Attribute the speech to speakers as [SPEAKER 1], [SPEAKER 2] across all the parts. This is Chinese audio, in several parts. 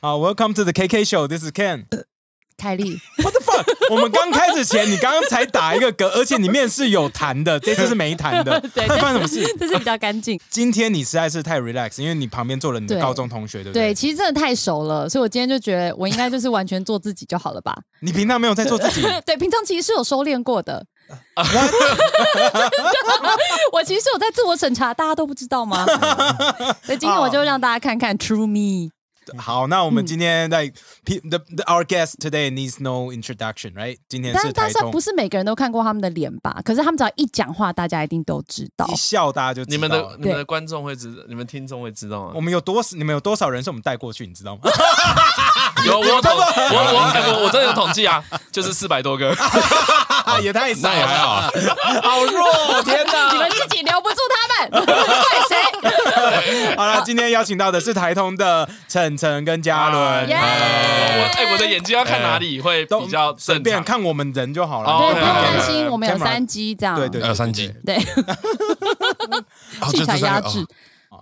[SPEAKER 1] 好，Welcome to the KK Show. This is Ken.
[SPEAKER 2] 凯莉，
[SPEAKER 1] What the fuck？我 们刚开始前，你刚刚才打一个嗝，而且里面是有痰 的，这次是没痰的。
[SPEAKER 2] 对，
[SPEAKER 1] 发生什么
[SPEAKER 2] 这
[SPEAKER 1] 事？
[SPEAKER 2] 是这是比较干净。
[SPEAKER 1] 今天你实在是太 relax，因为你旁边坐了你的
[SPEAKER 2] 对
[SPEAKER 1] 高中同学，对不
[SPEAKER 2] 对，
[SPEAKER 1] 对？
[SPEAKER 2] 其实真的太熟了，所以我今天就觉得我应该就是完全做自己就好了吧。
[SPEAKER 1] 你平常没有在做自 己，
[SPEAKER 2] 对，平常其实是有收敛过的。 我其实有在自我审查，大家都不知道吗？所以今天我就让大家看看 True Me。
[SPEAKER 1] 好，那我们今天 like pe- the, the our guest today needs no introduction, right？今天是
[SPEAKER 2] 但但
[SPEAKER 1] 台
[SPEAKER 2] 是
[SPEAKER 1] 东
[SPEAKER 2] 不，是每个人都看过他们的脸吧？可是他们只要一讲话，大家一定都知道
[SPEAKER 1] 一。笑大家就知道
[SPEAKER 3] 你们的
[SPEAKER 1] 了
[SPEAKER 3] 你们的观众会知，你们听众会知道
[SPEAKER 1] 我
[SPEAKER 3] 吗？
[SPEAKER 1] 们有多少？你们有多少人是我们带过去？你知道吗？
[SPEAKER 3] 有啊我有统，我我哎我我真的有统计啊，就是四百多个，
[SPEAKER 1] 啊，也太少
[SPEAKER 3] 那也还
[SPEAKER 1] 了，
[SPEAKER 4] 啊
[SPEAKER 3] 好。
[SPEAKER 1] 好弱哦！天哪！
[SPEAKER 2] 你们自己留不住他们，怪谁？
[SPEAKER 1] 好了，今天邀请到的是台通的晨晨跟嘉伦，
[SPEAKER 2] 耶
[SPEAKER 3] 我哎我的眼睛要看哪里会
[SPEAKER 1] 都
[SPEAKER 3] 比较
[SPEAKER 1] 随
[SPEAKER 3] 正
[SPEAKER 1] 便
[SPEAKER 3] 常？
[SPEAKER 1] 看我们人就好了，
[SPEAKER 3] 哦
[SPEAKER 2] 对，不
[SPEAKER 3] OK，OK，OK，
[SPEAKER 2] 用担心，
[SPEAKER 1] 对
[SPEAKER 2] 我们有
[SPEAKER 1] camera
[SPEAKER 2] 三机这样。
[SPEAKER 1] 对对
[SPEAKER 4] 还有呃三集，
[SPEAKER 2] 对，
[SPEAKER 4] 哦
[SPEAKER 2] 器材压制。。嗯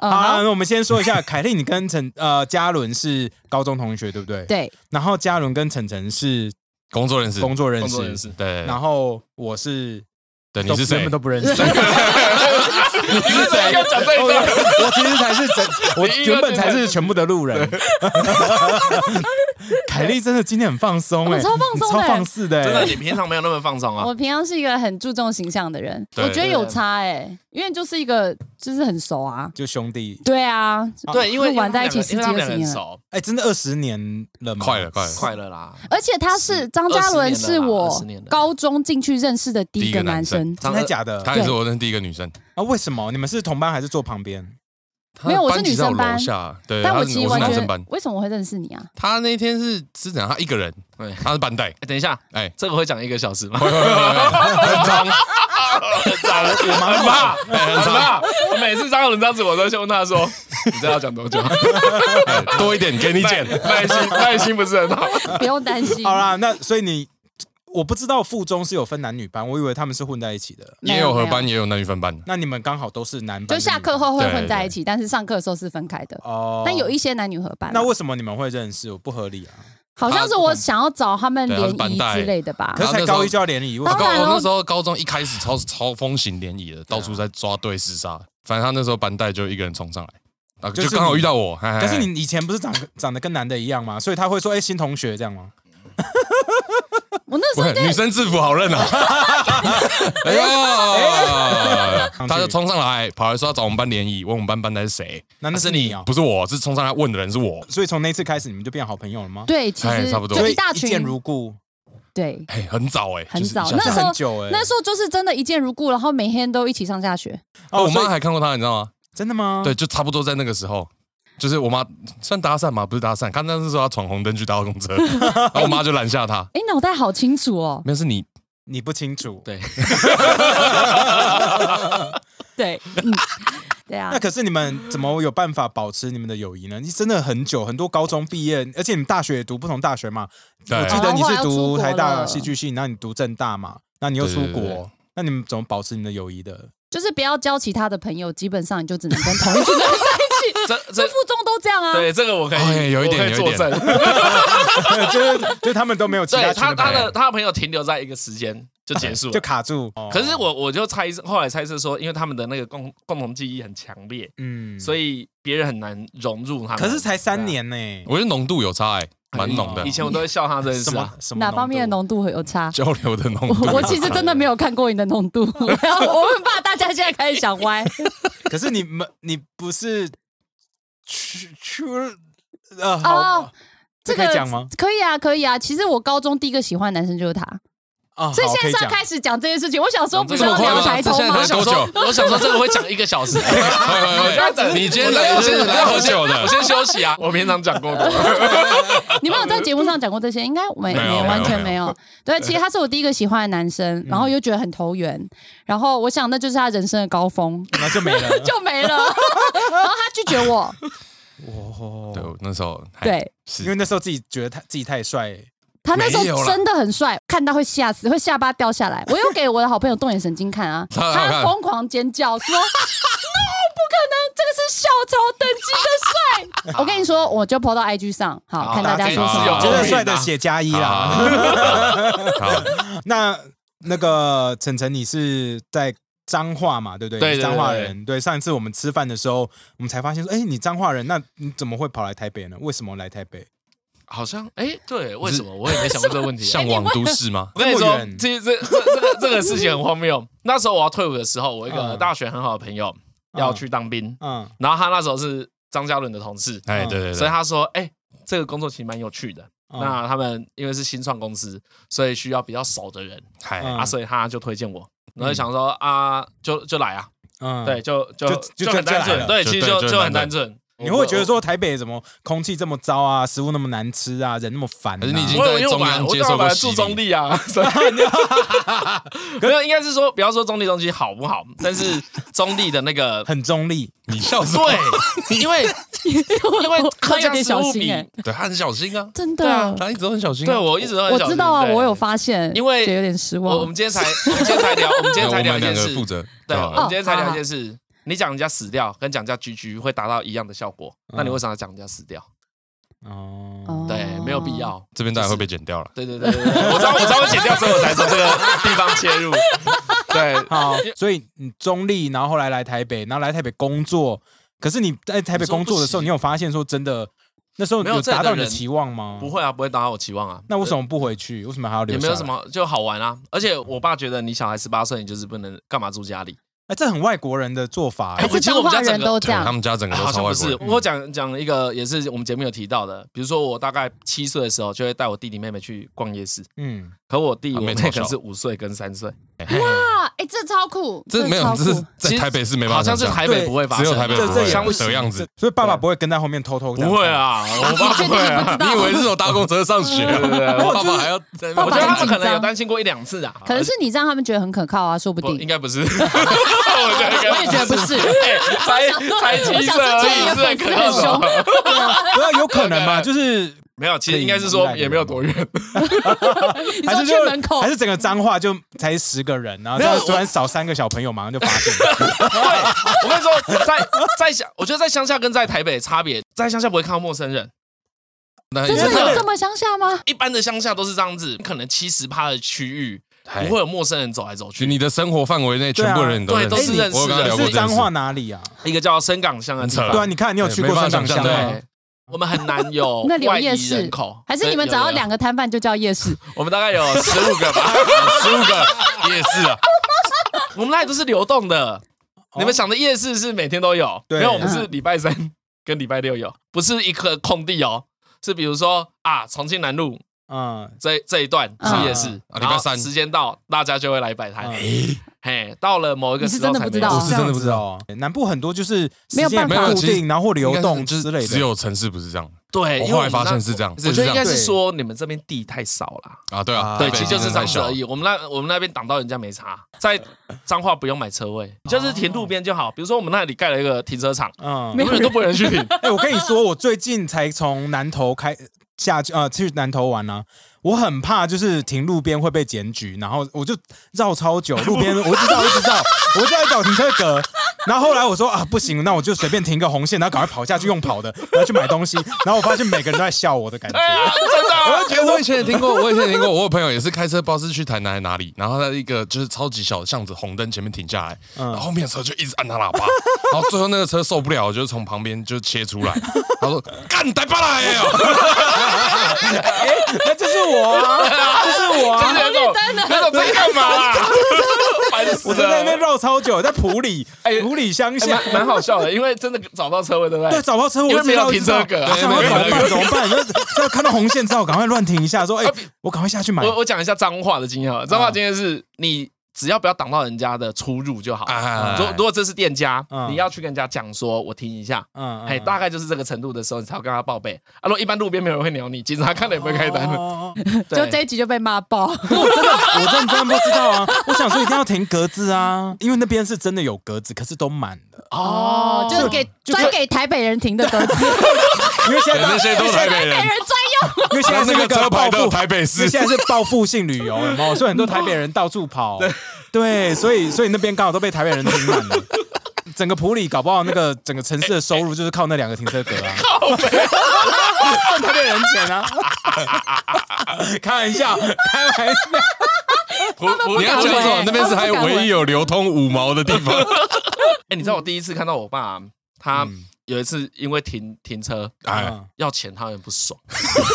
[SPEAKER 1] 好，
[SPEAKER 2] 好
[SPEAKER 1] 那我们先说一下，凯莉，你跟陈呃嘉伦是高中同学，对不对？。
[SPEAKER 2] 对，
[SPEAKER 1] 然后嘉伦跟晨晨是
[SPEAKER 4] 工作人士，
[SPEAKER 1] 工作认
[SPEAKER 3] 工作人
[SPEAKER 1] 识，
[SPEAKER 3] 士，
[SPEAKER 4] 对，
[SPEAKER 1] 然后我是
[SPEAKER 4] 对你
[SPEAKER 1] 都
[SPEAKER 4] 是
[SPEAKER 1] 根
[SPEAKER 4] 谁
[SPEAKER 1] 本？都不认识，你
[SPEAKER 3] 你
[SPEAKER 1] 是谁？
[SPEAKER 3] 要讲这一段？
[SPEAKER 1] 我我其实才是整，我
[SPEAKER 3] 你一个
[SPEAKER 1] 原本才是全部的路 人。凯莉真的今天很放松哎，
[SPEAKER 2] 我超放松的欸
[SPEAKER 1] 你超放肆的
[SPEAKER 3] 真的，
[SPEAKER 1] 哎，
[SPEAKER 3] 你平常没有那么放松啊？
[SPEAKER 2] 我平常是一个很注重形象的人，我
[SPEAKER 4] 对
[SPEAKER 2] 觉得有差哎、因为就是一个就是很熟啊，
[SPEAKER 1] 就兄弟
[SPEAKER 2] 对啊，
[SPEAKER 3] 对，因为
[SPEAKER 2] 玩在一起
[SPEAKER 3] 因为他们两个
[SPEAKER 2] 十几
[SPEAKER 3] 因为他们两个
[SPEAKER 2] 年
[SPEAKER 3] 很熟，
[SPEAKER 1] 哎，真的二十年了吗？
[SPEAKER 4] 快了，快了，
[SPEAKER 3] 快乐啦。
[SPEAKER 2] 而且他是张嘉伦，是我
[SPEAKER 3] 20年了
[SPEAKER 2] 高中进去认识的第一个男生，
[SPEAKER 1] 真的假的
[SPEAKER 4] 她也是我认识第一个女生，
[SPEAKER 1] 啊？为什么你们是同班还是坐旁边？
[SPEAKER 2] 没有我是
[SPEAKER 4] 班级
[SPEAKER 2] 女生
[SPEAKER 4] 在我
[SPEAKER 2] 班
[SPEAKER 4] 楼下，对，
[SPEAKER 2] 但
[SPEAKER 4] 她
[SPEAKER 2] 我
[SPEAKER 4] 是
[SPEAKER 2] 其实
[SPEAKER 4] 啊我
[SPEAKER 2] 完
[SPEAKER 4] 是男生
[SPEAKER 2] 全
[SPEAKER 4] 班。
[SPEAKER 2] 为什么我会认识你啊？
[SPEAKER 4] 她那天是是怎样？她一个人，
[SPEAKER 3] 对
[SPEAKER 4] 她是班 带，
[SPEAKER 3] 哎等一下，
[SPEAKER 4] 哎，
[SPEAKER 3] 这个会讲一个小时吗？
[SPEAKER 4] 很长，
[SPEAKER 3] 长得我蛮怕， 很怕。我每次张嘉伦这样子，我都先问他说：“你这要讲多久
[SPEAKER 4] 哎多一点给？”你减。
[SPEAKER 3] 耐心，耐心不是很好。
[SPEAKER 2] 不用担 心，
[SPEAKER 1] 好啦，那所以你我不知道附中是有分男女班，我以为他们是混在一起的。
[SPEAKER 4] 也有合班，也有男女分班，
[SPEAKER 1] 那你们刚好都是男班，
[SPEAKER 2] 就下课后会
[SPEAKER 4] 对
[SPEAKER 2] 混在一起，但是上课的时候是分开的。
[SPEAKER 1] 哦。
[SPEAKER 2] 但有一些男女合班啊，
[SPEAKER 1] 那为什么你们会认识？我不合理啊！
[SPEAKER 2] 好像是我想要找他们
[SPEAKER 4] 对啊他
[SPEAKER 2] 联
[SPEAKER 4] 是班
[SPEAKER 2] 谊
[SPEAKER 4] 带
[SPEAKER 2] 之类的吧
[SPEAKER 1] 可。是
[SPEAKER 4] 然后那
[SPEAKER 1] 才
[SPEAKER 4] 时候
[SPEAKER 1] 高一就要联谊，为什
[SPEAKER 2] 当
[SPEAKER 4] 我
[SPEAKER 1] 么
[SPEAKER 4] 高
[SPEAKER 2] 然哦
[SPEAKER 4] 我
[SPEAKER 2] 咯
[SPEAKER 4] 那时候高中一开始超超风行联谊的，到处在抓对厮杀。反正她那时候班带就一个人冲上来，啊，
[SPEAKER 1] 就是
[SPEAKER 4] 就刚好
[SPEAKER 1] 你
[SPEAKER 4] 遇到我。可
[SPEAKER 1] 可是你以前不是长长得跟男的一样吗？所以他会说：“哎，新同学这样吗
[SPEAKER 2] 我那时
[SPEAKER 4] 不
[SPEAKER 2] 候
[SPEAKER 4] 是女生制服好认啊！哎
[SPEAKER 1] 哎
[SPEAKER 4] 呀，他就冲上来，跑来说要找我们班联谊，问我们班班带是谁？”？
[SPEAKER 1] 那那是你啊！
[SPEAKER 4] 不是我，是冲上来问的人是我。
[SPEAKER 1] 所以从那次开始，你们就变好朋友了吗？
[SPEAKER 2] 对，其
[SPEAKER 4] 哎
[SPEAKER 2] 实
[SPEAKER 4] 差不多
[SPEAKER 2] 就
[SPEAKER 1] 所以
[SPEAKER 2] 一大
[SPEAKER 1] 一见
[SPEAKER 2] 群，
[SPEAKER 1] 如故，
[SPEAKER 2] 对，
[SPEAKER 4] 哎，很早哎，
[SPEAKER 2] 很
[SPEAKER 4] 就是
[SPEAKER 2] 早
[SPEAKER 4] 一下
[SPEAKER 2] 那时候
[SPEAKER 1] 很久哎。
[SPEAKER 2] 那时候就是真的一见如故，然后每天都一起上下学。
[SPEAKER 4] 哦我妈
[SPEAKER 1] 所以嗯
[SPEAKER 4] 还看过他，你知道吗？
[SPEAKER 1] 真的吗？
[SPEAKER 4] 对，，就差不多在那个时候。就是我妈算搭讪嘛，不是搭讪，看那是说她闯红灯去搭公车，然后我妈就拦下她。
[SPEAKER 2] 哎，脑袋好清楚哦。
[SPEAKER 4] 没有，是你
[SPEAKER 1] 你不清楚。
[SPEAKER 3] 对，
[SPEAKER 2] 对，嗯，对啊
[SPEAKER 1] 那，可是你们怎么有办法保持你们的友谊呢？你真的很久，很多高中毕业，而且你们大学也读不同大学嘛。
[SPEAKER 4] 对
[SPEAKER 1] 我记得你
[SPEAKER 2] 哦后来
[SPEAKER 1] 是
[SPEAKER 2] 要出
[SPEAKER 1] 读
[SPEAKER 2] 国
[SPEAKER 1] 台大
[SPEAKER 2] 了
[SPEAKER 1] 戏剧系，那你读正大嘛，那你又出
[SPEAKER 4] 对对对
[SPEAKER 1] 国，那你们怎么保持你们的友谊的？
[SPEAKER 2] 就是不要交其他的朋友，基本上你就只能跟同一群人在一起。
[SPEAKER 3] 这
[SPEAKER 2] 这
[SPEAKER 3] 这
[SPEAKER 2] 附中都这样啊。
[SPEAKER 3] 对这个我可
[SPEAKER 4] 哎
[SPEAKER 3] 以，
[SPEAKER 4] 有一点
[SPEAKER 3] 我可以作证。
[SPEAKER 1] 就是就是他们都没有其
[SPEAKER 3] 对
[SPEAKER 1] 他群
[SPEAKER 3] 他他
[SPEAKER 1] 朋友
[SPEAKER 3] 的他的朋友停留在一个时间就结束
[SPEAKER 1] 就
[SPEAKER 3] 了。
[SPEAKER 1] 卡住。哦
[SPEAKER 3] 可是我我就猜测，后来猜测说，因为他们的那个共共同记忆很强烈，
[SPEAKER 1] 嗯
[SPEAKER 3] 所
[SPEAKER 1] 以
[SPEAKER 3] 以别人很难融入他们。
[SPEAKER 1] 可是才三
[SPEAKER 3] 对啊，
[SPEAKER 1] 年呢，
[SPEAKER 4] 我觉得浓度有差哎、蛮浓的
[SPEAKER 3] 以，前我都会笑他这件
[SPEAKER 1] 什
[SPEAKER 3] 事啊
[SPEAKER 1] 么。什么
[SPEAKER 2] 哪方面的
[SPEAKER 1] 浓
[SPEAKER 2] 浓度会有差？
[SPEAKER 4] 交流的浓度。
[SPEAKER 2] 我我其实真的没有看过你的浓度，我要我很怕大家现在开始想歪。
[SPEAKER 1] 度？可是你们你不是去去呃
[SPEAKER 2] 哦
[SPEAKER 1] 好，
[SPEAKER 2] 这个
[SPEAKER 1] 可以讲吗？
[SPEAKER 2] 可以啊，可以啊。其实我高中第一个喜欢的男生就是他，
[SPEAKER 1] 啊，
[SPEAKER 2] 所以
[SPEAKER 1] 好
[SPEAKER 2] 现在是
[SPEAKER 1] 可
[SPEAKER 2] 要
[SPEAKER 1] 以讲
[SPEAKER 2] 开始讲这件事情。我想说，
[SPEAKER 3] 讲这
[SPEAKER 2] 不
[SPEAKER 3] 个
[SPEAKER 2] 是要
[SPEAKER 3] 这么
[SPEAKER 2] 聊
[SPEAKER 3] 快吗
[SPEAKER 2] 台
[SPEAKER 4] 这
[SPEAKER 2] 通
[SPEAKER 4] 现在
[SPEAKER 2] 吗
[SPEAKER 3] 我？
[SPEAKER 4] 才
[SPEAKER 3] 想
[SPEAKER 4] 多久
[SPEAKER 3] 说，我想说这个会讲一个 小时。喂喂
[SPEAKER 4] 你今天来，
[SPEAKER 3] 我
[SPEAKER 4] 我今
[SPEAKER 3] 先
[SPEAKER 4] 天来喝酒的
[SPEAKER 3] 我。先休息啊。我平常讲过的，
[SPEAKER 2] 你们有在节目上讲过这些？应该没
[SPEAKER 4] 没有
[SPEAKER 2] 没有，
[SPEAKER 4] 没有
[SPEAKER 2] 完全
[SPEAKER 4] 没
[SPEAKER 2] 没有。对，其实他是我第一个喜欢的男生，然后又觉得很投缘，然后我想那就是他人生的高峰，
[SPEAKER 1] 那就没了。
[SPEAKER 2] 就没了。然后他拒绝我，
[SPEAKER 1] 哦
[SPEAKER 4] 对，我那时候还
[SPEAKER 2] 对
[SPEAKER 4] 是
[SPEAKER 1] 因为那时候自己觉得他自己太帅，
[SPEAKER 2] 他那时
[SPEAKER 4] 没有
[SPEAKER 2] 候
[SPEAKER 4] 啦
[SPEAKER 2] 真的很帅，看到会吓死，会下巴掉下来。我又给我的好朋友动眼神经看啊，
[SPEAKER 4] 他他
[SPEAKER 2] 他疯狂尖叫说：“No，不可能，这个是校草等级的帅！” 我
[SPEAKER 3] 啊
[SPEAKER 2] 跟你说，我就 PO 到 IG 上，好
[SPEAKER 3] 好
[SPEAKER 2] 看大家
[SPEAKER 3] 大家
[SPEAKER 2] 说什
[SPEAKER 4] 自由
[SPEAKER 2] 么。
[SPEAKER 1] 觉得帅的写加一啦。
[SPEAKER 4] 啊 好，
[SPEAKER 1] 那那个晨晨，你是在彰化嘛？对不对？
[SPEAKER 3] 对
[SPEAKER 1] 你
[SPEAKER 3] 对
[SPEAKER 1] 是彰化
[SPEAKER 3] 对对
[SPEAKER 1] 人。对，上一次我们吃饭的时候，我们才发现说，哎，你彰化人，那你怎么会跑来台北呢？为什么来台北？
[SPEAKER 3] 好像哎，对，为什么我也没想过这个问题？啊
[SPEAKER 4] 向往都市 吗？
[SPEAKER 3] 我跟你说
[SPEAKER 1] 这么远，
[SPEAKER 3] 其实这这这个这个事情很荒谬。那时候我要退伍的时候，我一个
[SPEAKER 1] 嗯
[SPEAKER 3] 大学很好的朋友要去当兵，
[SPEAKER 1] 嗯，
[SPEAKER 3] 然后他那时候是张嘉伦的同事，
[SPEAKER 4] 哎，对对
[SPEAKER 3] 嗯所以
[SPEAKER 4] 对，
[SPEAKER 3] 他说：“哎、这个工作其实蛮有趣的。
[SPEAKER 1] 嗯
[SPEAKER 3] 那他们因为是新创公司，所以需要比较熟的人、
[SPEAKER 4] 嗨，
[SPEAKER 1] 嗯
[SPEAKER 3] 啊，所以他就推荐我。
[SPEAKER 4] 嗯
[SPEAKER 3] 然后就想说、啊，就就来啊，
[SPEAKER 1] 嗯，
[SPEAKER 3] 对，。就就
[SPEAKER 1] 就就
[SPEAKER 3] 很单
[SPEAKER 1] 就来
[SPEAKER 3] 纯，
[SPEAKER 1] 了
[SPEAKER 3] 对，
[SPEAKER 4] 就
[SPEAKER 3] 其实
[SPEAKER 4] 对
[SPEAKER 3] 就
[SPEAKER 4] 就
[SPEAKER 3] 就
[SPEAKER 4] 很
[SPEAKER 3] 很
[SPEAKER 4] 单
[SPEAKER 3] 单纯。
[SPEAKER 1] 你会不会觉得说台北怎么空气这么糟啊，食物那么难吃啊，人那么烦、啊？
[SPEAKER 4] 可是你已经
[SPEAKER 3] 我，我因为我
[SPEAKER 4] 在中
[SPEAKER 3] 本来
[SPEAKER 4] 央
[SPEAKER 3] 我
[SPEAKER 4] 接受过
[SPEAKER 3] 当然本来
[SPEAKER 4] 洗
[SPEAKER 3] 住
[SPEAKER 4] 礼
[SPEAKER 3] 中立啊，所以 没有，应该是说不要说中立东西好不好，但是中立的那个
[SPEAKER 1] 很中立，
[SPEAKER 4] 你笑什么？
[SPEAKER 3] 对，因为因为
[SPEAKER 2] 我
[SPEAKER 3] 客
[SPEAKER 2] 有
[SPEAKER 3] 家
[SPEAKER 2] 点
[SPEAKER 3] 食
[SPEAKER 2] 小
[SPEAKER 3] 物
[SPEAKER 2] 心
[SPEAKER 3] 比，
[SPEAKER 2] 哎，
[SPEAKER 4] 对他很小心啊，
[SPEAKER 2] 真
[SPEAKER 3] 对啊
[SPEAKER 2] 的，
[SPEAKER 4] 他一直都很小心啊。
[SPEAKER 3] 对我一直都很
[SPEAKER 2] 我
[SPEAKER 3] 小
[SPEAKER 2] 知
[SPEAKER 3] 心
[SPEAKER 2] 道啊，
[SPEAKER 3] 对
[SPEAKER 2] 我有发现，
[SPEAKER 3] 因为
[SPEAKER 2] 觉得有点失
[SPEAKER 3] 我我
[SPEAKER 2] 望
[SPEAKER 3] 们。今天才我们今天才聊，我们今
[SPEAKER 4] 对
[SPEAKER 3] 天
[SPEAKER 4] 我
[SPEAKER 3] 才
[SPEAKER 4] 们
[SPEAKER 3] 聊一件
[SPEAKER 4] 两个
[SPEAKER 3] 事，
[SPEAKER 4] 负责，
[SPEAKER 3] 对，哦
[SPEAKER 4] 吧
[SPEAKER 3] 我们今天才
[SPEAKER 2] 哦好
[SPEAKER 3] 聊一
[SPEAKER 2] 好
[SPEAKER 3] 件事，你讲人家死掉跟讲人家居居会达到一样的效果，那你
[SPEAKER 4] 嗯
[SPEAKER 3] 为什么要讲人家死掉？
[SPEAKER 1] 哦，
[SPEAKER 3] 对，没有必。要。
[SPEAKER 4] 这边大概会被剪掉了。
[SPEAKER 3] 对对对对，对我知道我知道会剪掉之后，我才从这个地方切入。
[SPEAKER 4] 嗯
[SPEAKER 3] 对，
[SPEAKER 1] 好，所以你中立，然后后来来台北，然后来台北工作。可是你在台北工作的时候，
[SPEAKER 3] 你说不行
[SPEAKER 1] 你有发现说真的，那时候
[SPEAKER 3] 没有
[SPEAKER 1] 有达到
[SPEAKER 3] 这个
[SPEAKER 1] 你的
[SPEAKER 3] 人
[SPEAKER 1] 期望吗？
[SPEAKER 3] 不，会啊，不会达到我期望啊。
[SPEAKER 1] 那为什么不回去？为什么还要留
[SPEAKER 3] 也
[SPEAKER 1] 下
[SPEAKER 3] 没
[SPEAKER 1] 来？
[SPEAKER 3] 有什么就好玩啊，而且我爸觉得你小孩十八岁，你就是不能干嘛住家里。
[SPEAKER 1] 哎，这很外国人的做法
[SPEAKER 2] 还
[SPEAKER 1] 哎
[SPEAKER 3] 哎
[SPEAKER 2] 是
[SPEAKER 3] 其实我
[SPEAKER 2] 彰
[SPEAKER 3] 们
[SPEAKER 2] 化
[SPEAKER 3] 家整
[SPEAKER 2] 人
[SPEAKER 3] 个
[SPEAKER 2] 都这
[SPEAKER 4] 对，
[SPEAKER 2] 样
[SPEAKER 4] 他，们家整个
[SPEAKER 3] 好
[SPEAKER 4] 都嗯超
[SPEAKER 3] 像
[SPEAKER 4] 外
[SPEAKER 3] 不
[SPEAKER 4] 国
[SPEAKER 3] 是
[SPEAKER 4] 人，，
[SPEAKER 3] 我讲讲一个也是我们节目有提到的，比如说我大概七岁的时候就会带我弟弟妹妹去逛夜市，
[SPEAKER 1] 嗯，
[SPEAKER 3] 可我弟
[SPEAKER 4] 啊
[SPEAKER 3] 我妹
[SPEAKER 4] 妹超
[SPEAKER 3] 可
[SPEAKER 4] 小
[SPEAKER 3] 能是五岁跟三岁，
[SPEAKER 2] 哇，哎，这超酷，
[SPEAKER 4] 这没有
[SPEAKER 2] 超，
[SPEAKER 4] 这是
[SPEAKER 2] 酷。
[SPEAKER 4] 在台北是没办
[SPEAKER 3] 好
[SPEAKER 4] 法
[SPEAKER 3] 像
[SPEAKER 4] 想
[SPEAKER 3] 是
[SPEAKER 4] 象，
[SPEAKER 3] 台北不会发生，啊
[SPEAKER 4] 只有台北
[SPEAKER 1] 这
[SPEAKER 4] 不
[SPEAKER 1] 这
[SPEAKER 4] 会
[SPEAKER 1] 也
[SPEAKER 3] 像
[SPEAKER 1] 不
[SPEAKER 4] 不
[SPEAKER 1] 行
[SPEAKER 4] 的样子。
[SPEAKER 1] 所以爸爸
[SPEAKER 3] 对
[SPEAKER 1] 不会跟在后面偷偷这样
[SPEAKER 3] 不会 啊， 我爸
[SPEAKER 2] 确
[SPEAKER 3] 不
[SPEAKER 2] 定
[SPEAKER 3] 会
[SPEAKER 2] 你不
[SPEAKER 3] 啊
[SPEAKER 2] 知。道？
[SPEAKER 4] 你以为是有搭公车上学？啊
[SPEAKER 3] 对对对
[SPEAKER 4] 我
[SPEAKER 3] 我
[SPEAKER 4] 爸爸还要在那
[SPEAKER 2] 爸
[SPEAKER 3] 我
[SPEAKER 4] 边
[SPEAKER 3] 觉
[SPEAKER 2] 爸很紧
[SPEAKER 3] 得他们可能有
[SPEAKER 2] 张
[SPEAKER 3] 担心过一两次啊，
[SPEAKER 2] 可能是你让他们觉得很可靠啊，说不
[SPEAKER 3] 不应
[SPEAKER 2] 定。
[SPEAKER 3] 该不是， 我觉得应该
[SPEAKER 2] 我也觉得不是，
[SPEAKER 3] 哎才才
[SPEAKER 2] 我
[SPEAKER 3] 七
[SPEAKER 2] 想
[SPEAKER 3] 岁
[SPEAKER 2] 说
[SPEAKER 3] 而
[SPEAKER 2] 这里
[SPEAKER 3] 已，
[SPEAKER 2] 的
[SPEAKER 3] 是
[SPEAKER 2] 粉
[SPEAKER 3] 可
[SPEAKER 2] 丝
[SPEAKER 3] 乐
[SPEAKER 2] 很
[SPEAKER 3] 手
[SPEAKER 2] 凶，
[SPEAKER 1] 对啊，有可能 嘛，
[SPEAKER 3] 对
[SPEAKER 1] 就是
[SPEAKER 3] 没有，其实应该是
[SPEAKER 1] 可以依赖
[SPEAKER 3] 说
[SPEAKER 1] 的
[SPEAKER 3] 也没有多远，
[SPEAKER 2] 你
[SPEAKER 1] 还
[SPEAKER 2] 说
[SPEAKER 1] 是
[SPEAKER 2] 去
[SPEAKER 1] 就
[SPEAKER 2] 门口
[SPEAKER 1] 还是整个脏话就才十个人，然后
[SPEAKER 3] 没有
[SPEAKER 1] 这样
[SPEAKER 3] 我
[SPEAKER 1] 突然少三个小朋友，马上就发 现了。
[SPEAKER 3] 对，我跟你说，在在乡，我觉得在乡下跟在台北的差别，在乡下不会看到陌生人，
[SPEAKER 4] 那
[SPEAKER 2] 真
[SPEAKER 4] 因为
[SPEAKER 2] 的
[SPEAKER 4] 他
[SPEAKER 2] 有这么乡下吗？
[SPEAKER 3] 一般的乡下都是这样子，可能七十趴的区域
[SPEAKER 4] 嗨
[SPEAKER 3] 不会有陌生人走来走
[SPEAKER 4] 就
[SPEAKER 3] 去。
[SPEAKER 4] 你的生活范围内，
[SPEAKER 1] 对啊
[SPEAKER 4] 全部人你都
[SPEAKER 3] 对都
[SPEAKER 4] 识
[SPEAKER 3] 是认识的
[SPEAKER 4] 我有跟他聊
[SPEAKER 1] 可
[SPEAKER 4] 过
[SPEAKER 1] 是
[SPEAKER 4] 这
[SPEAKER 1] 彰
[SPEAKER 4] 件事
[SPEAKER 1] 化哪里啊？
[SPEAKER 3] 一个叫深港乡的地
[SPEAKER 4] 很
[SPEAKER 3] 方
[SPEAKER 4] 扯
[SPEAKER 1] 对，啊，你看你有去过山港乡
[SPEAKER 4] 没办法想
[SPEAKER 1] 吗
[SPEAKER 4] 象？
[SPEAKER 3] 对，我们很难有
[SPEAKER 2] 那里有
[SPEAKER 3] 外移
[SPEAKER 2] 夜市
[SPEAKER 3] 人口，
[SPEAKER 2] 还是你们找到
[SPEAKER 3] 有有有
[SPEAKER 2] 两个摊贩就叫夜市？
[SPEAKER 3] 我们大概有十五 个吧，
[SPEAKER 4] 十五个夜市啊，
[SPEAKER 3] 我们那里都是流动的。你们想的夜市是每天都有，
[SPEAKER 1] 哦对
[SPEAKER 3] 没有，我们是礼拜三 跟礼拜六有，不是一个空地哦，是比如说啊，重庆南路
[SPEAKER 1] 嗯，
[SPEAKER 3] 这这一段是夜市，
[SPEAKER 4] 啊
[SPEAKER 3] 然后
[SPEAKER 4] 礼拜三
[SPEAKER 3] 时间到，大家就会来摆摊。
[SPEAKER 1] 嗯
[SPEAKER 3] 嘿，到了某一个
[SPEAKER 2] 你是
[SPEAKER 3] 时
[SPEAKER 2] 真
[SPEAKER 3] 候
[SPEAKER 2] 的
[SPEAKER 3] 才
[SPEAKER 2] 不知
[SPEAKER 3] 没有
[SPEAKER 2] 道啊
[SPEAKER 1] 我
[SPEAKER 2] 哦
[SPEAKER 1] 是
[SPEAKER 4] 是
[SPEAKER 1] 真
[SPEAKER 4] 真
[SPEAKER 1] 的
[SPEAKER 4] 的
[SPEAKER 1] 不
[SPEAKER 4] 不
[SPEAKER 1] 知
[SPEAKER 4] 知
[SPEAKER 1] 道。南部很多就是时
[SPEAKER 2] 没有
[SPEAKER 1] 间
[SPEAKER 2] 办
[SPEAKER 1] 不
[SPEAKER 2] 法
[SPEAKER 1] 固
[SPEAKER 4] 没有其实
[SPEAKER 1] 定，然后或流动
[SPEAKER 4] 应该是
[SPEAKER 1] 之
[SPEAKER 4] 就
[SPEAKER 1] 类
[SPEAKER 4] 是只
[SPEAKER 1] 的。
[SPEAKER 4] 有城市不是这样
[SPEAKER 3] 对，
[SPEAKER 4] 我
[SPEAKER 3] 因为
[SPEAKER 4] 后来
[SPEAKER 3] 们
[SPEAKER 4] 发
[SPEAKER 3] 那
[SPEAKER 4] 现是这样
[SPEAKER 3] 我觉得应该
[SPEAKER 1] 对
[SPEAKER 3] 是说你们这边地太少啦。
[SPEAKER 4] 啊，对啊，
[SPEAKER 1] 啊
[SPEAKER 3] 对，
[SPEAKER 4] 台北
[SPEAKER 3] 其实就是
[SPEAKER 4] 真
[SPEAKER 3] 这样
[SPEAKER 4] 的太
[SPEAKER 3] 子
[SPEAKER 4] 小
[SPEAKER 3] 而
[SPEAKER 4] 了。
[SPEAKER 3] 已。我们那我们那边挡到人家没差，在彰化不用买车位，就是停路边就好。比如说我们那里盖了一个停车场，
[SPEAKER 1] 嗯，
[SPEAKER 2] 没
[SPEAKER 1] 哎、
[SPEAKER 2] 有
[SPEAKER 3] 永远都不会有人 去停。
[SPEAKER 1] 我跟你说，我最近才从南投开下去，呃，去南投玩啊。我很怕就是停路边会被检举，然后我就绕超久，路边我一直绕一直绕，我就在找停车格。然后后来我说啊，不行，那我就随便停一个红线，然后赶快跑下去用跑的，然后去买东西。 然后我发现每个人都在笑我的感觉。
[SPEAKER 3] 哎呀，真的啊，
[SPEAKER 4] 哎我以前也听过，我以前也听过， 我有朋友也是开车，不知道是去台南哪里，然后他在一个就是超级小的巷子，红灯前面停下来，然后后面的车就一直按他喇叭，然后最后那个车受不了，就是从旁边就切出来，他说：“干，你带巴来耶哦
[SPEAKER 1] 哎、那这是我啊，这是 我啊。
[SPEAKER 3] 那种那种在干嘛 啦？烦死
[SPEAKER 1] 我
[SPEAKER 3] 了！
[SPEAKER 1] 在那边绕超久，在埔里，
[SPEAKER 3] 哎
[SPEAKER 1] 埔里乡
[SPEAKER 3] 哎
[SPEAKER 1] 下，
[SPEAKER 3] 蛮蛮好笑的，因为真的找不到车位，对不
[SPEAKER 1] 对，
[SPEAKER 3] 对？
[SPEAKER 1] 找不到车，
[SPEAKER 3] 哎因
[SPEAKER 1] 我
[SPEAKER 3] 为没有
[SPEAKER 1] 一直绕
[SPEAKER 3] 停车格啊
[SPEAKER 1] 我想要
[SPEAKER 4] 对
[SPEAKER 1] 怎
[SPEAKER 4] 没
[SPEAKER 1] 么办？
[SPEAKER 4] 有
[SPEAKER 1] 怎么办？就是 就看到红线之后，赶快乱停一下，说：“哎、我赶快下去买。
[SPEAKER 3] 我我讲一下彰化的经验
[SPEAKER 1] 啊
[SPEAKER 3] 好了，彰化经验是你只要不要挡到人家的出入就好。
[SPEAKER 4] 啊
[SPEAKER 3] 如如果这是店家，
[SPEAKER 1] 嗯
[SPEAKER 3] 你要去跟人家讲说，我停一下。
[SPEAKER 1] 嗯”嗯，
[SPEAKER 3] 哎，大概就是这个程度的时候，你才要跟他报备。啊，如果一般路边没有人会鸟你，警察看了也不会开单的。
[SPEAKER 1] 哦
[SPEAKER 2] 就
[SPEAKER 3] 对
[SPEAKER 2] 这一集就被骂爆。
[SPEAKER 1] 我真的，我认真不知道啊！我想说一定要停格子啊，因为那边是真的有格子，可是都满了。
[SPEAKER 2] 哦，就是给
[SPEAKER 1] 就
[SPEAKER 2] 专给台北人停的格子，
[SPEAKER 1] 因为现在
[SPEAKER 4] 那
[SPEAKER 1] 大，
[SPEAKER 4] 些都是台北
[SPEAKER 2] 台北
[SPEAKER 4] 人
[SPEAKER 2] 人，专用。
[SPEAKER 1] 因为现
[SPEAKER 4] 然
[SPEAKER 1] 在
[SPEAKER 4] 后
[SPEAKER 1] 是
[SPEAKER 4] 那个车牌
[SPEAKER 1] 报
[SPEAKER 4] 都
[SPEAKER 1] 复
[SPEAKER 4] 有台北
[SPEAKER 1] 因为
[SPEAKER 4] 市，
[SPEAKER 1] 现在是报复性旅游，有没有？所以很多台北人到处跑，对，所以所以那边刚好都被台北人停满了。整个普里搞不好那个整个城市的收入就是靠那两个停车格啊，赚他的人钱啊！ 开玩笑，开玩笑，
[SPEAKER 3] 普普
[SPEAKER 4] 你要
[SPEAKER 2] 敢
[SPEAKER 4] 讲
[SPEAKER 2] 回
[SPEAKER 4] 什么？那边是还有
[SPEAKER 2] 他们不敢
[SPEAKER 4] 唯一有流通五毛的地方，
[SPEAKER 3] 哎，你知道我第一次看到我爸，啊他有一次因为停停车
[SPEAKER 4] 哎，
[SPEAKER 1] 嗯
[SPEAKER 3] 要钱，他很不爽。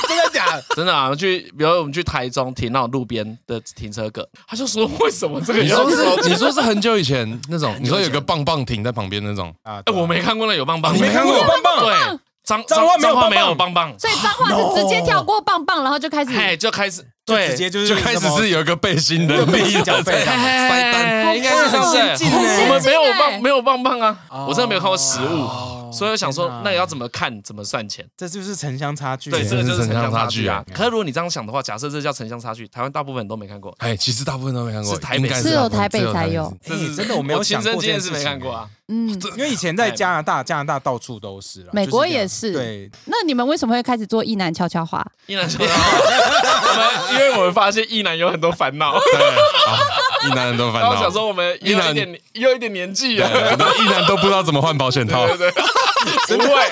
[SPEAKER 1] 真的假的？
[SPEAKER 3] 真的啊，去比如我们去台中停那种路边的停车格，他就说为什么这个
[SPEAKER 4] 你
[SPEAKER 3] 要
[SPEAKER 4] 说
[SPEAKER 3] 收
[SPEAKER 4] 是
[SPEAKER 3] 钱？
[SPEAKER 4] 你说是很久以前那种，你说有个棒棒停在旁边那种，
[SPEAKER 1] 啊，
[SPEAKER 3] 哎、
[SPEAKER 1] 对啊
[SPEAKER 3] 我没看过那有棒棒的，
[SPEAKER 4] 你没看过有
[SPEAKER 1] 棒棒
[SPEAKER 3] 对，脏
[SPEAKER 1] 彰化
[SPEAKER 3] 脏
[SPEAKER 1] 没有
[SPEAKER 3] 脏
[SPEAKER 1] 棒
[SPEAKER 3] 话
[SPEAKER 1] 棒
[SPEAKER 3] 没有棒棒，
[SPEAKER 2] 所以脏话是直接跳过棒棒，然后就开始
[SPEAKER 3] 哎，就开始
[SPEAKER 1] 就
[SPEAKER 3] 对，
[SPEAKER 1] 直接就是
[SPEAKER 4] 就开始是有一个背心的
[SPEAKER 1] 就
[SPEAKER 4] 立
[SPEAKER 1] 背心
[SPEAKER 4] 的
[SPEAKER 1] 脚背啊，
[SPEAKER 3] 嘿嘿
[SPEAKER 4] 塞单，
[SPEAKER 3] 嘿应该是这
[SPEAKER 1] 哇
[SPEAKER 3] 样
[SPEAKER 1] 很先进欸
[SPEAKER 3] 我们没有
[SPEAKER 2] 很先进欸
[SPEAKER 3] 棒没有棒棒啊，我真的没有看过实
[SPEAKER 1] 哦
[SPEAKER 3] 物，所以我想说
[SPEAKER 1] 天哪
[SPEAKER 3] 那个要怎么看怎么算钱。
[SPEAKER 1] 这就是城乡差距耶。哎
[SPEAKER 3] 对，这
[SPEAKER 4] 真
[SPEAKER 3] 个
[SPEAKER 4] 的
[SPEAKER 3] 就是是
[SPEAKER 4] 城
[SPEAKER 3] 城
[SPEAKER 4] 乡
[SPEAKER 3] 乡
[SPEAKER 4] 差
[SPEAKER 3] 差
[SPEAKER 4] 距
[SPEAKER 3] 距
[SPEAKER 4] 啊
[SPEAKER 3] 啊。可是如果你这样想的话，假设这叫城乡差距，台湾大部分人都没看过，
[SPEAKER 4] 哎，其实大部分都没看过，
[SPEAKER 3] 是台北
[SPEAKER 4] 应该
[SPEAKER 2] 只有
[SPEAKER 4] 大部分
[SPEAKER 2] 台北
[SPEAKER 4] 只有
[SPEAKER 2] 才有
[SPEAKER 4] 市
[SPEAKER 1] 哎真的我没有
[SPEAKER 3] 亲
[SPEAKER 1] 想
[SPEAKER 3] 身
[SPEAKER 1] 过
[SPEAKER 3] 经
[SPEAKER 1] 这件
[SPEAKER 3] 验
[SPEAKER 1] 事情哎
[SPEAKER 3] 是没看过啊。
[SPEAKER 2] 嗯。
[SPEAKER 1] 因为以前在加拿大，加拿大到处都是啦，
[SPEAKER 2] 美国
[SPEAKER 1] 就是这样
[SPEAKER 2] 也是
[SPEAKER 1] 对，
[SPEAKER 2] 那你们为什么会开始做一男悄悄话？
[SPEAKER 3] 一男说， 我们因为我们发现一男有很多烦恼，
[SPEAKER 4] 对，啊一男人都 烦
[SPEAKER 3] 然后
[SPEAKER 4] 恼
[SPEAKER 3] 想。说我们也有一点也有一点年纪啊
[SPEAKER 4] 对
[SPEAKER 3] 了，
[SPEAKER 4] 很多一男都不知道怎么换保险 套，
[SPEAKER 3] 不会，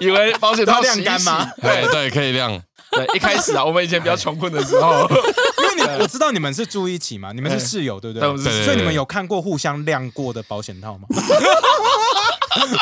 [SPEAKER 3] 以为保险套
[SPEAKER 1] 要晾
[SPEAKER 3] 洗一
[SPEAKER 1] 干
[SPEAKER 3] 洗
[SPEAKER 1] 吗
[SPEAKER 4] 对哎对，可以亮。
[SPEAKER 3] 对，一开始啊，我们以前比较穷困的时 候，
[SPEAKER 1] 因为你我知道你们是住一起嘛，你们是室友对不
[SPEAKER 3] 对我们
[SPEAKER 1] 对？
[SPEAKER 3] 是
[SPEAKER 4] 室友
[SPEAKER 1] 所以你们有看过互相晾过的保险套吗？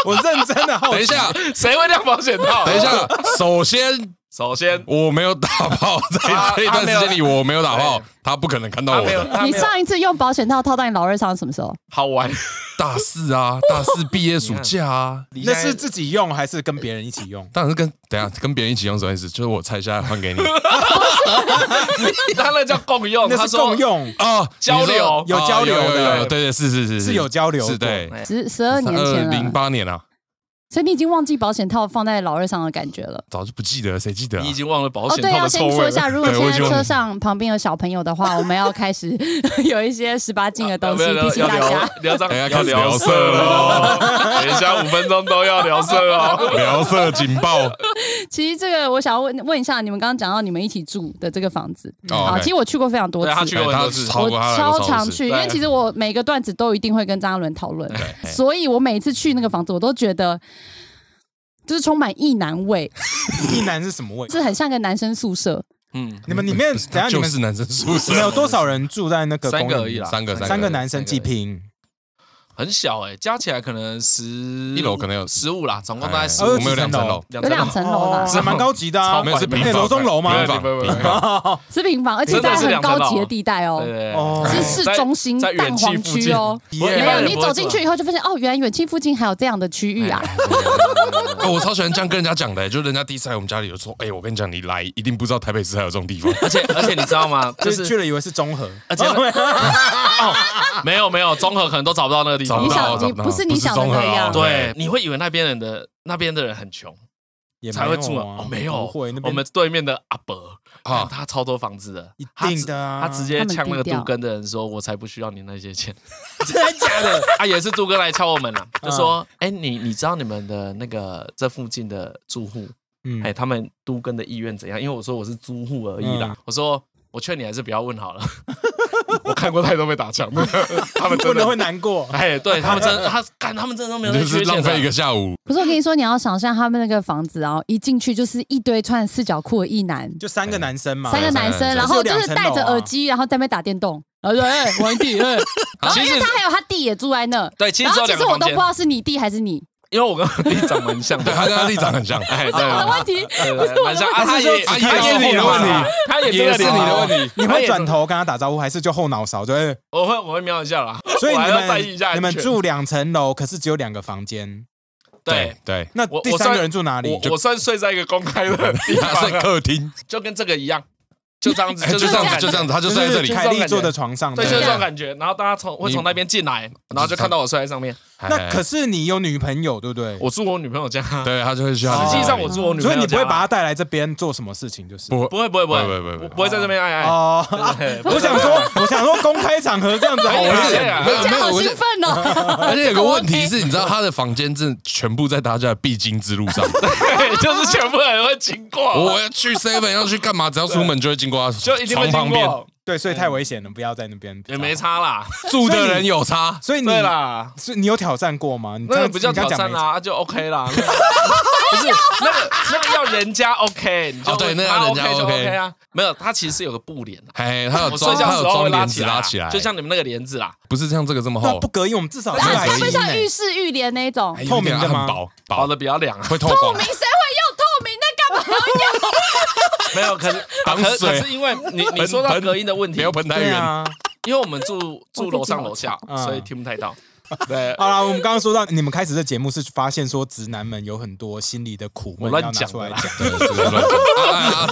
[SPEAKER 1] 我认真的好奇，
[SPEAKER 4] 等一下，
[SPEAKER 3] 谁会晾保险套？啊
[SPEAKER 4] 等一，下，首先
[SPEAKER 3] 首先
[SPEAKER 4] 我没有打炮，在
[SPEAKER 3] 他
[SPEAKER 4] 这一段时间里我没有打炮
[SPEAKER 3] 对，
[SPEAKER 4] 他不可能看到
[SPEAKER 3] 他
[SPEAKER 4] 我
[SPEAKER 3] 没有，
[SPEAKER 4] 的。
[SPEAKER 3] 他没
[SPEAKER 2] 你
[SPEAKER 3] 有
[SPEAKER 2] 上一次用保险套套到你老二上是什么时候？
[SPEAKER 3] 好玩，
[SPEAKER 4] 大四啊，大四毕业暑 假啊，
[SPEAKER 1] 那是自己用还是跟别人一起用？
[SPEAKER 4] 当然是跟等一下跟别人一起用什么意思？就是我拆下来还 给你
[SPEAKER 3] 他那叫共用，
[SPEAKER 1] 那
[SPEAKER 3] 他
[SPEAKER 1] 是
[SPEAKER 3] 说
[SPEAKER 1] 共，用，
[SPEAKER 4] 哦，
[SPEAKER 3] 交流
[SPEAKER 4] 你说
[SPEAKER 1] 有交流
[SPEAKER 4] 哦有有有
[SPEAKER 1] 对
[SPEAKER 4] 有对对是是是
[SPEAKER 1] 是有交流
[SPEAKER 4] 是
[SPEAKER 1] 过
[SPEAKER 4] 对，
[SPEAKER 3] 哎
[SPEAKER 2] 十十二年前
[SPEAKER 4] 零
[SPEAKER 2] 了，
[SPEAKER 4] 八年啊，
[SPEAKER 2] 所以你已经忘记保险套放在老二上的感觉了。
[SPEAKER 4] 早就不记得了，谁记得啊
[SPEAKER 3] 你已？经忘了保
[SPEAKER 2] 哦，
[SPEAKER 3] 险
[SPEAKER 2] 对，
[SPEAKER 3] 套
[SPEAKER 2] 要
[SPEAKER 3] 的臭
[SPEAKER 2] 先说
[SPEAKER 3] 味
[SPEAKER 2] 一下，
[SPEAKER 3] 了。
[SPEAKER 2] 如果
[SPEAKER 4] 对
[SPEAKER 2] 现
[SPEAKER 4] 我
[SPEAKER 2] 在
[SPEAKER 4] 已经
[SPEAKER 2] 车上旁边有小朋友的话，我们要开始有一些十八禁的东西
[SPEAKER 3] 啊没有
[SPEAKER 2] 提醒大
[SPEAKER 3] 要
[SPEAKER 2] 家
[SPEAKER 3] 聊。聊脏，
[SPEAKER 4] 等一下
[SPEAKER 3] 要
[SPEAKER 4] 开始聊
[SPEAKER 3] 聊
[SPEAKER 4] 色
[SPEAKER 3] 色
[SPEAKER 4] 了
[SPEAKER 3] 了哦， 等一下五分钟都要聊色哦。
[SPEAKER 4] 聊色警报哦
[SPEAKER 2] 其实这个我想要问问一下，你们刚刚讲到你们一起住的这个房子，
[SPEAKER 4] 哦
[SPEAKER 2] 好，
[SPEAKER 4] ，OK
[SPEAKER 2] 其实我去过非常多
[SPEAKER 3] 对他
[SPEAKER 2] 次
[SPEAKER 3] 去。过很多次
[SPEAKER 4] 哎他超
[SPEAKER 2] 我
[SPEAKER 4] 过他来
[SPEAKER 2] 超
[SPEAKER 4] 过超
[SPEAKER 2] 常
[SPEAKER 4] 市
[SPEAKER 2] 去，因为
[SPEAKER 3] 对
[SPEAKER 2] 其实我每个段子都一定会跟张嘉伦讨论， 所以我每次去那个房子，我都觉得就是充满意男味，
[SPEAKER 1] 一男是什么味
[SPEAKER 2] 就？是很像个男生宿舍。
[SPEAKER 3] 嗯，
[SPEAKER 1] 你们里面等一下你
[SPEAKER 4] 就
[SPEAKER 1] 们
[SPEAKER 4] 是男生宿舍
[SPEAKER 1] 你
[SPEAKER 4] 哎
[SPEAKER 1] 们有多少人住在那个
[SPEAKER 3] 三
[SPEAKER 1] 公
[SPEAKER 3] 个
[SPEAKER 1] 寓
[SPEAKER 3] 而已啦，
[SPEAKER 4] 三个
[SPEAKER 1] 三个
[SPEAKER 4] 而已
[SPEAKER 1] 男生
[SPEAKER 3] 几
[SPEAKER 1] 几平？
[SPEAKER 3] 很小哎、加起来可能十一
[SPEAKER 4] 楼可能有
[SPEAKER 3] 十五啦，总共大概
[SPEAKER 4] 哎
[SPEAKER 3] 十
[SPEAKER 1] 15
[SPEAKER 4] 我们有两层
[SPEAKER 1] 层楼
[SPEAKER 4] 楼，
[SPEAKER 3] 两
[SPEAKER 2] 有
[SPEAKER 3] 层
[SPEAKER 2] 两
[SPEAKER 3] 楼。
[SPEAKER 2] 层楼啦
[SPEAKER 1] 哦，还蛮高级的啊
[SPEAKER 3] 超
[SPEAKER 4] 没有是平
[SPEAKER 1] 哎
[SPEAKER 4] 房，
[SPEAKER 1] 楼中楼吗
[SPEAKER 4] 平房
[SPEAKER 3] 不不不
[SPEAKER 4] 平房
[SPEAKER 2] 是平房，而且
[SPEAKER 3] 真的
[SPEAKER 2] 在
[SPEAKER 3] 是
[SPEAKER 2] 很
[SPEAKER 3] 两层
[SPEAKER 2] 高
[SPEAKER 3] 楼
[SPEAKER 2] 级的地带哦
[SPEAKER 3] 对，对
[SPEAKER 1] 哦
[SPEAKER 2] 是
[SPEAKER 3] 对，
[SPEAKER 2] 市
[SPEAKER 3] 哎在
[SPEAKER 2] 中心
[SPEAKER 3] 在
[SPEAKER 2] 蛋
[SPEAKER 3] 远
[SPEAKER 2] 黄
[SPEAKER 3] 期附
[SPEAKER 2] 区
[SPEAKER 3] 近
[SPEAKER 2] 哦。
[SPEAKER 3] 我
[SPEAKER 1] 耶
[SPEAKER 3] 一
[SPEAKER 2] 没
[SPEAKER 3] 般
[SPEAKER 2] 有，
[SPEAKER 3] 人
[SPEAKER 2] 你
[SPEAKER 3] 不会
[SPEAKER 2] 走进
[SPEAKER 3] 做
[SPEAKER 2] 去以后就发现，哦，原来远近附近还有这样的区域啊！
[SPEAKER 4] 哎我超喜欢这样跟人家讲的，欸就人家第一次来我们家里就说，哎，我跟你讲，你来一定不知道台北市还有这种地方。
[SPEAKER 3] 而且而且你知道 吗？就
[SPEAKER 1] 就是去
[SPEAKER 3] 是啊
[SPEAKER 1] 了以为是中和，
[SPEAKER 3] 而且哦， 没有没有，综合可能都找不到那个地方。
[SPEAKER 2] 你
[SPEAKER 4] 找
[SPEAKER 2] 想，
[SPEAKER 4] 不到
[SPEAKER 2] 你不是你想的
[SPEAKER 4] 不是
[SPEAKER 2] 那
[SPEAKER 4] 综合啊
[SPEAKER 2] 样，
[SPEAKER 3] 对，你会以为那边人的那边的人很穷
[SPEAKER 1] 也没
[SPEAKER 3] 才会住
[SPEAKER 1] 有
[SPEAKER 3] 啊？哦，没有，
[SPEAKER 1] 不会那边
[SPEAKER 3] 我们对面的阿伯
[SPEAKER 4] 啊
[SPEAKER 3] 啊，他超多房子的，
[SPEAKER 1] 一
[SPEAKER 3] 他
[SPEAKER 1] 定
[SPEAKER 3] 直
[SPEAKER 1] 的啊
[SPEAKER 3] 他直接
[SPEAKER 2] 他们
[SPEAKER 3] 呛那个
[SPEAKER 2] 低调
[SPEAKER 3] 杜根的人说：“我才不需要你那些钱。”
[SPEAKER 1] 真的假的？
[SPEAKER 3] 啊，也是杜哥来敲我们了，
[SPEAKER 1] 嗯
[SPEAKER 3] 就说：“哎、你你知道你们的那个这附近的住户，哎、
[SPEAKER 1] 嗯，
[SPEAKER 3] 他们都跟的意愿怎样？”因为我说我是租户而已啦，
[SPEAKER 1] 嗯
[SPEAKER 3] 我说我劝你还是不要问好 了， 我看过太多被打枪 的，他们
[SPEAKER 1] 不
[SPEAKER 3] 真
[SPEAKER 1] 能会
[SPEAKER 3] 的。
[SPEAKER 1] 难过。
[SPEAKER 3] 哎，对他们真的，他干，他们真的都没有
[SPEAKER 4] 就
[SPEAKER 3] 在
[SPEAKER 4] 是
[SPEAKER 3] 缺钱
[SPEAKER 4] 浪
[SPEAKER 3] 的
[SPEAKER 4] 费一个下午，
[SPEAKER 2] 不是我跟你说，你要想象他们那个房子啊，一进去就是一堆穿四角裤的一男，
[SPEAKER 1] 就三
[SPEAKER 3] 哎
[SPEAKER 1] 个男生嘛，
[SPEAKER 2] 三个男
[SPEAKER 4] 三
[SPEAKER 2] 生，
[SPEAKER 4] 个
[SPEAKER 2] 然后就是戴
[SPEAKER 3] 啊
[SPEAKER 2] 着耳机，然后在那边打电动。啊对， 哎玩弟，哎然后
[SPEAKER 3] 其
[SPEAKER 2] 因为
[SPEAKER 3] 实
[SPEAKER 2] 他还有他弟也住在那，
[SPEAKER 3] 对，其实
[SPEAKER 2] 然
[SPEAKER 3] 只
[SPEAKER 2] 后
[SPEAKER 3] 有
[SPEAKER 2] 其
[SPEAKER 3] 两
[SPEAKER 2] 实
[SPEAKER 3] 个
[SPEAKER 2] 我
[SPEAKER 3] 房
[SPEAKER 2] 都不
[SPEAKER 3] 间
[SPEAKER 2] 知，道是你弟还是你，
[SPEAKER 3] 因为我跟我弟长蛮 像
[SPEAKER 4] 对，
[SPEAKER 3] 的，
[SPEAKER 4] 他跟他弟长很 像，
[SPEAKER 3] 哎，
[SPEAKER 2] 我的
[SPEAKER 3] 对，
[SPEAKER 2] 问题，
[SPEAKER 3] 对对蛮像啊，他也
[SPEAKER 4] 啊
[SPEAKER 3] 他
[SPEAKER 4] 也是
[SPEAKER 3] 也
[SPEAKER 4] 你的问题，
[SPEAKER 3] 他也
[SPEAKER 4] 也是你的问
[SPEAKER 3] 题，
[SPEAKER 4] 题。
[SPEAKER 1] 你会转头跟他打招呼，还是就后脑勺？就会
[SPEAKER 3] 我会我会瞄一下 啦，
[SPEAKER 1] 所以
[SPEAKER 3] 我
[SPEAKER 1] 你
[SPEAKER 3] 还要在意
[SPEAKER 1] 们
[SPEAKER 3] 一下安
[SPEAKER 1] 你们
[SPEAKER 3] 全
[SPEAKER 1] 住两层楼，可是只有两个房间，
[SPEAKER 3] 对。
[SPEAKER 4] 对，
[SPEAKER 1] 那
[SPEAKER 3] 我
[SPEAKER 1] 第三个人住哪里？
[SPEAKER 3] 我我算睡在一个公开的 地
[SPEAKER 4] 他
[SPEAKER 3] 方
[SPEAKER 4] 睡
[SPEAKER 3] 啊，
[SPEAKER 4] 客厅，
[SPEAKER 3] 就跟这个一样，就这样子，
[SPEAKER 4] 哎就
[SPEAKER 3] 这
[SPEAKER 4] 这
[SPEAKER 3] 种
[SPEAKER 4] 样
[SPEAKER 3] 感
[SPEAKER 4] 子，就
[SPEAKER 3] 觉
[SPEAKER 4] 这样子，他就
[SPEAKER 1] 就
[SPEAKER 4] 睡在这
[SPEAKER 1] 是
[SPEAKER 4] 里。
[SPEAKER 1] 凯莉坐的床上，
[SPEAKER 3] 对，就是这
[SPEAKER 1] 不
[SPEAKER 3] 种感觉。然后大家从会从那边进来，然后就看到我睡在上面。
[SPEAKER 1] 那可
[SPEAKER 4] 是
[SPEAKER 1] 是你有女朋友，对不对？
[SPEAKER 3] 我住我女朋友家，实
[SPEAKER 4] 对他就会需要。
[SPEAKER 3] 际上我住我女朋友家，
[SPEAKER 1] 所以你不会把她带来这边做什么事情，就是
[SPEAKER 4] 不
[SPEAKER 3] 不会不会不会
[SPEAKER 4] 不会不会不会
[SPEAKER 3] 我不会在这边哎爱爱。
[SPEAKER 1] 哦。
[SPEAKER 3] 对不会
[SPEAKER 1] 我想说， 我想说公开场合这样子好
[SPEAKER 3] 可以
[SPEAKER 1] 危
[SPEAKER 3] 啊可以
[SPEAKER 1] 险
[SPEAKER 3] 啊
[SPEAKER 1] 啊。
[SPEAKER 4] 没有
[SPEAKER 2] 这
[SPEAKER 4] 没
[SPEAKER 2] 样
[SPEAKER 4] 有，
[SPEAKER 2] 好
[SPEAKER 4] 我
[SPEAKER 2] 兴
[SPEAKER 4] 是
[SPEAKER 2] 奋 哦。
[SPEAKER 4] 而且有个问题
[SPEAKER 2] 这
[SPEAKER 4] 是，你知道他的房间是全部在大家的必经之路 上。
[SPEAKER 3] 对，就是全部人会经过，
[SPEAKER 4] 我要去 seven 要去干嘛，只要出门就会经过他
[SPEAKER 3] 就一定会
[SPEAKER 4] 床
[SPEAKER 3] 经
[SPEAKER 4] 旁边。
[SPEAKER 3] 过。
[SPEAKER 1] 对，所以太危险了，不要在那边。
[SPEAKER 3] 也没差啦。
[SPEAKER 4] 住的人有差，
[SPEAKER 1] 所以你
[SPEAKER 3] 对，啦，
[SPEAKER 1] 所以你有挑战过吗？你
[SPEAKER 3] 那个
[SPEAKER 1] 刚
[SPEAKER 3] 不叫
[SPEAKER 1] 你刚
[SPEAKER 3] 挑
[SPEAKER 1] 讲
[SPEAKER 3] 战
[SPEAKER 1] 没
[SPEAKER 3] 啦，啊就 OK 啦。那个不是那个那个要人家 OK，你就
[SPEAKER 4] 哦对那
[SPEAKER 3] 他
[SPEAKER 4] 要人家
[SPEAKER 3] OK 就
[SPEAKER 4] OK
[SPEAKER 3] OK 啊。没有，他其实是有个布帘的，
[SPEAKER 4] 哎，他有
[SPEAKER 3] 我睡
[SPEAKER 4] 装，
[SPEAKER 3] 觉
[SPEAKER 4] 他
[SPEAKER 3] 的
[SPEAKER 4] 有
[SPEAKER 3] 时候
[SPEAKER 4] 装
[SPEAKER 3] 会拉
[SPEAKER 4] 帘
[SPEAKER 3] 起
[SPEAKER 4] 子
[SPEAKER 3] 来啊，
[SPEAKER 4] 拉起来，
[SPEAKER 3] 就像你们那个帘子啊啦，
[SPEAKER 4] 不是像这个这么
[SPEAKER 1] 那
[SPEAKER 4] 厚
[SPEAKER 1] 不，隔音，我们至少
[SPEAKER 2] 不是
[SPEAKER 1] 要
[SPEAKER 2] 啊，
[SPEAKER 1] 来
[SPEAKER 2] 会
[SPEAKER 1] 一
[SPEAKER 2] 不会
[SPEAKER 1] 呢
[SPEAKER 2] 像浴室浴帘那一种？
[SPEAKER 4] 哎有
[SPEAKER 1] 透明
[SPEAKER 4] 点啊
[SPEAKER 1] 的吗
[SPEAKER 4] 很薄
[SPEAKER 3] 薄
[SPEAKER 4] 薄
[SPEAKER 3] 的比较凉啊。
[SPEAKER 4] 会透
[SPEAKER 2] 透
[SPEAKER 4] 光
[SPEAKER 2] 明，谁会用透明的干嘛？
[SPEAKER 3] 没有，可是啊
[SPEAKER 4] 挡
[SPEAKER 3] 可是
[SPEAKER 4] 水
[SPEAKER 3] 可是因为 你你说到
[SPEAKER 4] 喷
[SPEAKER 3] 隔音的问题
[SPEAKER 4] 没，有喷太
[SPEAKER 1] 对
[SPEAKER 4] 远。
[SPEAKER 1] 啊。
[SPEAKER 3] 因为我们住住楼上楼下，
[SPEAKER 1] 嗯
[SPEAKER 3] 所以听不太到。对，
[SPEAKER 1] 好啦，我们刚刚说到，你们开始这节目是发现说直男们有很多心里的苦闷
[SPEAKER 3] 我乱
[SPEAKER 1] 要拿
[SPEAKER 3] 讲
[SPEAKER 1] 出
[SPEAKER 3] 的
[SPEAKER 1] 来
[SPEAKER 3] 啦
[SPEAKER 1] 讲，
[SPEAKER 4] 对，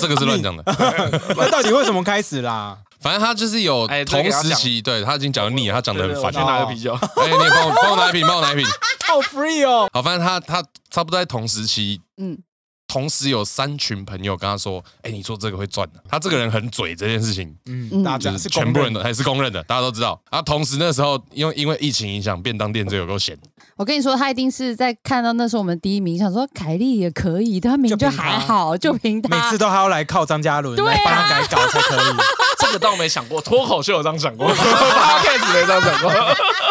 [SPEAKER 4] 这个是乱讲的啊啊啊这个是乱讲的。
[SPEAKER 1] 那到底为什么开始啦？
[SPEAKER 4] 反正他就是有
[SPEAKER 3] 哎这个
[SPEAKER 4] 同
[SPEAKER 3] 要
[SPEAKER 4] 时期，对他已经讲得腻了，他讲的
[SPEAKER 3] 对
[SPEAKER 4] 很
[SPEAKER 3] 对
[SPEAKER 4] 烦
[SPEAKER 3] 我。去拿个啤酒。
[SPEAKER 4] 哎，你也帮我帮我拿一瓶，帮我拿一瓶。
[SPEAKER 1] 好 free 哦，
[SPEAKER 4] 好，反正他他差不多在同时期，
[SPEAKER 2] 嗯
[SPEAKER 4] 嗯，同时有三群朋友跟他说：“哎，你做这个会赚的。”他这个人很嘴这件 事情，
[SPEAKER 1] 嗯，
[SPEAKER 2] 嗯
[SPEAKER 1] 大家
[SPEAKER 4] 就是是
[SPEAKER 1] 公
[SPEAKER 4] 全部人
[SPEAKER 1] 的
[SPEAKER 4] 都还是公认的，大家都知道。啊，同时那时候因为因为疫情影响，便当店就有够闲，
[SPEAKER 2] 我跟你说，他一定是在看到那时候我们第一名，想说凯莉也可以，他名
[SPEAKER 1] 就
[SPEAKER 2] 就
[SPEAKER 1] 凭
[SPEAKER 2] 还
[SPEAKER 1] 他
[SPEAKER 2] 好，就凭
[SPEAKER 1] 每
[SPEAKER 2] 他
[SPEAKER 1] 次。都还要来靠张嘉伦
[SPEAKER 2] 对啊
[SPEAKER 1] 来帮他改稿才可 以。
[SPEAKER 3] 这个倒没想过，脱口秀有这样想 过，podcast 没这样想过。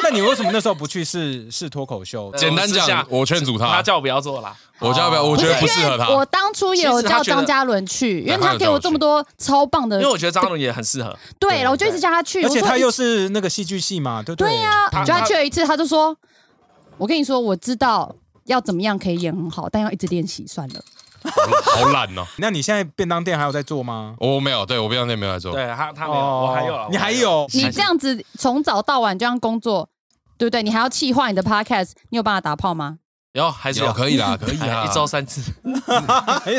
[SPEAKER 1] 那你为什么那时候不去试试脱口秀？
[SPEAKER 4] 简单
[SPEAKER 3] 私
[SPEAKER 4] 讲
[SPEAKER 3] 下，
[SPEAKER 4] 我劝阻
[SPEAKER 3] 他
[SPEAKER 4] 他，
[SPEAKER 3] 叫我不要做啦，
[SPEAKER 4] 我叫不
[SPEAKER 3] 哦
[SPEAKER 4] 要，我觉得不适合他。
[SPEAKER 2] 我当初也有叫张嘉伦去，因
[SPEAKER 4] 实他觉得
[SPEAKER 2] 为他给我这么多超棒的，
[SPEAKER 3] 因为我觉得张伦也很适合。
[SPEAKER 2] 呃对，然后我就一直叫他去，
[SPEAKER 1] 而且
[SPEAKER 2] 我说
[SPEAKER 1] 他
[SPEAKER 2] 一
[SPEAKER 1] 又是那个戏剧系嘛，对不
[SPEAKER 2] 对啊呀、
[SPEAKER 3] 他
[SPEAKER 2] 就他
[SPEAKER 3] 他
[SPEAKER 2] 去了一次，他就说：“我跟你说，我知道要怎么样可以演很好，但要一直练习算了。
[SPEAKER 4] 好懒哦。
[SPEAKER 1] 那你现在便当店还有在做吗？
[SPEAKER 4] 我没有，对我便当店没有在做。
[SPEAKER 3] 对他，他没有，
[SPEAKER 2] 哦
[SPEAKER 3] 我还有啦，
[SPEAKER 1] 哦你
[SPEAKER 3] 我
[SPEAKER 1] 还有
[SPEAKER 2] 你
[SPEAKER 3] 还是
[SPEAKER 2] 这样子从早到晚这样工作，对不对？你还要气化你的 podcast，你有办法打炮吗？
[SPEAKER 3] 有还是
[SPEAKER 4] 有
[SPEAKER 3] 有
[SPEAKER 4] 可 以啦，可以啊
[SPEAKER 3] 哎
[SPEAKER 4] 啦，
[SPEAKER 3] 一周三次，
[SPEAKER 1] 哎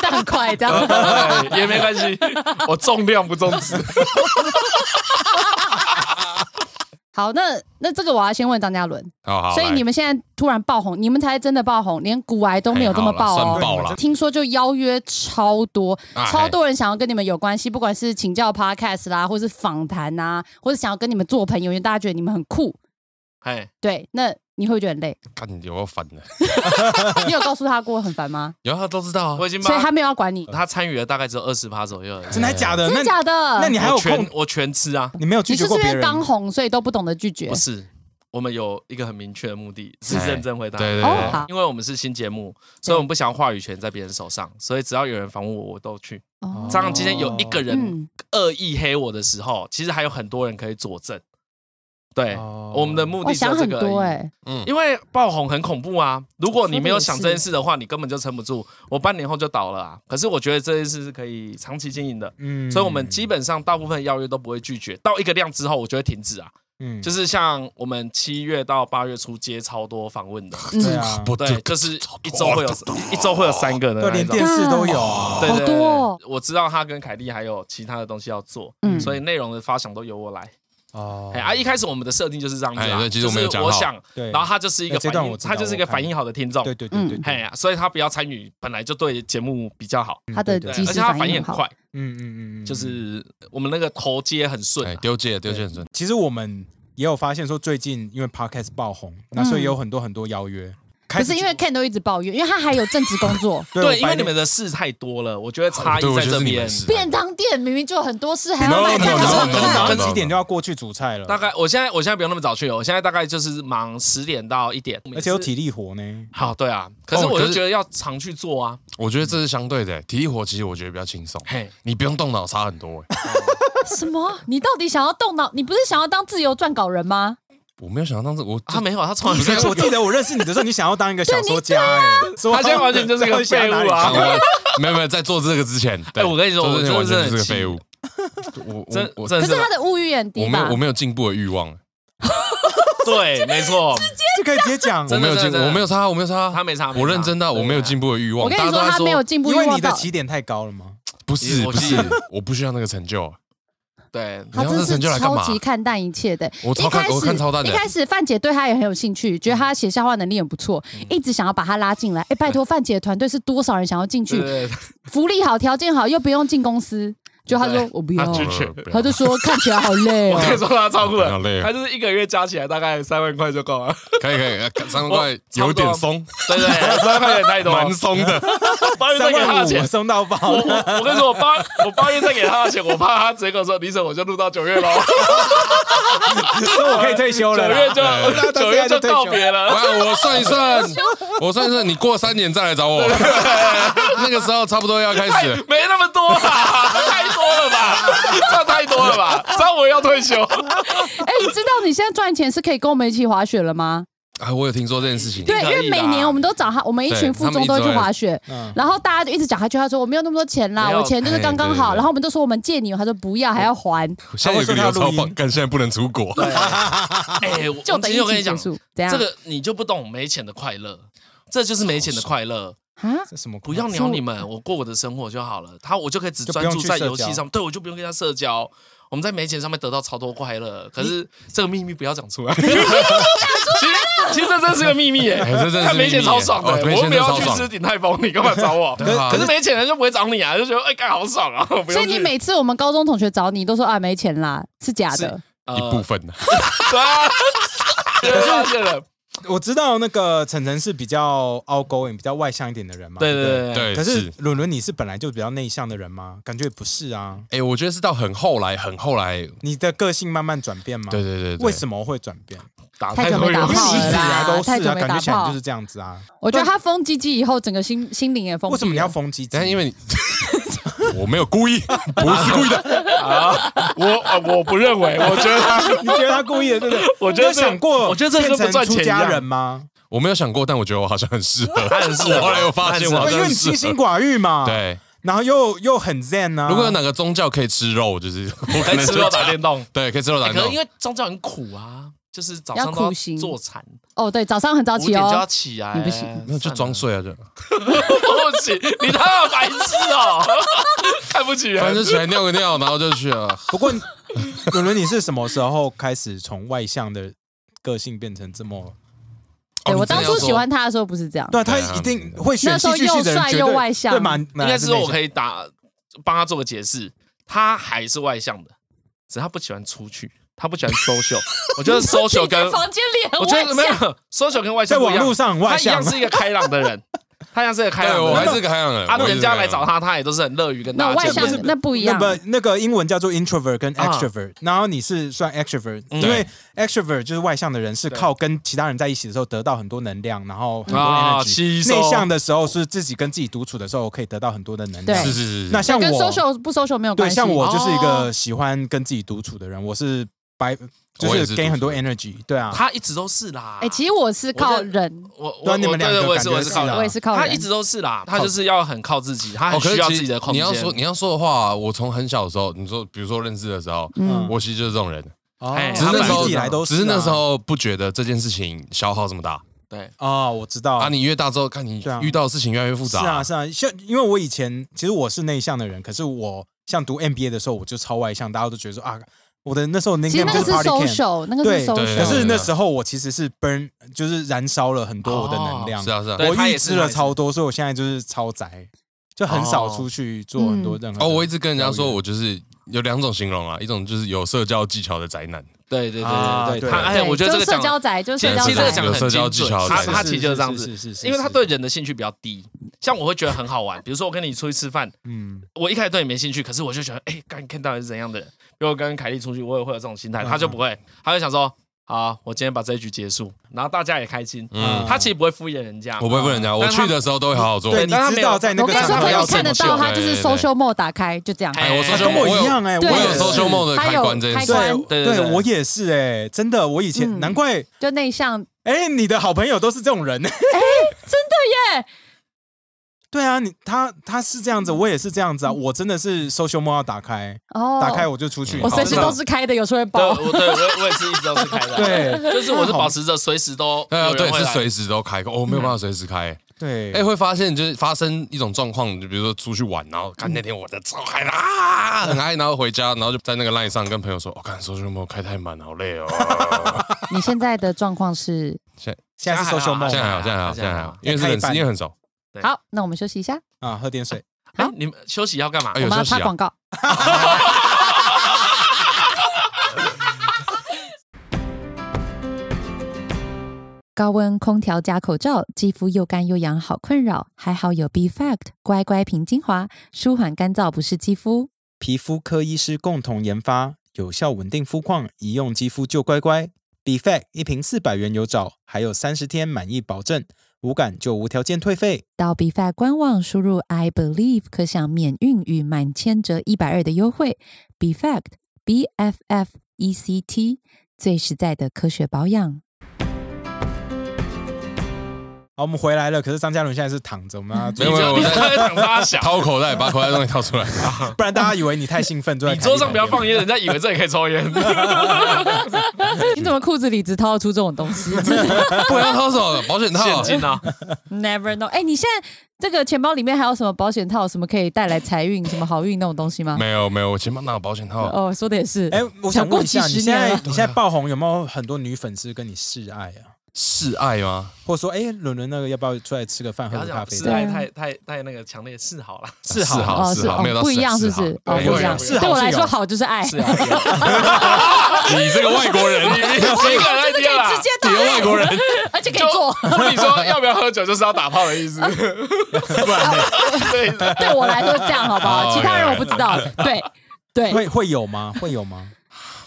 [SPEAKER 2] 但很快这样。
[SPEAKER 3] 哎也没关系，我重量不重质。
[SPEAKER 2] 好，那那这个我要先问张嘉伦，
[SPEAKER 4] 好好。
[SPEAKER 2] 所以
[SPEAKER 4] 来
[SPEAKER 2] 你们现在突然爆红，你们才真的爆红，连古癌都没有这么爆
[SPEAKER 4] 哎好啦
[SPEAKER 2] 哦
[SPEAKER 4] 算。爆了，
[SPEAKER 2] 听说就邀约超多，
[SPEAKER 4] 哎
[SPEAKER 2] 超多人想要跟你们有关系，不管是请教 podcast 啦，或是访谈啊，或是想要跟你们做朋友，因为大家觉得你们很酷。
[SPEAKER 3] 哎，
[SPEAKER 2] 对，那你会不会觉得很累？
[SPEAKER 4] 看你有够烦的，
[SPEAKER 2] 你有告诉他过很烦吗？
[SPEAKER 4] 然后他都知道啊
[SPEAKER 3] 我。已经把
[SPEAKER 2] 所以他没有要管你，
[SPEAKER 3] 他参与了大概只有二十趴左右而已，
[SPEAKER 1] 真的还假的？
[SPEAKER 2] 真
[SPEAKER 1] 呃那
[SPEAKER 2] 的假的？
[SPEAKER 1] 那你还有
[SPEAKER 3] 我
[SPEAKER 1] 空
[SPEAKER 3] 全？我全吃啊，
[SPEAKER 1] 你没有
[SPEAKER 2] 你
[SPEAKER 1] 拒
[SPEAKER 2] 是
[SPEAKER 1] 绝
[SPEAKER 2] 不
[SPEAKER 1] 过
[SPEAKER 2] 是因
[SPEAKER 1] 别
[SPEAKER 2] 为
[SPEAKER 1] 人？
[SPEAKER 2] 刚红，所以都不懂得拒绝
[SPEAKER 3] 不？是，我们有一个很明确的目的，是
[SPEAKER 4] 哎
[SPEAKER 3] 认真回答。
[SPEAKER 4] 对对
[SPEAKER 2] 哦，
[SPEAKER 4] 对，
[SPEAKER 2] 好
[SPEAKER 3] 因为我们是新节目，所以我们不想要话语权在别人手上，所以只要有人访问我，我都去。
[SPEAKER 2] 哦
[SPEAKER 3] 这样今天有一个人
[SPEAKER 2] 嗯，
[SPEAKER 3] 恶意黑我的时候，其实还有很多人可以佐证。对，
[SPEAKER 1] 哦
[SPEAKER 3] 我们的目
[SPEAKER 2] 我
[SPEAKER 3] 的只
[SPEAKER 2] 想
[SPEAKER 3] 有这
[SPEAKER 2] 很
[SPEAKER 3] 个
[SPEAKER 2] 多
[SPEAKER 3] 而已。
[SPEAKER 2] 哎，
[SPEAKER 4] 嗯，
[SPEAKER 3] 因为爆红很恐怖啊！如果你没有想
[SPEAKER 2] 说得
[SPEAKER 3] 这
[SPEAKER 2] 也
[SPEAKER 3] 件
[SPEAKER 2] 是
[SPEAKER 3] 事的话，你根本就撑不住。我半年后就倒了啊！可是我觉得这件事是可以长期经营的，
[SPEAKER 1] 嗯
[SPEAKER 3] 所以我们基本上大部分邀约都不会拒绝。到一个量之后，我就会停止啊。
[SPEAKER 1] 嗯
[SPEAKER 3] 就是像我们七月到八月初接超多访问的，
[SPEAKER 1] 对
[SPEAKER 2] 嗯，
[SPEAKER 1] 啊，
[SPEAKER 4] 不
[SPEAKER 3] 对，就是一周会有一周会有三个的
[SPEAKER 1] 对，
[SPEAKER 3] 那一
[SPEAKER 1] 连
[SPEAKER 3] 种。
[SPEAKER 1] 电视都有啊。
[SPEAKER 3] 对
[SPEAKER 2] 好
[SPEAKER 3] 对对
[SPEAKER 2] 多哦
[SPEAKER 3] 对我知道他跟凯莉还有其他的东西要做，
[SPEAKER 2] 嗯
[SPEAKER 3] 所以内容的发想都由我来。
[SPEAKER 1] 哦
[SPEAKER 3] 哎啊，一开始我们的设定就是这样子
[SPEAKER 4] 哎
[SPEAKER 3] 啊，
[SPEAKER 4] 对其实
[SPEAKER 3] 就
[SPEAKER 4] 我们有
[SPEAKER 3] 是
[SPEAKER 4] 讲
[SPEAKER 3] 我
[SPEAKER 4] 好
[SPEAKER 3] 想，
[SPEAKER 1] 对，
[SPEAKER 3] 然后他就是一
[SPEAKER 1] 哎
[SPEAKER 3] 个
[SPEAKER 1] 这
[SPEAKER 3] 反
[SPEAKER 1] 段
[SPEAKER 3] 应，
[SPEAKER 1] 我知道
[SPEAKER 3] 他就是一个
[SPEAKER 1] 我看
[SPEAKER 3] 反应好的听众，
[SPEAKER 1] 对对对对，
[SPEAKER 3] 嘿
[SPEAKER 1] 对
[SPEAKER 3] 呀、所以他不要参与，本来就对节目比较好，
[SPEAKER 2] 他的
[SPEAKER 1] 对
[SPEAKER 3] 对，
[SPEAKER 2] 即
[SPEAKER 3] 而
[SPEAKER 2] 时
[SPEAKER 3] 且他
[SPEAKER 2] 反
[SPEAKER 3] 反应
[SPEAKER 2] 应
[SPEAKER 3] 很
[SPEAKER 2] 好
[SPEAKER 3] 快，，
[SPEAKER 1] 嗯嗯嗯，嗯
[SPEAKER 3] 就是我们那个头接很顺
[SPEAKER 4] 哎
[SPEAKER 3] 啊、
[SPEAKER 4] 丢界丢界很准。
[SPEAKER 1] 其实我们也有发现说，最近因为 podcast 爆红，那所以有很多很多邀约。
[SPEAKER 2] 可
[SPEAKER 1] 开始，
[SPEAKER 2] 是因为 Ken 都一直抱怨，因为他还有正职工作
[SPEAKER 1] 对我
[SPEAKER 3] 对，因
[SPEAKER 1] 白
[SPEAKER 3] 为
[SPEAKER 1] 天
[SPEAKER 3] 你们的事太多了，我觉得差
[SPEAKER 4] 哦对
[SPEAKER 3] 异
[SPEAKER 4] 我
[SPEAKER 3] 在
[SPEAKER 4] 觉得
[SPEAKER 3] 这
[SPEAKER 4] 是你们
[SPEAKER 3] 边
[SPEAKER 4] 的。事啊
[SPEAKER 2] 便当店明明就有很多事，还要
[SPEAKER 4] No,
[SPEAKER 2] 卖
[SPEAKER 4] no,
[SPEAKER 2] 看
[SPEAKER 1] 早
[SPEAKER 2] 怎么
[SPEAKER 1] 上早
[SPEAKER 2] 看？
[SPEAKER 1] 上几点就要过去煮菜了，
[SPEAKER 3] 大概我现在我现在不用那么早去了，我现在大概就是忙十点到一点，
[SPEAKER 1] 而且有体力活呢。
[SPEAKER 3] 好对啊，可是
[SPEAKER 4] 哦
[SPEAKER 3] 我
[SPEAKER 4] 可
[SPEAKER 3] 就是觉得要常去做啊，
[SPEAKER 4] 我觉得这是相对的，体力活其实我觉得比较轻松，
[SPEAKER 3] 嘿，
[SPEAKER 4] 你不用动脑差很多。哎
[SPEAKER 2] 什么？你到底想要动脑？你不是想要当自由撰稿人吗？
[SPEAKER 4] 我没有想到当时我
[SPEAKER 3] 啊他没有，他从来
[SPEAKER 1] 不
[SPEAKER 3] 不
[SPEAKER 1] 是
[SPEAKER 3] 是，
[SPEAKER 1] 我记得我认识你的时候，你想要当一个小说家，哎，说
[SPEAKER 3] 他现在完全就是个
[SPEAKER 1] 到底 想要哪里
[SPEAKER 3] 废物啊
[SPEAKER 4] 啊
[SPEAKER 1] 去
[SPEAKER 4] 我没有没有在做这个之前，对
[SPEAKER 3] 哎我跟你说
[SPEAKER 4] 做这个
[SPEAKER 3] 我
[SPEAKER 4] 完
[SPEAKER 3] 真的是
[SPEAKER 4] 全就是个
[SPEAKER 3] 很气
[SPEAKER 4] 废物。我
[SPEAKER 3] 真
[SPEAKER 4] 我我
[SPEAKER 3] 真
[SPEAKER 2] 可
[SPEAKER 3] 的
[SPEAKER 2] 是
[SPEAKER 3] 是
[SPEAKER 2] 他的物欲也很
[SPEAKER 4] 我
[SPEAKER 2] 低
[SPEAKER 4] 没有
[SPEAKER 2] 吧
[SPEAKER 4] 我？没有进步的欲望，
[SPEAKER 3] 对，没错，
[SPEAKER 1] 就可以直接讲，
[SPEAKER 4] 我
[SPEAKER 3] 真
[SPEAKER 4] 没
[SPEAKER 3] 的
[SPEAKER 4] 有进
[SPEAKER 3] 真的
[SPEAKER 4] 我没有差，我没有差，
[SPEAKER 3] 他没差，没差啊
[SPEAKER 4] 我认真的，我没有。进步的欲望。
[SPEAKER 2] 我跟你
[SPEAKER 4] 大家
[SPEAKER 2] 说，
[SPEAKER 4] 都在
[SPEAKER 2] 他没有进步
[SPEAKER 1] 因
[SPEAKER 2] 欲
[SPEAKER 1] 为
[SPEAKER 2] 望
[SPEAKER 1] 你的
[SPEAKER 2] 到，
[SPEAKER 1] 起点太高了吗？
[SPEAKER 4] 不是
[SPEAKER 3] 我
[SPEAKER 4] 不
[SPEAKER 3] 是，
[SPEAKER 4] 是我不需要那个 成就。啊
[SPEAKER 3] 对
[SPEAKER 4] 你
[SPEAKER 2] 他
[SPEAKER 4] 要
[SPEAKER 2] 真
[SPEAKER 4] 这
[SPEAKER 2] 是
[SPEAKER 4] 成就来干
[SPEAKER 2] 超
[SPEAKER 4] 嘛
[SPEAKER 2] 级看淡一切的。
[SPEAKER 4] 我超
[SPEAKER 2] 一
[SPEAKER 4] 看
[SPEAKER 2] 开
[SPEAKER 4] 我看
[SPEAKER 2] 始
[SPEAKER 4] 超淡
[SPEAKER 2] 一
[SPEAKER 4] 的，
[SPEAKER 2] 开始范姐对他也很有兴趣，觉得他写笑话能力很不错，一直想要把他拉进
[SPEAKER 4] 嗯
[SPEAKER 2] 来。哎，拜托，范姐的团队是多少人想要进
[SPEAKER 3] 对
[SPEAKER 2] 去？
[SPEAKER 3] 对对，
[SPEAKER 2] 福利好，条件好，又不用进公司。就他说我不要
[SPEAKER 3] 他，拒绝
[SPEAKER 4] 呃不要
[SPEAKER 2] 他就说看起来好累
[SPEAKER 3] 我
[SPEAKER 2] 哦。
[SPEAKER 3] 跟你说，他超酷的
[SPEAKER 4] 好累，啊
[SPEAKER 3] 他就是一个月加起来大概三万块就够 了。
[SPEAKER 4] 可以可以，呃三万块有点松，
[SPEAKER 3] 对对，三万块也太多了
[SPEAKER 4] 蛮。松的。
[SPEAKER 3] 八月再
[SPEAKER 1] 三
[SPEAKER 3] 给他
[SPEAKER 1] 万
[SPEAKER 3] 的
[SPEAKER 1] 五
[SPEAKER 3] 钱
[SPEAKER 1] 我，送到
[SPEAKER 3] 我
[SPEAKER 1] 爆，
[SPEAKER 3] 我我跟你说，我八我八月再给他的钱，我怕他直接跟我说，李总我就录到九月了，
[SPEAKER 1] 所以我可以退休
[SPEAKER 3] 九
[SPEAKER 1] 了啦。
[SPEAKER 3] 月
[SPEAKER 1] 那到
[SPEAKER 3] 就 九
[SPEAKER 1] 现在就
[SPEAKER 3] 月就
[SPEAKER 1] 退休
[SPEAKER 3] 告别了。
[SPEAKER 4] 我我算一算，我算一算，你过三年再来找我， 那个时候差不多要开
[SPEAKER 3] 太
[SPEAKER 4] 始 了。
[SPEAKER 3] 哎没那么多啦，太多了吧？ 这样太多了吧？这样我要退休。
[SPEAKER 2] 哎，你知道你现在赚钱是可以跟我们一起滑雪了吗？
[SPEAKER 4] 啊，我有听说这件事情。
[SPEAKER 2] 对，因
[SPEAKER 3] 可以
[SPEAKER 2] 为每
[SPEAKER 3] 啦
[SPEAKER 2] 年我们都找他，我们一群
[SPEAKER 4] 对
[SPEAKER 2] 附
[SPEAKER 4] 他
[SPEAKER 2] 中
[SPEAKER 4] 们一
[SPEAKER 2] 都会
[SPEAKER 4] 直
[SPEAKER 2] 去
[SPEAKER 4] 在
[SPEAKER 2] 滑雪，
[SPEAKER 1] 嗯，
[SPEAKER 2] 然后大家就一直讲他，就他说我没有那么多钱啦，
[SPEAKER 3] 没有
[SPEAKER 2] 我钱就是刚刚好。
[SPEAKER 4] 哎对对对
[SPEAKER 2] 然后我们就说我们借你，他说不要，还要还，
[SPEAKER 4] 现在有个理由
[SPEAKER 1] 他会
[SPEAKER 4] 超
[SPEAKER 1] 说他录
[SPEAKER 4] 棒
[SPEAKER 1] 音，
[SPEAKER 4] 但现在不能出国。
[SPEAKER 3] 哎，我
[SPEAKER 2] 就
[SPEAKER 3] 我
[SPEAKER 2] 等
[SPEAKER 3] 今
[SPEAKER 2] 疫
[SPEAKER 3] 天我跟
[SPEAKER 2] 情
[SPEAKER 3] 你
[SPEAKER 2] 结
[SPEAKER 3] 讲，
[SPEAKER 2] 束。怎样？
[SPEAKER 3] 这个你就不懂没钱的快乐，这就是没钱的快乐。
[SPEAKER 2] 啊，
[SPEAKER 1] 这什么鬼？
[SPEAKER 3] 不要鸟你们，我过我的生活就好了。他我就可以只
[SPEAKER 1] 就不
[SPEAKER 3] 专
[SPEAKER 1] 用
[SPEAKER 3] 注
[SPEAKER 1] 去
[SPEAKER 3] 在
[SPEAKER 1] 社
[SPEAKER 3] 游戏
[SPEAKER 1] 交
[SPEAKER 3] 上，对我就不用跟他社交。我们在没钱上面得到超多快乐，可是这个秘密不要讲出来。其实其实这真是个秘密耶，
[SPEAKER 4] 哎这真是
[SPEAKER 3] 看没
[SPEAKER 4] 秘
[SPEAKER 3] 钱
[SPEAKER 4] 密耶
[SPEAKER 3] 超爽的
[SPEAKER 4] 哦
[SPEAKER 3] 耶，
[SPEAKER 4] 没
[SPEAKER 3] 我又
[SPEAKER 4] 钱
[SPEAKER 3] 没
[SPEAKER 4] 真
[SPEAKER 3] 有要
[SPEAKER 4] 超
[SPEAKER 3] 去
[SPEAKER 4] 爽
[SPEAKER 3] 吃鼎泰丰，你干嘛找我？
[SPEAKER 4] 对啊
[SPEAKER 3] 可是没钱人就不会找你啊，就觉得哎，干好爽啊，我不
[SPEAKER 2] 所
[SPEAKER 3] 用
[SPEAKER 2] 以你
[SPEAKER 3] 去
[SPEAKER 2] 每次我们高中同学找你，都说啊没钱啦，是假的。
[SPEAKER 3] 呃
[SPEAKER 4] 一部分呢，
[SPEAKER 3] 对啊，可是发现了，
[SPEAKER 1] 我知道那个晨晨是比较 outgoing、比较外向一点的人嘛。
[SPEAKER 3] 对
[SPEAKER 1] 不
[SPEAKER 3] 对对对，
[SPEAKER 4] 对，
[SPEAKER 1] 可是伦伦，你是本来就比较内向的人吗？感觉也不是啊。
[SPEAKER 4] 哎、我觉得是到很后来，很后来，
[SPEAKER 1] 你的个性慢慢转变吗？
[SPEAKER 4] 对对对对，
[SPEAKER 1] 啊为什么会转变？
[SPEAKER 3] 打
[SPEAKER 2] 太久没打
[SPEAKER 1] 因为
[SPEAKER 2] 炮
[SPEAKER 1] 你一
[SPEAKER 2] 了
[SPEAKER 1] 直以来
[SPEAKER 2] 啦
[SPEAKER 1] 都
[SPEAKER 2] 哦太
[SPEAKER 1] 是
[SPEAKER 2] 久
[SPEAKER 1] 啊，
[SPEAKER 2] 没
[SPEAKER 1] 感觉
[SPEAKER 2] 打
[SPEAKER 1] 起来
[SPEAKER 2] 炮
[SPEAKER 1] 就是这样子啊。
[SPEAKER 2] 我觉得他封鸡鸡以后，整个心心灵也封。
[SPEAKER 1] 为什么你要？封鸡鸡？
[SPEAKER 4] 但因为你，我没有故意，不是故意的，
[SPEAKER 3] 啊？我呃我不认为， 我觉 得他
[SPEAKER 1] 你觉得他故意的，对不对？
[SPEAKER 3] 我觉得
[SPEAKER 1] 你有想过，
[SPEAKER 3] 我觉得这
[SPEAKER 1] 变
[SPEAKER 3] 跟不
[SPEAKER 1] 成
[SPEAKER 3] 赚
[SPEAKER 1] 出
[SPEAKER 3] 钱一样
[SPEAKER 1] 家人吗？
[SPEAKER 4] 我没有想过，但我觉得我好像很适合。
[SPEAKER 3] 他很适合
[SPEAKER 4] 我后来又发现我
[SPEAKER 3] 他
[SPEAKER 4] 好
[SPEAKER 3] 很适
[SPEAKER 1] 因
[SPEAKER 4] 像
[SPEAKER 1] 为
[SPEAKER 4] 很
[SPEAKER 1] 你
[SPEAKER 4] 适
[SPEAKER 1] 清心
[SPEAKER 4] 合。
[SPEAKER 1] 寡欲嘛，，
[SPEAKER 4] 对，
[SPEAKER 1] 然后又又很 zen 啊。
[SPEAKER 4] 如果有哪个宗教可以吃肉，就是我可
[SPEAKER 3] 可以
[SPEAKER 4] 能
[SPEAKER 3] 吃
[SPEAKER 4] 就
[SPEAKER 3] 肉打电动。
[SPEAKER 4] 对，可以吃肉打
[SPEAKER 3] 欸
[SPEAKER 4] 电
[SPEAKER 3] 可
[SPEAKER 4] 动。
[SPEAKER 3] 能因为宗教很苦啊，就是早
[SPEAKER 2] 要
[SPEAKER 3] 上
[SPEAKER 2] 苦
[SPEAKER 3] 都
[SPEAKER 2] 行
[SPEAKER 3] 坐禅，
[SPEAKER 2] 哦，对，早上很早
[SPEAKER 3] 五
[SPEAKER 2] 起
[SPEAKER 3] 点就要
[SPEAKER 2] 哦。
[SPEAKER 3] 起来，
[SPEAKER 2] 你不行
[SPEAKER 4] 那就装
[SPEAKER 3] 算
[SPEAKER 4] 睡啊，就
[SPEAKER 3] 了。不行，你他妈白痴哦， 看不起
[SPEAKER 4] 反正
[SPEAKER 3] 人。
[SPEAKER 4] 就起来尿个尿，然后就去了。
[SPEAKER 1] 不过， 伦伦，你是什么时候开始从外向的个性变成这么？
[SPEAKER 2] 对
[SPEAKER 4] 哦
[SPEAKER 2] 我
[SPEAKER 4] 你真
[SPEAKER 2] 当
[SPEAKER 4] 的要
[SPEAKER 2] 初
[SPEAKER 4] 说
[SPEAKER 2] 喜欢他的时候不是这样。
[SPEAKER 1] 对啊，他
[SPEAKER 4] 对啊
[SPEAKER 1] 一定会选
[SPEAKER 2] 那时
[SPEAKER 1] 戏
[SPEAKER 2] 候
[SPEAKER 1] 剧系的人，
[SPEAKER 2] 又帅
[SPEAKER 1] 绝
[SPEAKER 2] 又
[SPEAKER 1] 对
[SPEAKER 2] 外向
[SPEAKER 1] 对嘛？
[SPEAKER 3] 应该是说我可
[SPEAKER 1] 以，
[SPEAKER 3] 以打帮他做个解释，他还是外向的，只是他不喜欢出去，他不喜欢 social。我 觉得 social 跟
[SPEAKER 2] 房间里很
[SPEAKER 3] 我觉得没
[SPEAKER 2] 外
[SPEAKER 3] 有
[SPEAKER 2] 向
[SPEAKER 3] social 跟外
[SPEAKER 1] 在
[SPEAKER 3] 向不一
[SPEAKER 1] 网络
[SPEAKER 3] 样，
[SPEAKER 1] 上很
[SPEAKER 3] 他
[SPEAKER 1] 外
[SPEAKER 3] 一样
[SPEAKER 1] 向，
[SPEAKER 3] 是一个开朗的人，他一样是一个开
[SPEAKER 4] 对，
[SPEAKER 3] 朗
[SPEAKER 4] 我
[SPEAKER 3] 的
[SPEAKER 4] 还
[SPEAKER 3] 人。
[SPEAKER 4] 是个海洋人
[SPEAKER 3] 啊，人家来
[SPEAKER 4] 他。
[SPEAKER 3] 找他，他也都是很乐于跟
[SPEAKER 2] 那
[SPEAKER 3] 大家
[SPEAKER 2] 外
[SPEAKER 3] 见
[SPEAKER 2] 向
[SPEAKER 3] 面。
[SPEAKER 2] 那不一
[SPEAKER 1] 那
[SPEAKER 2] 样。
[SPEAKER 1] 么那个英文叫做 introvert 跟
[SPEAKER 3] 啊
[SPEAKER 1] extrovert，、然后你是算 extrovert，、
[SPEAKER 3] 嗯
[SPEAKER 1] 因为 extrovert 就是外向的人，是
[SPEAKER 3] 对
[SPEAKER 1] 靠跟其他人在一起的时候得到很多能量，然后很多
[SPEAKER 3] 啊
[SPEAKER 1] energy。
[SPEAKER 3] 吸收
[SPEAKER 1] 内向的时候是自己跟自己独处的时候可以得到很多的能量。
[SPEAKER 2] 对
[SPEAKER 4] 是是是，
[SPEAKER 1] 那像
[SPEAKER 2] 跟
[SPEAKER 1] 我，
[SPEAKER 2] social 不 social 没有关
[SPEAKER 1] 对，
[SPEAKER 2] 系。
[SPEAKER 1] 像我就是一
[SPEAKER 3] 哦
[SPEAKER 1] 个喜欢跟自己独处的人，我是白，就
[SPEAKER 4] 我也
[SPEAKER 1] 是
[SPEAKER 4] 是
[SPEAKER 1] 给很
[SPEAKER 4] 独
[SPEAKER 1] 多
[SPEAKER 4] 处
[SPEAKER 1] energy，对啊，
[SPEAKER 3] 他一直都是啦。
[SPEAKER 2] 哎，其实我是靠
[SPEAKER 3] 我就
[SPEAKER 2] 人，
[SPEAKER 3] 我
[SPEAKER 1] 对啊
[SPEAKER 3] 我
[SPEAKER 1] 你们
[SPEAKER 3] 我
[SPEAKER 1] 两
[SPEAKER 3] 对
[SPEAKER 1] 个
[SPEAKER 3] 对我也是
[SPEAKER 1] 感觉
[SPEAKER 3] 我也是
[SPEAKER 1] 是
[SPEAKER 3] 靠
[SPEAKER 1] 啊
[SPEAKER 3] 人
[SPEAKER 2] 我也是靠
[SPEAKER 3] 他
[SPEAKER 2] 人。
[SPEAKER 3] 一直都是啦，他就是要很靠自己，他
[SPEAKER 4] 哦，
[SPEAKER 3] 很
[SPEAKER 4] 可
[SPEAKER 3] 需
[SPEAKER 4] 是
[SPEAKER 3] 要
[SPEAKER 4] 其
[SPEAKER 3] 自
[SPEAKER 4] 实
[SPEAKER 3] 己的空
[SPEAKER 4] 你
[SPEAKER 3] 间。
[SPEAKER 4] 要说你要说的话，我从很小的时候，你说比如说认识的时候，
[SPEAKER 1] 嗯
[SPEAKER 4] 我其实就是这种人，
[SPEAKER 1] 哦
[SPEAKER 3] 哎
[SPEAKER 4] 只是那时
[SPEAKER 1] 他们
[SPEAKER 4] 候
[SPEAKER 1] 一直以来都
[SPEAKER 4] 只是那
[SPEAKER 1] 啊
[SPEAKER 4] 时候不觉得这件事情消耗这么大
[SPEAKER 3] 对，
[SPEAKER 1] 哦，我知道
[SPEAKER 4] 啊。你越大之后，看你
[SPEAKER 1] 对啊
[SPEAKER 4] 遇到的事情越来越复
[SPEAKER 1] 是
[SPEAKER 4] 杂，
[SPEAKER 1] 啊，是啊，像因为我以前其实我是内向的人，可是我像读 MBA 的时候，我就超外向，大家都觉得说啊，我的那时候那
[SPEAKER 2] 其实
[SPEAKER 1] 个
[SPEAKER 2] 那
[SPEAKER 1] 就
[SPEAKER 2] 个
[SPEAKER 1] 是 party can，
[SPEAKER 2] social，那个
[SPEAKER 1] 对
[SPEAKER 2] 是
[SPEAKER 4] 对对
[SPEAKER 1] 可
[SPEAKER 2] social。
[SPEAKER 1] 是那时候我其实是 burn，就是燃烧了很多我的能量，
[SPEAKER 4] 是啊是啊
[SPEAKER 3] 对
[SPEAKER 1] 我
[SPEAKER 3] 他
[SPEAKER 1] 预
[SPEAKER 3] 哦也是
[SPEAKER 1] 支了
[SPEAKER 3] 他也是
[SPEAKER 1] 超多，所以我现在就是超宅，就很少出去做很多任何
[SPEAKER 4] 哦，我一直跟人家说我就是有两种形容啊，一种就是有社交技巧的宅男，
[SPEAKER 3] 对对
[SPEAKER 1] 啊
[SPEAKER 3] 对
[SPEAKER 1] 对
[SPEAKER 3] 对，他
[SPEAKER 2] 对
[SPEAKER 3] 哎，我觉得这
[SPEAKER 2] 就
[SPEAKER 3] 个
[SPEAKER 2] 是社
[SPEAKER 3] 讲
[SPEAKER 2] 交宅，就是
[SPEAKER 3] 其
[SPEAKER 2] 社
[SPEAKER 3] 实
[SPEAKER 2] 交
[SPEAKER 3] 其实这个
[SPEAKER 2] 宅
[SPEAKER 3] 讲。得很精
[SPEAKER 4] 有社交技
[SPEAKER 3] 准，
[SPEAKER 4] 巧
[SPEAKER 3] 他
[SPEAKER 4] 是
[SPEAKER 3] 他其实就是这样
[SPEAKER 1] 是
[SPEAKER 3] 子，
[SPEAKER 1] 是是，
[SPEAKER 3] 因为他对人的兴趣比较低。像我会觉得很好玩，比如说我跟你出去吃饭，
[SPEAKER 1] 嗯
[SPEAKER 3] 我一开始对你没兴趣，可是我就觉得，哎，干看到底是怎样的人？比如我跟凯莉出去，我也会有这种心态，
[SPEAKER 1] 嗯
[SPEAKER 3] 他就不会，他就想说，好，我今天把这一局结束，然后大家也开心。
[SPEAKER 1] 嗯
[SPEAKER 4] 嗯，
[SPEAKER 3] 他其实不会敷衍人家，
[SPEAKER 4] 我不会问人家，
[SPEAKER 3] 嗯
[SPEAKER 4] 我
[SPEAKER 3] 但他
[SPEAKER 4] 去的时候都会好好做。
[SPEAKER 1] 啊对，你
[SPEAKER 3] 但他
[SPEAKER 1] 知
[SPEAKER 3] 没
[SPEAKER 1] 道
[SPEAKER 3] 有
[SPEAKER 1] 在那
[SPEAKER 2] 我
[SPEAKER 1] 个
[SPEAKER 2] 跟你说，
[SPEAKER 1] 场合
[SPEAKER 2] 可
[SPEAKER 1] 要
[SPEAKER 2] 以
[SPEAKER 1] 怎么
[SPEAKER 2] 看得
[SPEAKER 1] 做
[SPEAKER 2] 到，他就
[SPEAKER 4] 对
[SPEAKER 2] 是
[SPEAKER 4] 对对
[SPEAKER 2] social mode 打开，就这样。
[SPEAKER 3] 哎
[SPEAKER 4] 哎，我
[SPEAKER 1] 哎
[SPEAKER 4] social
[SPEAKER 1] 跟
[SPEAKER 4] mode，
[SPEAKER 1] 我
[SPEAKER 4] 我
[SPEAKER 1] 一样哎，
[SPEAKER 2] 对
[SPEAKER 4] 我有
[SPEAKER 1] 也是
[SPEAKER 4] social mode 的
[SPEAKER 2] 他
[SPEAKER 4] 开
[SPEAKER 2] 有
[SPEAKER 4] 关这件
[SPEAKER 2] 开
[SPEAKER 4] 事，
[SPEAKER 2] 关
[SPEAKER 1] 对
[SPEAKER 3] 对对对
[SPEAKER 1] 我也是哎，真的，我以前
[SPEAKER 2] 嗯
[SPEAKER 1] 难怪
[SPEAKER 2] 就内向，
[SPEAKER 1] 哎，你的好朋友都是这种 人。
[SPEAKER 2] 耶，
[SPEAKER 1] 对啊，你他他是这样子，我也是这样子啊。我真的是 social mode 要打开，
[SPEAKER 2] 哦，
[SPEAKER 1] 打开我就出去。
[SPEAKER 2] 我
[SPEAKER 1] 好
[SPEAKER 2] 随时
[SPEAKER 1] 真的
[SPEAKER 2] 都是开的，有时候会
[SPEAKER 3] 对，
[SPEAKER 2] 爆。
[SPEAKER 3] 我对我我也是一直都是开的，啊
[SPEAKER 1] 对
[SPEAKER 3] 就是我是保持着随时都
[SPEAKER 4] 对啊
[SPEAKER 3] 有人
[SPEAKER 4] 对，
[SPEAKER 3] 会
[SPEAKER 4] 是
[SPEAKER 3] 来
[SPEAKER 4] 随时都开，我没有办法随时开。
[SPEAKER 1] 对，
[SPEAKER 4] 哎，会发现就是发生一种状况，就比如说出去玩，然后看那天我的超嗨啦，很嗨，然后回家，然后就在那个 line 上跟朋友说，我看 social mode 开太满，好累哦。
[SPEAKER 2] 你现在的状况是
[SPEAKER 1] 现在是
[SPEAKER 3] 现在
[SPEAKER 1] social
[SPEAKER 3] 还好
[SPEAKER 4] 哦现在
[SPEAKER 1] mode
[SPEAKER 4] 哎还好，现在还好，现在还好，因为是
[SPEAKER 1] 开一
[SPEAKER 4] 认识，
[SPEAKER 1] 半
[SPEAKER 4] 因为很熟。
[SPEAKER 3] 对
[SPEAKER 2] 好，那我们休息一下。
[SPEAKER 1] 啊，喝点水。
[SPEAKER 3] 哎，你们休息要干嘛
[SPEAKER 2] 我
[SPEAKER 4] 哎？有
[SPEAKER 2] 们要
[SPEAKER 4] 消息
[SPEAKER 2] 插
[SPEAKER 4] 啊
[SPEAKER 2] 广告。高温空调加口罩，肌肤又干又痒，好困扰。还好有 B Fact 乖乖瓶精华，舒缓干燥不适肌肤。
[SPEAKER 1] 皮肤科医师共同研发，有效稳定肤况，一用肌肤就乖乖。b e f a c 一瓶四百元有找，还有三十天满意保证，无感就无条件退费。
[SPEAKER 2] 到 B Fact 官网输入 I believe 可享免运与满千折一百二的优惠。B Fact B F F E C T 最实在的科学保养。
[SPEAKER 1] 好，我们回来了，可是张嘉伦现在是躺着，我们要
[SPEAKER 4] 没有没有，
[SPEAKER 3] 你
[SPEAKER 4] 我
[SPEAKER 3] 这
[SPEAKER 4] 在
[SPEAKER 3] 在想大小，
[SPEAKER 4] 掏口袋，把口袋东西掏 出来。
[SPEAKER 1] 不然大家以为你太兴奋，就在
[SPEAKER 3] 你桌上不要放烟，人家以为这里可以抽 烟。
[SPEAKER 1] 哦
[SPEAKER 2] 你怎么裤子里只掏得出这种东西
[SPEAKER 4] 不然要掏什么？保险套
[SPEAKER 3] 现。金 啊，
[SPEAKER 2] ？Never know。哎、你现在这个钱包里面还有什么保险套？什么可以带来财运、什么好运那种东西吗？
[SPEAKER 4] 没有没有，我钱包哪有保险套？
[SPEAKER 2] 哦，说的也是。
[SPEAKER 1] 哎、我想问一下，
[SPEAKER 2] 想过几
[SPEAKER 1] 你
[SPEAKER 2] 十
[SPEAKER 1] 现
[SPEAKER 2] 年
[SPEAKER 1] 在
[SPEAKER 2] 了
[SPEAKER 1] 你现在爆红有没有很多女粉丝跟你示爱啊？
[SPEAKER 4] 示爱吗？
[SPEAKER 1] 或者说，哎、伦伦那个要不要出来吃个饭，
[SPEAKER 3] 不
[SPEAKER 1] 喝
[SPEAKER 3] 要
[SPEAKER 1] 个咖
[SPEAKER 3] 讲
[SPEAKER 1] 啡？
[SPEAKER 3] 示爱太太太那个强烈示好了，
[SPEAKER 1] 示好
[SPEAKER 4] 示好
[SPEAKER 2] 哦，
[SPEAKER 4] 是好没有
[SPEAKER 2] 哦
[SPEAKER 4] 到，
[SPEAKER 2] 不一样，
[SPEAKER 4] 是
[SPEAKER 2] 是
[SPEAKER 4] 好
[SPEAKER 2] 不是？哦，
[SPEAKER 3] 对
[SPEAKER 2] 不
[SPEAKER 3] 有
[SPEAKER 2] 一
[SPEAKER 3] 有
[SPEAKER 2] 样。
[SPEAKER 3] 是好
[SPEAKER 2] 对我来
[SPEAKER 1] 是有
[SPEAKER 2] 说，好就是爱，
[SPEAKER 3] 示
[SPEAKER 2] 直
[SPEAKER 3] 好。
[SPEAKER 4] 你这个外国人， 你
[SPEAKER 3] 有谁敢来第二
[SPEAKER 2] 接打
[SPEAKER 4] 你个外国人，
[SPEAKER 2] 而且可以
[SPEAKER 3] 就
[SPEAKER 2] 做。
[SPEAKER 3] 你说要不要喝酒，就是要打炮的意 思。
[SPEAKER 1] 哦不然呢
[SPEAKER 3] 对，
[SPEAKER 2] 对我来说这样好不
[SPEAKER 4] 哦
[SPEAKER 2] 好？其他人我不知道。对对，
[SPEAKER 1] 会会有吗？会有吗？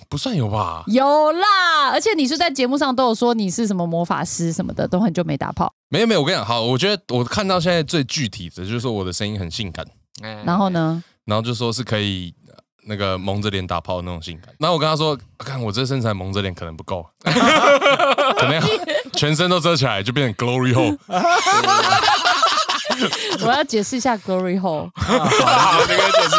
[SPEAKER 4] 不哎算有吧？
[SPEAKER 2] 有啦。而且你是在节目上都有说你是什么魔法师什么的，都很久没打炮。
[SPEAKER 4] 没有没有，我跟你讲，好，我觉得我看到现在最具体的就是说我的声音很性感，
[SPEAKER 1] 嗯
[SPEAKER 2] 然后？呢？
[SPEAKER 4] 然后就说是可以呃那个蒙着脸打炮的那种性感。然后我跟他说，啊看我这身材蒙着脸可能不够， 可能要全身都遮起来就变成 glory hole。
[SPEAKER 2] 我要解释一下 Glory Hole。
[SPEAKER 3] 好，那个就是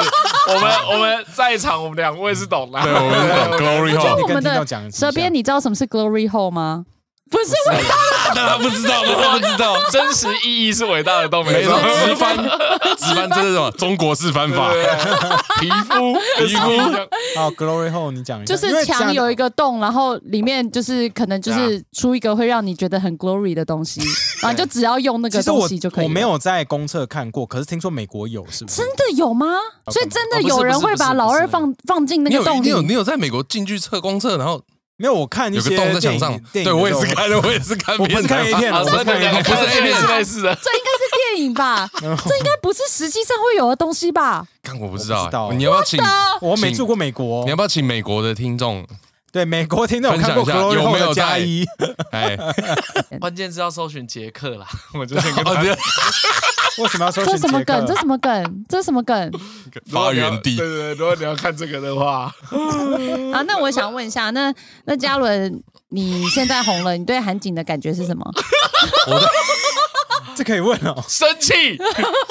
[SPEAKER 3] 我们我们在场，我们两位是懂的。
[SPEAKER 4] 对，我们是懂 glory
[SPEAKER 2] 就
[SPEAKER 4] hole。
[SPEAKER 2] 我们
[SPEAKER 1] 啊你跟听
[SPEAKER 2] 的
[SPEAKER 1] 众讲一下
[SPEAKER 2] 舌边，你知道什么是 Glory Hole 吗？不是我，
[SPEAKER 4] 那他不知道，那他不知道。
[SPEAKER 3] 真实意义是伟大的，都没
[SPEAKER 4] 没
[SPEAKER 3] 错
[SPEAKER 4] 错，。直翻，直翻，这是什么？中国式翻法，
[SPEAKER 3] 皮肤
[SPEAKER 4] 皮肤
[SPEAKER 1] 好，Glory Hole，你讲一下，
[SPEAKER 2] 就
[SPEAKER 1] 因为
[SPEAKER 2] 是墙有一个洞，然后里面就是可能
[SPEAKER 1] 啊
[SPEAKER 2] 就是出一个会让你觉得很 glory 的 东西，然后就只要用那
[SPEAKER 1] 其
[SPEAKER 2] 个
[SPEAKER 1] 实
[SPEAKER 2] 东
[SPEAKER 1] 我
[SPEAKER 2] 西就可以了。
[SPEAKER 1] 我没有在公厕看过，可是听说美国有，是不是
[SPEAKER 2] 真？的有吗？
[SPEAKER 1] 哦
[SPEAKER 2] 所以真的有人会把老二放放进那
[SPEAKER 4] 你
[SPEAKER 2] 个
[SPEAKER 4] 有
[SPEAKER 2] 洞
[SPEAKER 4] 你有
[SPEAKER 2] 里？
[SPEAKER 4] 你有在美国进去测公厕，然后
[SPEAKER 1] 没有，我看一
[SPEAKER 4] 有
[SPEAKER 1] 些
[SPEAKER 4] 个洞在墙
[SPEAKER 1] 电
[SPEAKER 4] 上
[SPEAKER 1] 影，电影
[SPEAKER 4] 对
[SPEAKER 1] 的
[SPEAKER 4] 我也是
[SPEAKER 1] 时候
[SPEAKER 4] 看，我也是看
[SPEAKER 1] 我
[SPEAKER 4] 别
[SPEAKER 1] 不是
[SPEAKER 4] 人打
[SPEAKER 1] 看
[SPEAKER 4] 炮，
[SPEAKER 1] A 片啊，我
[SPEAKER 3] 真
[SPEAKER 1] 是看 A
[SPEAKER 3] 的
[SPEAKER 1] 片，
[SPEAKER 4] 不是 A 片
[SPEAKER 3] 类似的。
[SPEAKER 2] 这应该是电影 吧？这应该不是实际上会有的东西吧？
[SPEAKER 4] 看我不知
[SPEAKER 1] 我不知道
[SPEAKER 4] 道欸，
[SPEAKER 1] 欸
[SPEAKER 4] 你要不要请？
[SPEAKER 1] 我没住过美国
[SPEAKER 4] 你要，不要请美国的听众？
[SPEAKER 1] 对美国听众有
[SPEAKER 4] 分
[SPEAKER 1] 看
[SPEAKER 4] 享
[SPEAKER 1] 过
[SPEAKER 4] 一下
[SPEAKER 1] Glory
[SPEAKER 4] 有没
[SPEAKER 1] Hole
[SPEAKER 4] 有
[SPEAKER 1] 的加
[SPEAKER 4] 在
[SPEAKER 1] 一，
[SPEAKER 4] 哎，
[SPEAKER 3] 关键是要搜寻杰克啦，我就先跟
[SPEAKER 4] 哦
[SPEAKER 3] 他
[SPEAKER 4] 对
[SPEAKER 1] 为什么要 搜
[SPEAKER 2] 这
[SPEAKER 1] 寻
[SPEAKER 2] 什么
[SPEAKER 1] 杰
[SPEAKER 2] 梗？这
[SPEAKER 1] 克？
[SPEAKER 2] 什么梗？这什么梗
[SPEAKER 4] 发源地
[SPEAKER 3] 对对，对如果你要看这个的话，
[SPEAKER 2] 啊？那我想问一下，那那嘉伦，你现在红了，你对韩景的感觉是什么？
[SPEAKER 4] 我的
[SPEAKER 1] 这可以问哦。
[SPEAKER 3] 生气，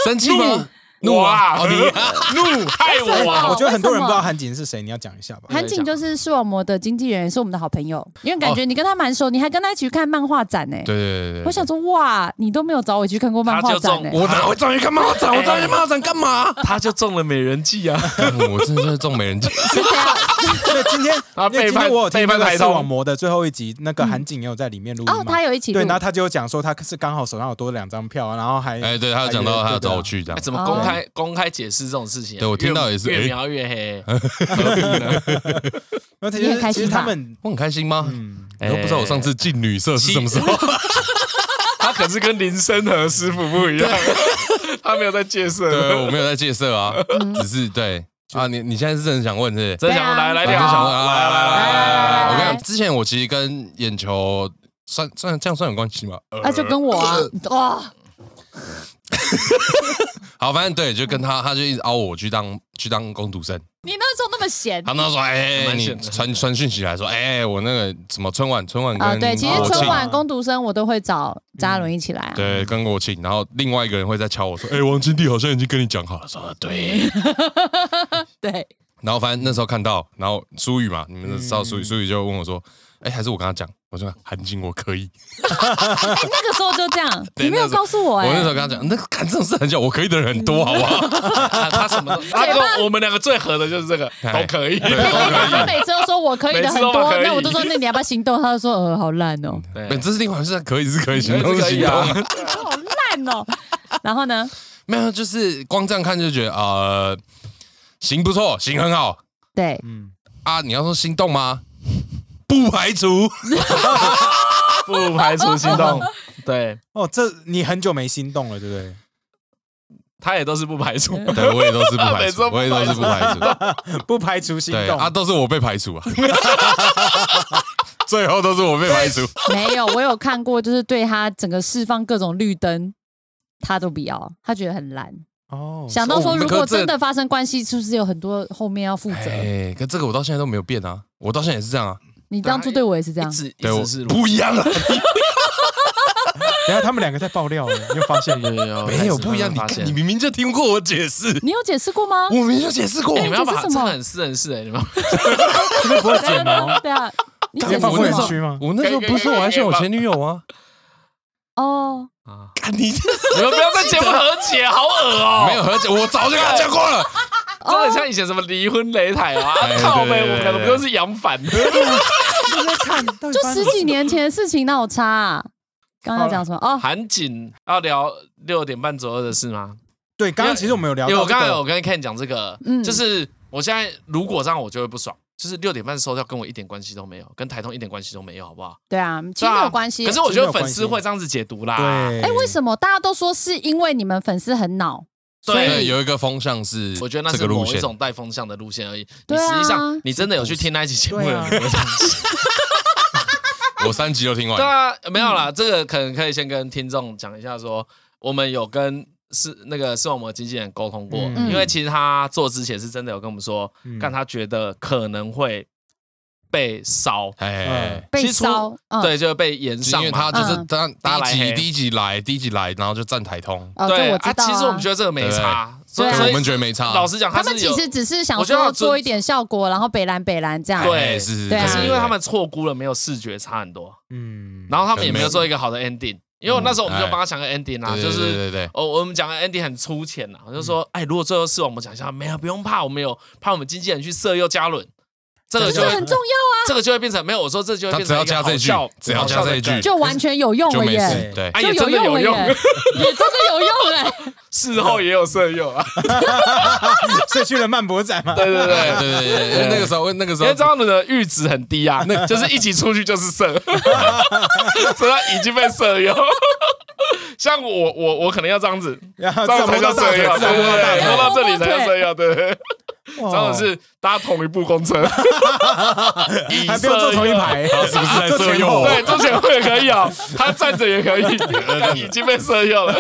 [SPEAKER 4] 生气吗？
[SPEAKER 3] 怒啊
[SPEAKER 4] 哦你
[SPEAKER 3] 怒害 我
[SPEAKER 2] 为什
[SPEAKER 3] 啊！
[SPEAKER 2] 么
[SPEAKER 1] 我觉得很多人不
[SPEAKER 2] 为什么
[SPEAKER 1] 知道韩景是谁，你要讲一下吧。
[SPEAKER 2] 韩景就是视网膜的经纪人，也是我们的好朋友。因为感觉你跟他蛮熟，你还跟他一起去看漫画展呢、
[SPEAKER 4] 哦对对对对，
[SPEAKER 2] 我想说，哇，你都没有找我去看过漫画展呢、
[SPEAKER 3] 他就中
[SPEAKER 4] 我
[SPEAKER 1] 啊
[SPEAKER 4] 哪会章鱼干嘛？我章
[SPEAKER 1] 哎
[SPEAKER 4] 我章鱼 漫展干嘛？
[SPEAKER 3] 他就中了美人计啊！
[SPEAKER 4] 干我真的是中美人计，
[SPEAKER 2] 是这样
[SPEAKER 1] 对，今 天
[SPEAKER 3] 啊
[SPEAKER 1] 因为
[SPEAKER 3] 背
[SPEAKER 1] 今
[SPEAKER 3] 叛
[SPEAKER 1] 天我有听
[SPEAKER 3] 背
[SPEAKER 1] 那
[SPEAKER 3] 叛
[SPEAKER 1] 个
[SPEAKER 3] 台
[SPEAKER 1] 视
[SPEAKER 3] 通
[SPEAKER 1] 网膜的最后一集，那个韩景也有在里面录音嘛
[SPEAKER 2] 嗯哦，
[SPEAKER 4] 嗯
[SPEAKER 2] 他有一起录
[SPEAKER 1] 对，然后他就有讲说他是刚好手上有多两张票，啊然后还
[SPEAKER 4] 哎，对，他有讲到他要找我，去这
[SPEAKER 3] 哎
[SPEAKER 4] 样，
[SPEAKER 3] 怎么公开公开解释这种事情啊？
[SPEAKER 4] 对我听到也是
[SPEAKER 3] 越
[SPEAKER 4] 哎
[SPEAKER 3] 越描越
[SPEAKER 1] 还有对对
[SPEAKER 2] 你
[SPEAKER 3] 黑。
[SPEAKER 2] 很
[SPEAKER 1] 对
[SPEAKER 2] 开
[SPEAKER 1] 其
[SPEAKER 2] 心
[SPEAKER 1] 实他
[SPEAKER 2] 吧
[SPEAKER 1] 们
[SPEAKER 4] 我很开心吗？
[SPEAKER 1] 嗯，
[SPEAKER 4] 你都不知道我上次进女色是什么时候？
[SPEAKER 3] 他可是跟林森和师傅不一样， 他没有在戒
[SPEAKER 4] 对，
[SPEAKER 3] 色。
[SPEAKER 4] 我没有在戒色啊，只是对啊，你你现在是真的想问是不是？
[SPEAKER 3] 真的想问
[SPEAKER 2] 对啊
[SPEAKER 3] 来来
[SPEAKER 4] 我
[SPEAKER 3] 聊
[SPEAKER 4] 就
[SPEAKER 3] 啊，
[SPEAKER 4] 想问啊，来来来来来，
[SPEAKER 2] 来
[SPEAKER 4] 我跟你讲，之前我其实跟眼球算算这样算有关系吗？呃
[SPEAKER 2] 啊，就跟我啊，哇，
[SPEAKER 4] 好，反正对，就跟他，他就一直凹我去当去当工读生。
[SPEAKER 2] 你那时候那么闲
[SPEAKER 4] 他那时候哎，
[SPEAKER 3] 蛮
[SPEAKER 4] 你
[SPEAKER 3] 闲的
[SPEAKER 4] 传传讯息来说，哎，我那个什么春晚，春晚
[SPEAKER 2] 啊，
[SPEAKER 4] 跟
[SPEAKER 2] 对，其实
[SPEAKER 4] 国
[SPEAKER 2] 春
[SPEAKER 4] 庆，
[SPEAKER 2] 晚攻读生我都会找嘉伦一起来啊。
[SPEAKER 4] 对，跟国庆，然后另外一个人会再敲我说，哎，王金弟好像已经跟你讲好了，说啊对。
[SPEAKER 2] 对，
[SPEAKER 4] 然后反正那时候看到，然后苏雨嘛，你们都知道苏雨，苏雨就问我说，哎，还是我跟他讲，我说韩金我可以，
[SPEAKER 2] 哎，那个时候就这样，
[SPEAKER 4] 对
[SPEAKER 2] 你没有告诉我
[SPEAKER 4] 我那时候
[SPEAKER 2] 哎，
[SPEAKER 4] 跟他讲，那个干这种事很久，我可以的人很多，好啊不 好？
[SPEAKER 3] 他他什么都？他跟我们两个最合的就是这个，
[SPEAKER 4] 哎
[SPEAKER 3] 都可以。
[SPEAKER 4] 对都可以
[SPEAKER 2] 他每次都说我可以的很
[SPEAKER 3] 每次都
[SPEAKER 2] 多
[SPEAKER 3] 可以，
[SPEAKER 2] 那我就说那你要不要行动？他就说呃，好烂哦，
[SPEAKER 3] 对
[SPEAKER 4] 没这是另外一回事，可以是可以行
[SPEAKER 3] 对
[SPEAKER 4] 动
[SPEAKER 3] 是可
[SPEAKER 4] 是行
[SPEAKER 3] 以
[SPEAKER 4] 动
[SPEAKER 3] 啊
[SPEAKER 4] 啊。
[SPEAKER 2] 好烂哦。然后呢？
[SPEAKER 4] 没有，就是光这样看就觉得呃，行不错，行很好
[SPEAKER 2] 对，
[SPEAKER 1] 嗯，
[SPEAKER 4] 啊。你要说心动吗？不排除，
[SPEAKER 3] 不排除心动，对，
[SPEAKER 1] 哦，这你很久没心动了，对不 对？
[SPEAKER 3] 他也都是不排除。
[SPEAKER 4] 对我也都是不排
[SPEAKER 3] 每
[SPEAKER 4] 除
[SPEAKER 3] 次，都不
[SPEAKER 4] 我也都是不排除，
[SPEAKER 1] 不排除心
[SPEAKER 4] 对
[SPEAKER 1] 动
[SPEAKER 4] 啊，都是我被排 除啊，最后都是我被排除。
[SPEAKER 2] 没有，我有看过，就是对他整个释放各种绿灯，他都不要，他觉得很烂。
[SPEAKER 1] 哦，
[SPEAKER 2] 想到
[SPEAKER 4] 哦
[SPEAKER 2] 说，
[SPEAKER 4] 那
[SPEAKER 2] 如
[SPEAKER 4] 个
[SPEAKER 2] 果
[SPEAKER 4] 这
[SPEAKER 2] 真的发生关系，是不是有很多后面要负责？
[SPEAKER 4] 哎，可这个我到现在都没有变啊，我到现在也是这样啊，
[SPEAKER 2] 你当初对我也是这样
[SPEAKER 3] 一，直一
[SPEAKER 4] 对我
[SPEAKER 3] 直是如
[SPEAKER 4] 不一样 啊，
[SPEAKER 1] 等一下他们两个在爆料了，你有发 现吗？
[SPEAKER 4] 没有不一样，你
[SPEAKER 3] 发
[SPEAKER 4] 看
[SPEAKER 3] 现
[SPEAKER 4] 你明明就听过我解 释，
[SPEAKER 2] 你有解释过吗？
[SPEAKER 4] 我明明就解释过
[SPEAKER 3] 哎，你们要
[SPEAKER 2] 这是
[SPEAKER 3] 把
[SPEAKER 2] 什
[SPEAKER 3] 这
[SPEAKER 2] 么
[SPEAKER 3] 很私人事哎，你们
[SPEAKER 1] 这边不会剪 哦，
[SPEAKER 2] 对啊，你
[SPEAKER 1] 这
[SPEAKER 2] 解
[SPEAKER 1] 边
[SPEAKER 2] 释
[SPEAKER 1] 放
[SPEAKER 4] 我那
[SPEAKER 1] 会员
[SPEAKER 2] 过
[SPEAKER 4] 时候
[SPEAKER 2] 吗？
[SPEAKER 1] 区吗？
[SPEAKER 4] 我那时候不是我还选我前女友吗？
[SPEAKER 2] 哦，
[SPEAKER 3] 啊，
[SPEAKER 4] 干你
[SPEAKER 3] 你们不要在节目和解，好恶哦。
[SPEAKER 4] 没有和解，我早就跟他讲过了。
[SPEAKER 3] 这很像以前什么离婚擂台啊！啊
[SPEAKER 4] 哎
[SPEAKER 3] 靠
[SPEAKER 4] 对
[SPEAKER 3] 呗，
[SPEAKER 4] 对
[SPEAKER 3] 我们两个
[SPEAKER 4] 对
[SPEAKER 3] 不就是扬反 的？
[SPEAKER 1] 就在看，到底
[SPEAKER 2] 就
[SPEAKER 1] 发生
[SPEAKER 2] 十几年前的事情，那我差、啊。刚刚在讲什么？哦，
[SPEAKER 3] 韩景要聊六点半左右的事吗？
[SPEAKER 1] 对，刚刚其实我们有聊
[SPEAKER 3] 因为
[SPEAKER 1] 到
[SPEAKER 3] 我
[SPEAKER 1] 这
[SPEAKER 3] 刚才
[SPEAKER 1] 个，
[SPEAKER 3] 有跟 Ken 讲这个，
[SPEAKER 2] 嗯
[SPEAKER 3] 就是我现在如果这样，我就会不爽。就是六点半收掉，跟我一点关系都没有，跟台通一点关系都没有，好不好？
[SPEAKER 2] 对啊，其实
[SPEAKER 3] 对啊
[SPEAKER 2] 没有关系。
[SPEAKER 3] 可是我觉
[SPEAKER 1] 其实没有
[SPEAKER 3] 得
[SPEAKER 1] 关
[SPEAKER 3] 粉
[SPEAKER 1] 系
[SPEAKER 3] 丝会这样子解读啦。
[SPEAKER 1] 对，
[SPEAKER 2] 哎、为什么大家都说是因为你们粉丝很恼？所
[SPEAKER 3] 对
[SPEAKER 4] 对，
[SPEAKER 2] 以
[SPEAKER 4] 有一个风向是，
[SPEAKER 3] 我觉得那
[SPEAKER 4] 这
[SPEAKER 3] 是
[SPEAKER 4] 个
[SPEAKER 3] 某
[SPEAKER 4] 路
[SPEAKER 3] 一
[SPEAKER 4] 线。
[SPEAKER 3] 种 带风向的路线而已。你
[SPEAKER 2] 对啊
[SPEAKER 3] 实际上你真的有去听那一期节目
[SPEAKER 1] 对
[SPEAKER 3] 了
[SPEAKER 1] 啊？
[SPEAKER 3] 你会这样想
[SPEAKER 4] 我三集就听完
[SPEAKER 3] 对
[SPEAKER 4] 了，
[SPEAKER 3] 啊，没有啦，这个可能可以先跟听众讲一下说，我们有跟是那个视网膜经纪人沟通过，
[SPEAKER 1] 嗯
[SPEAKER 3] 因为其实他做之前是真的有跟我们说，
[SPEAKER 1] 嗯
[SPEAKER 3] 但他觉得可能会被烧，
[SPEAKER 4] 哎，
[SPEAKER 2] 被
[SPEAKER 3] 其实
[SPEAKER 2] 烧，嗯，
[SPEAKER 3] 对，就是被延
[SPEAKER 4] 是因
[SPEAKER 3] 上
[SPEAKER 4] 为
[SPEAKER 3] 嘛
[SPEAKER 4] 他。就是
[SPEAKER 2] 嗯
[SPEAKER 4] 当
[SPEAKER 3] 大
[SPEAKER 4] 第一
[SPEAKER 3] 来
[SPEAKER 4] 集
[SPEAKER 3] 黑
[SPEAKER 4] 第一集来，第一集来，然后就站台通，
[SPEAKER 2] 哦，
[SPEAKER 3] 对啊
[SPEAKER 2] 这我知道、
[SPEAKER 3] 其实我们觉
[SPEAKER 2] 得。
[SPEAKER 3] 得这个没差，所
[SPEAKER 2] 对
[SPEAKER 3] 以
[SPEAKER 2] 啊
[SPEAKER 4] 可
[SPEAKER 3] 所
[SPEAKER 4] 我
[SPEAKER 3] 以
[SPEAKER 4] 们觉得没差。
[SPEAKER 3] 老实讲，
[SPEAKER 2] 他
[SPEAKER 3] 是
[SPEAKER 2] 们其
[SPEAKER 3] 有
[SPEAKER 2] 实只是想
[SPEAKER 3] 我觉得
[SPEAKER 2] 说
[SPEAKER 3] 要尊
[SPEAKER 2] 做一点效果，然后北蓝北蓝这样。
[SPEAKER 3] 对
[SPEAKER 4] 哎是，
[SPEAKER 2] 对啊
[SPEAKER 3] 可是因为他
[SPEAKER 4] 对对
[SPEAKER 3] 们错估了没有视觉差很多，
[SPEAKER 1] 嗯，
[SPEAKER 3] 然后他们也没
[SPEAKER 4] 没
[SPEAKER 3] 有
[SPEAKER 4] 有
[SPEAKER 3] 做一个好的 ending，因为我那时候我们就
[SPEAKER 4] 哎
[SPEAKER 3] 帮他想个 ending 啊，
[SPEAKER 4] 对
[SPEAKER 3] 就
[SPEAKER 4] 对嗯
[SPEAKER 3] 是
[SPEAKER 4] 对对对，
[SPEAKER 3] 哦，我们讲的 Andy 很粗浅呐，我就说，哎，如果最后是我们讲一下，没有，不用怕，我们有怕我们经纪人去色诱嘉伦，这个
[SPEAKER 2] 这
[SPEAKER 3] 就
[SPEAKER 2] 个
[SPEAKER 3] 会
[SPEAKER 2] 很重要，
[SPEAKER 3] 这个就会变成没有，我说这就会
[SPEAKER 4] 他
[SPEAKER 3] 变
[SPEAKER 4] 只
[SPEAKER 3] 成
[SPEAKER 4] 要
[SPEAKER 3] 一个
[SPEAKER 4] 加这
[SPEAKER 3] 好
[SPEAKER 4] 句
[SPEAKER 3] 笑，，
[SPEAKER 4] 只要加这一句
[SPEAKER 2] 就完全有用
[SPEAKER 4] 就
[SPEAKER 2] 了
[SPEAKER 4] 没
[SPEAKER 2] 耶，
[SPEAKER 4] 事。对，
[SPEAKER 3] 哎，
[SPEAKER 2] 就
[SPEAKER 3] 也真的
[SPEAKER 2] 用
[SPEAKER 3] 有
[SPEAKER 2] 了
[SPEAKER 3] 用，
[SPEAKER 2] 耶， 也真的有用 嘞。
[SPEAKER 3] 事后也有色诱啊，
[SPEAKER 1] 所以去了曼博展嘛，
[SPEAKER 3] 对对
[SPEAKER 4] 对
[SPEAKER 3] 对。
[SPEAKER 4] 对对对，因为那个时候那个时
[SPEAKER 3] 因
[SPEAKER 4] 候
[SPEAKER 3] 为张伦的阈值很低啊，那就是一起出去就是色， 所以他已经被色诱。像我，我，我可能要这样子，
[SPEAKER 1] 然后
[SPEAKER 3] 这样才
[SPEAKER 1] 啊摸
[SPEAKER 3] 叫
[SPEAKER 1] 到大
[SPEAKER 3] 色
[SPEAKER 1] 腿，
[SPEAKER 3] 诱，
[SPEAKER 1] 自
[SPEAKER 3] 对
[SPEAKER 1] 然摸到大腿，
[SPEAKER 3] 对对，摸到这里才叫色诱，对对。对
[SPEAKER 1] 哇
[SPEAKER 3] 张伦是搭同一部公车，
[SPEAKER 1] 还不用坐同一排，
[SPEAKER 4] 是不是在
[SPEAKER 1] 坐
[SPEAKER 4] 色
[SPEAKER 1] 前
[SPEAKER 4] 诱
[SPEAKER 1] 后
[SPEAKER 4] 我
[SPEAKER 3] 对，之前会也可以哦，他站着也 可以，已经被色诱了。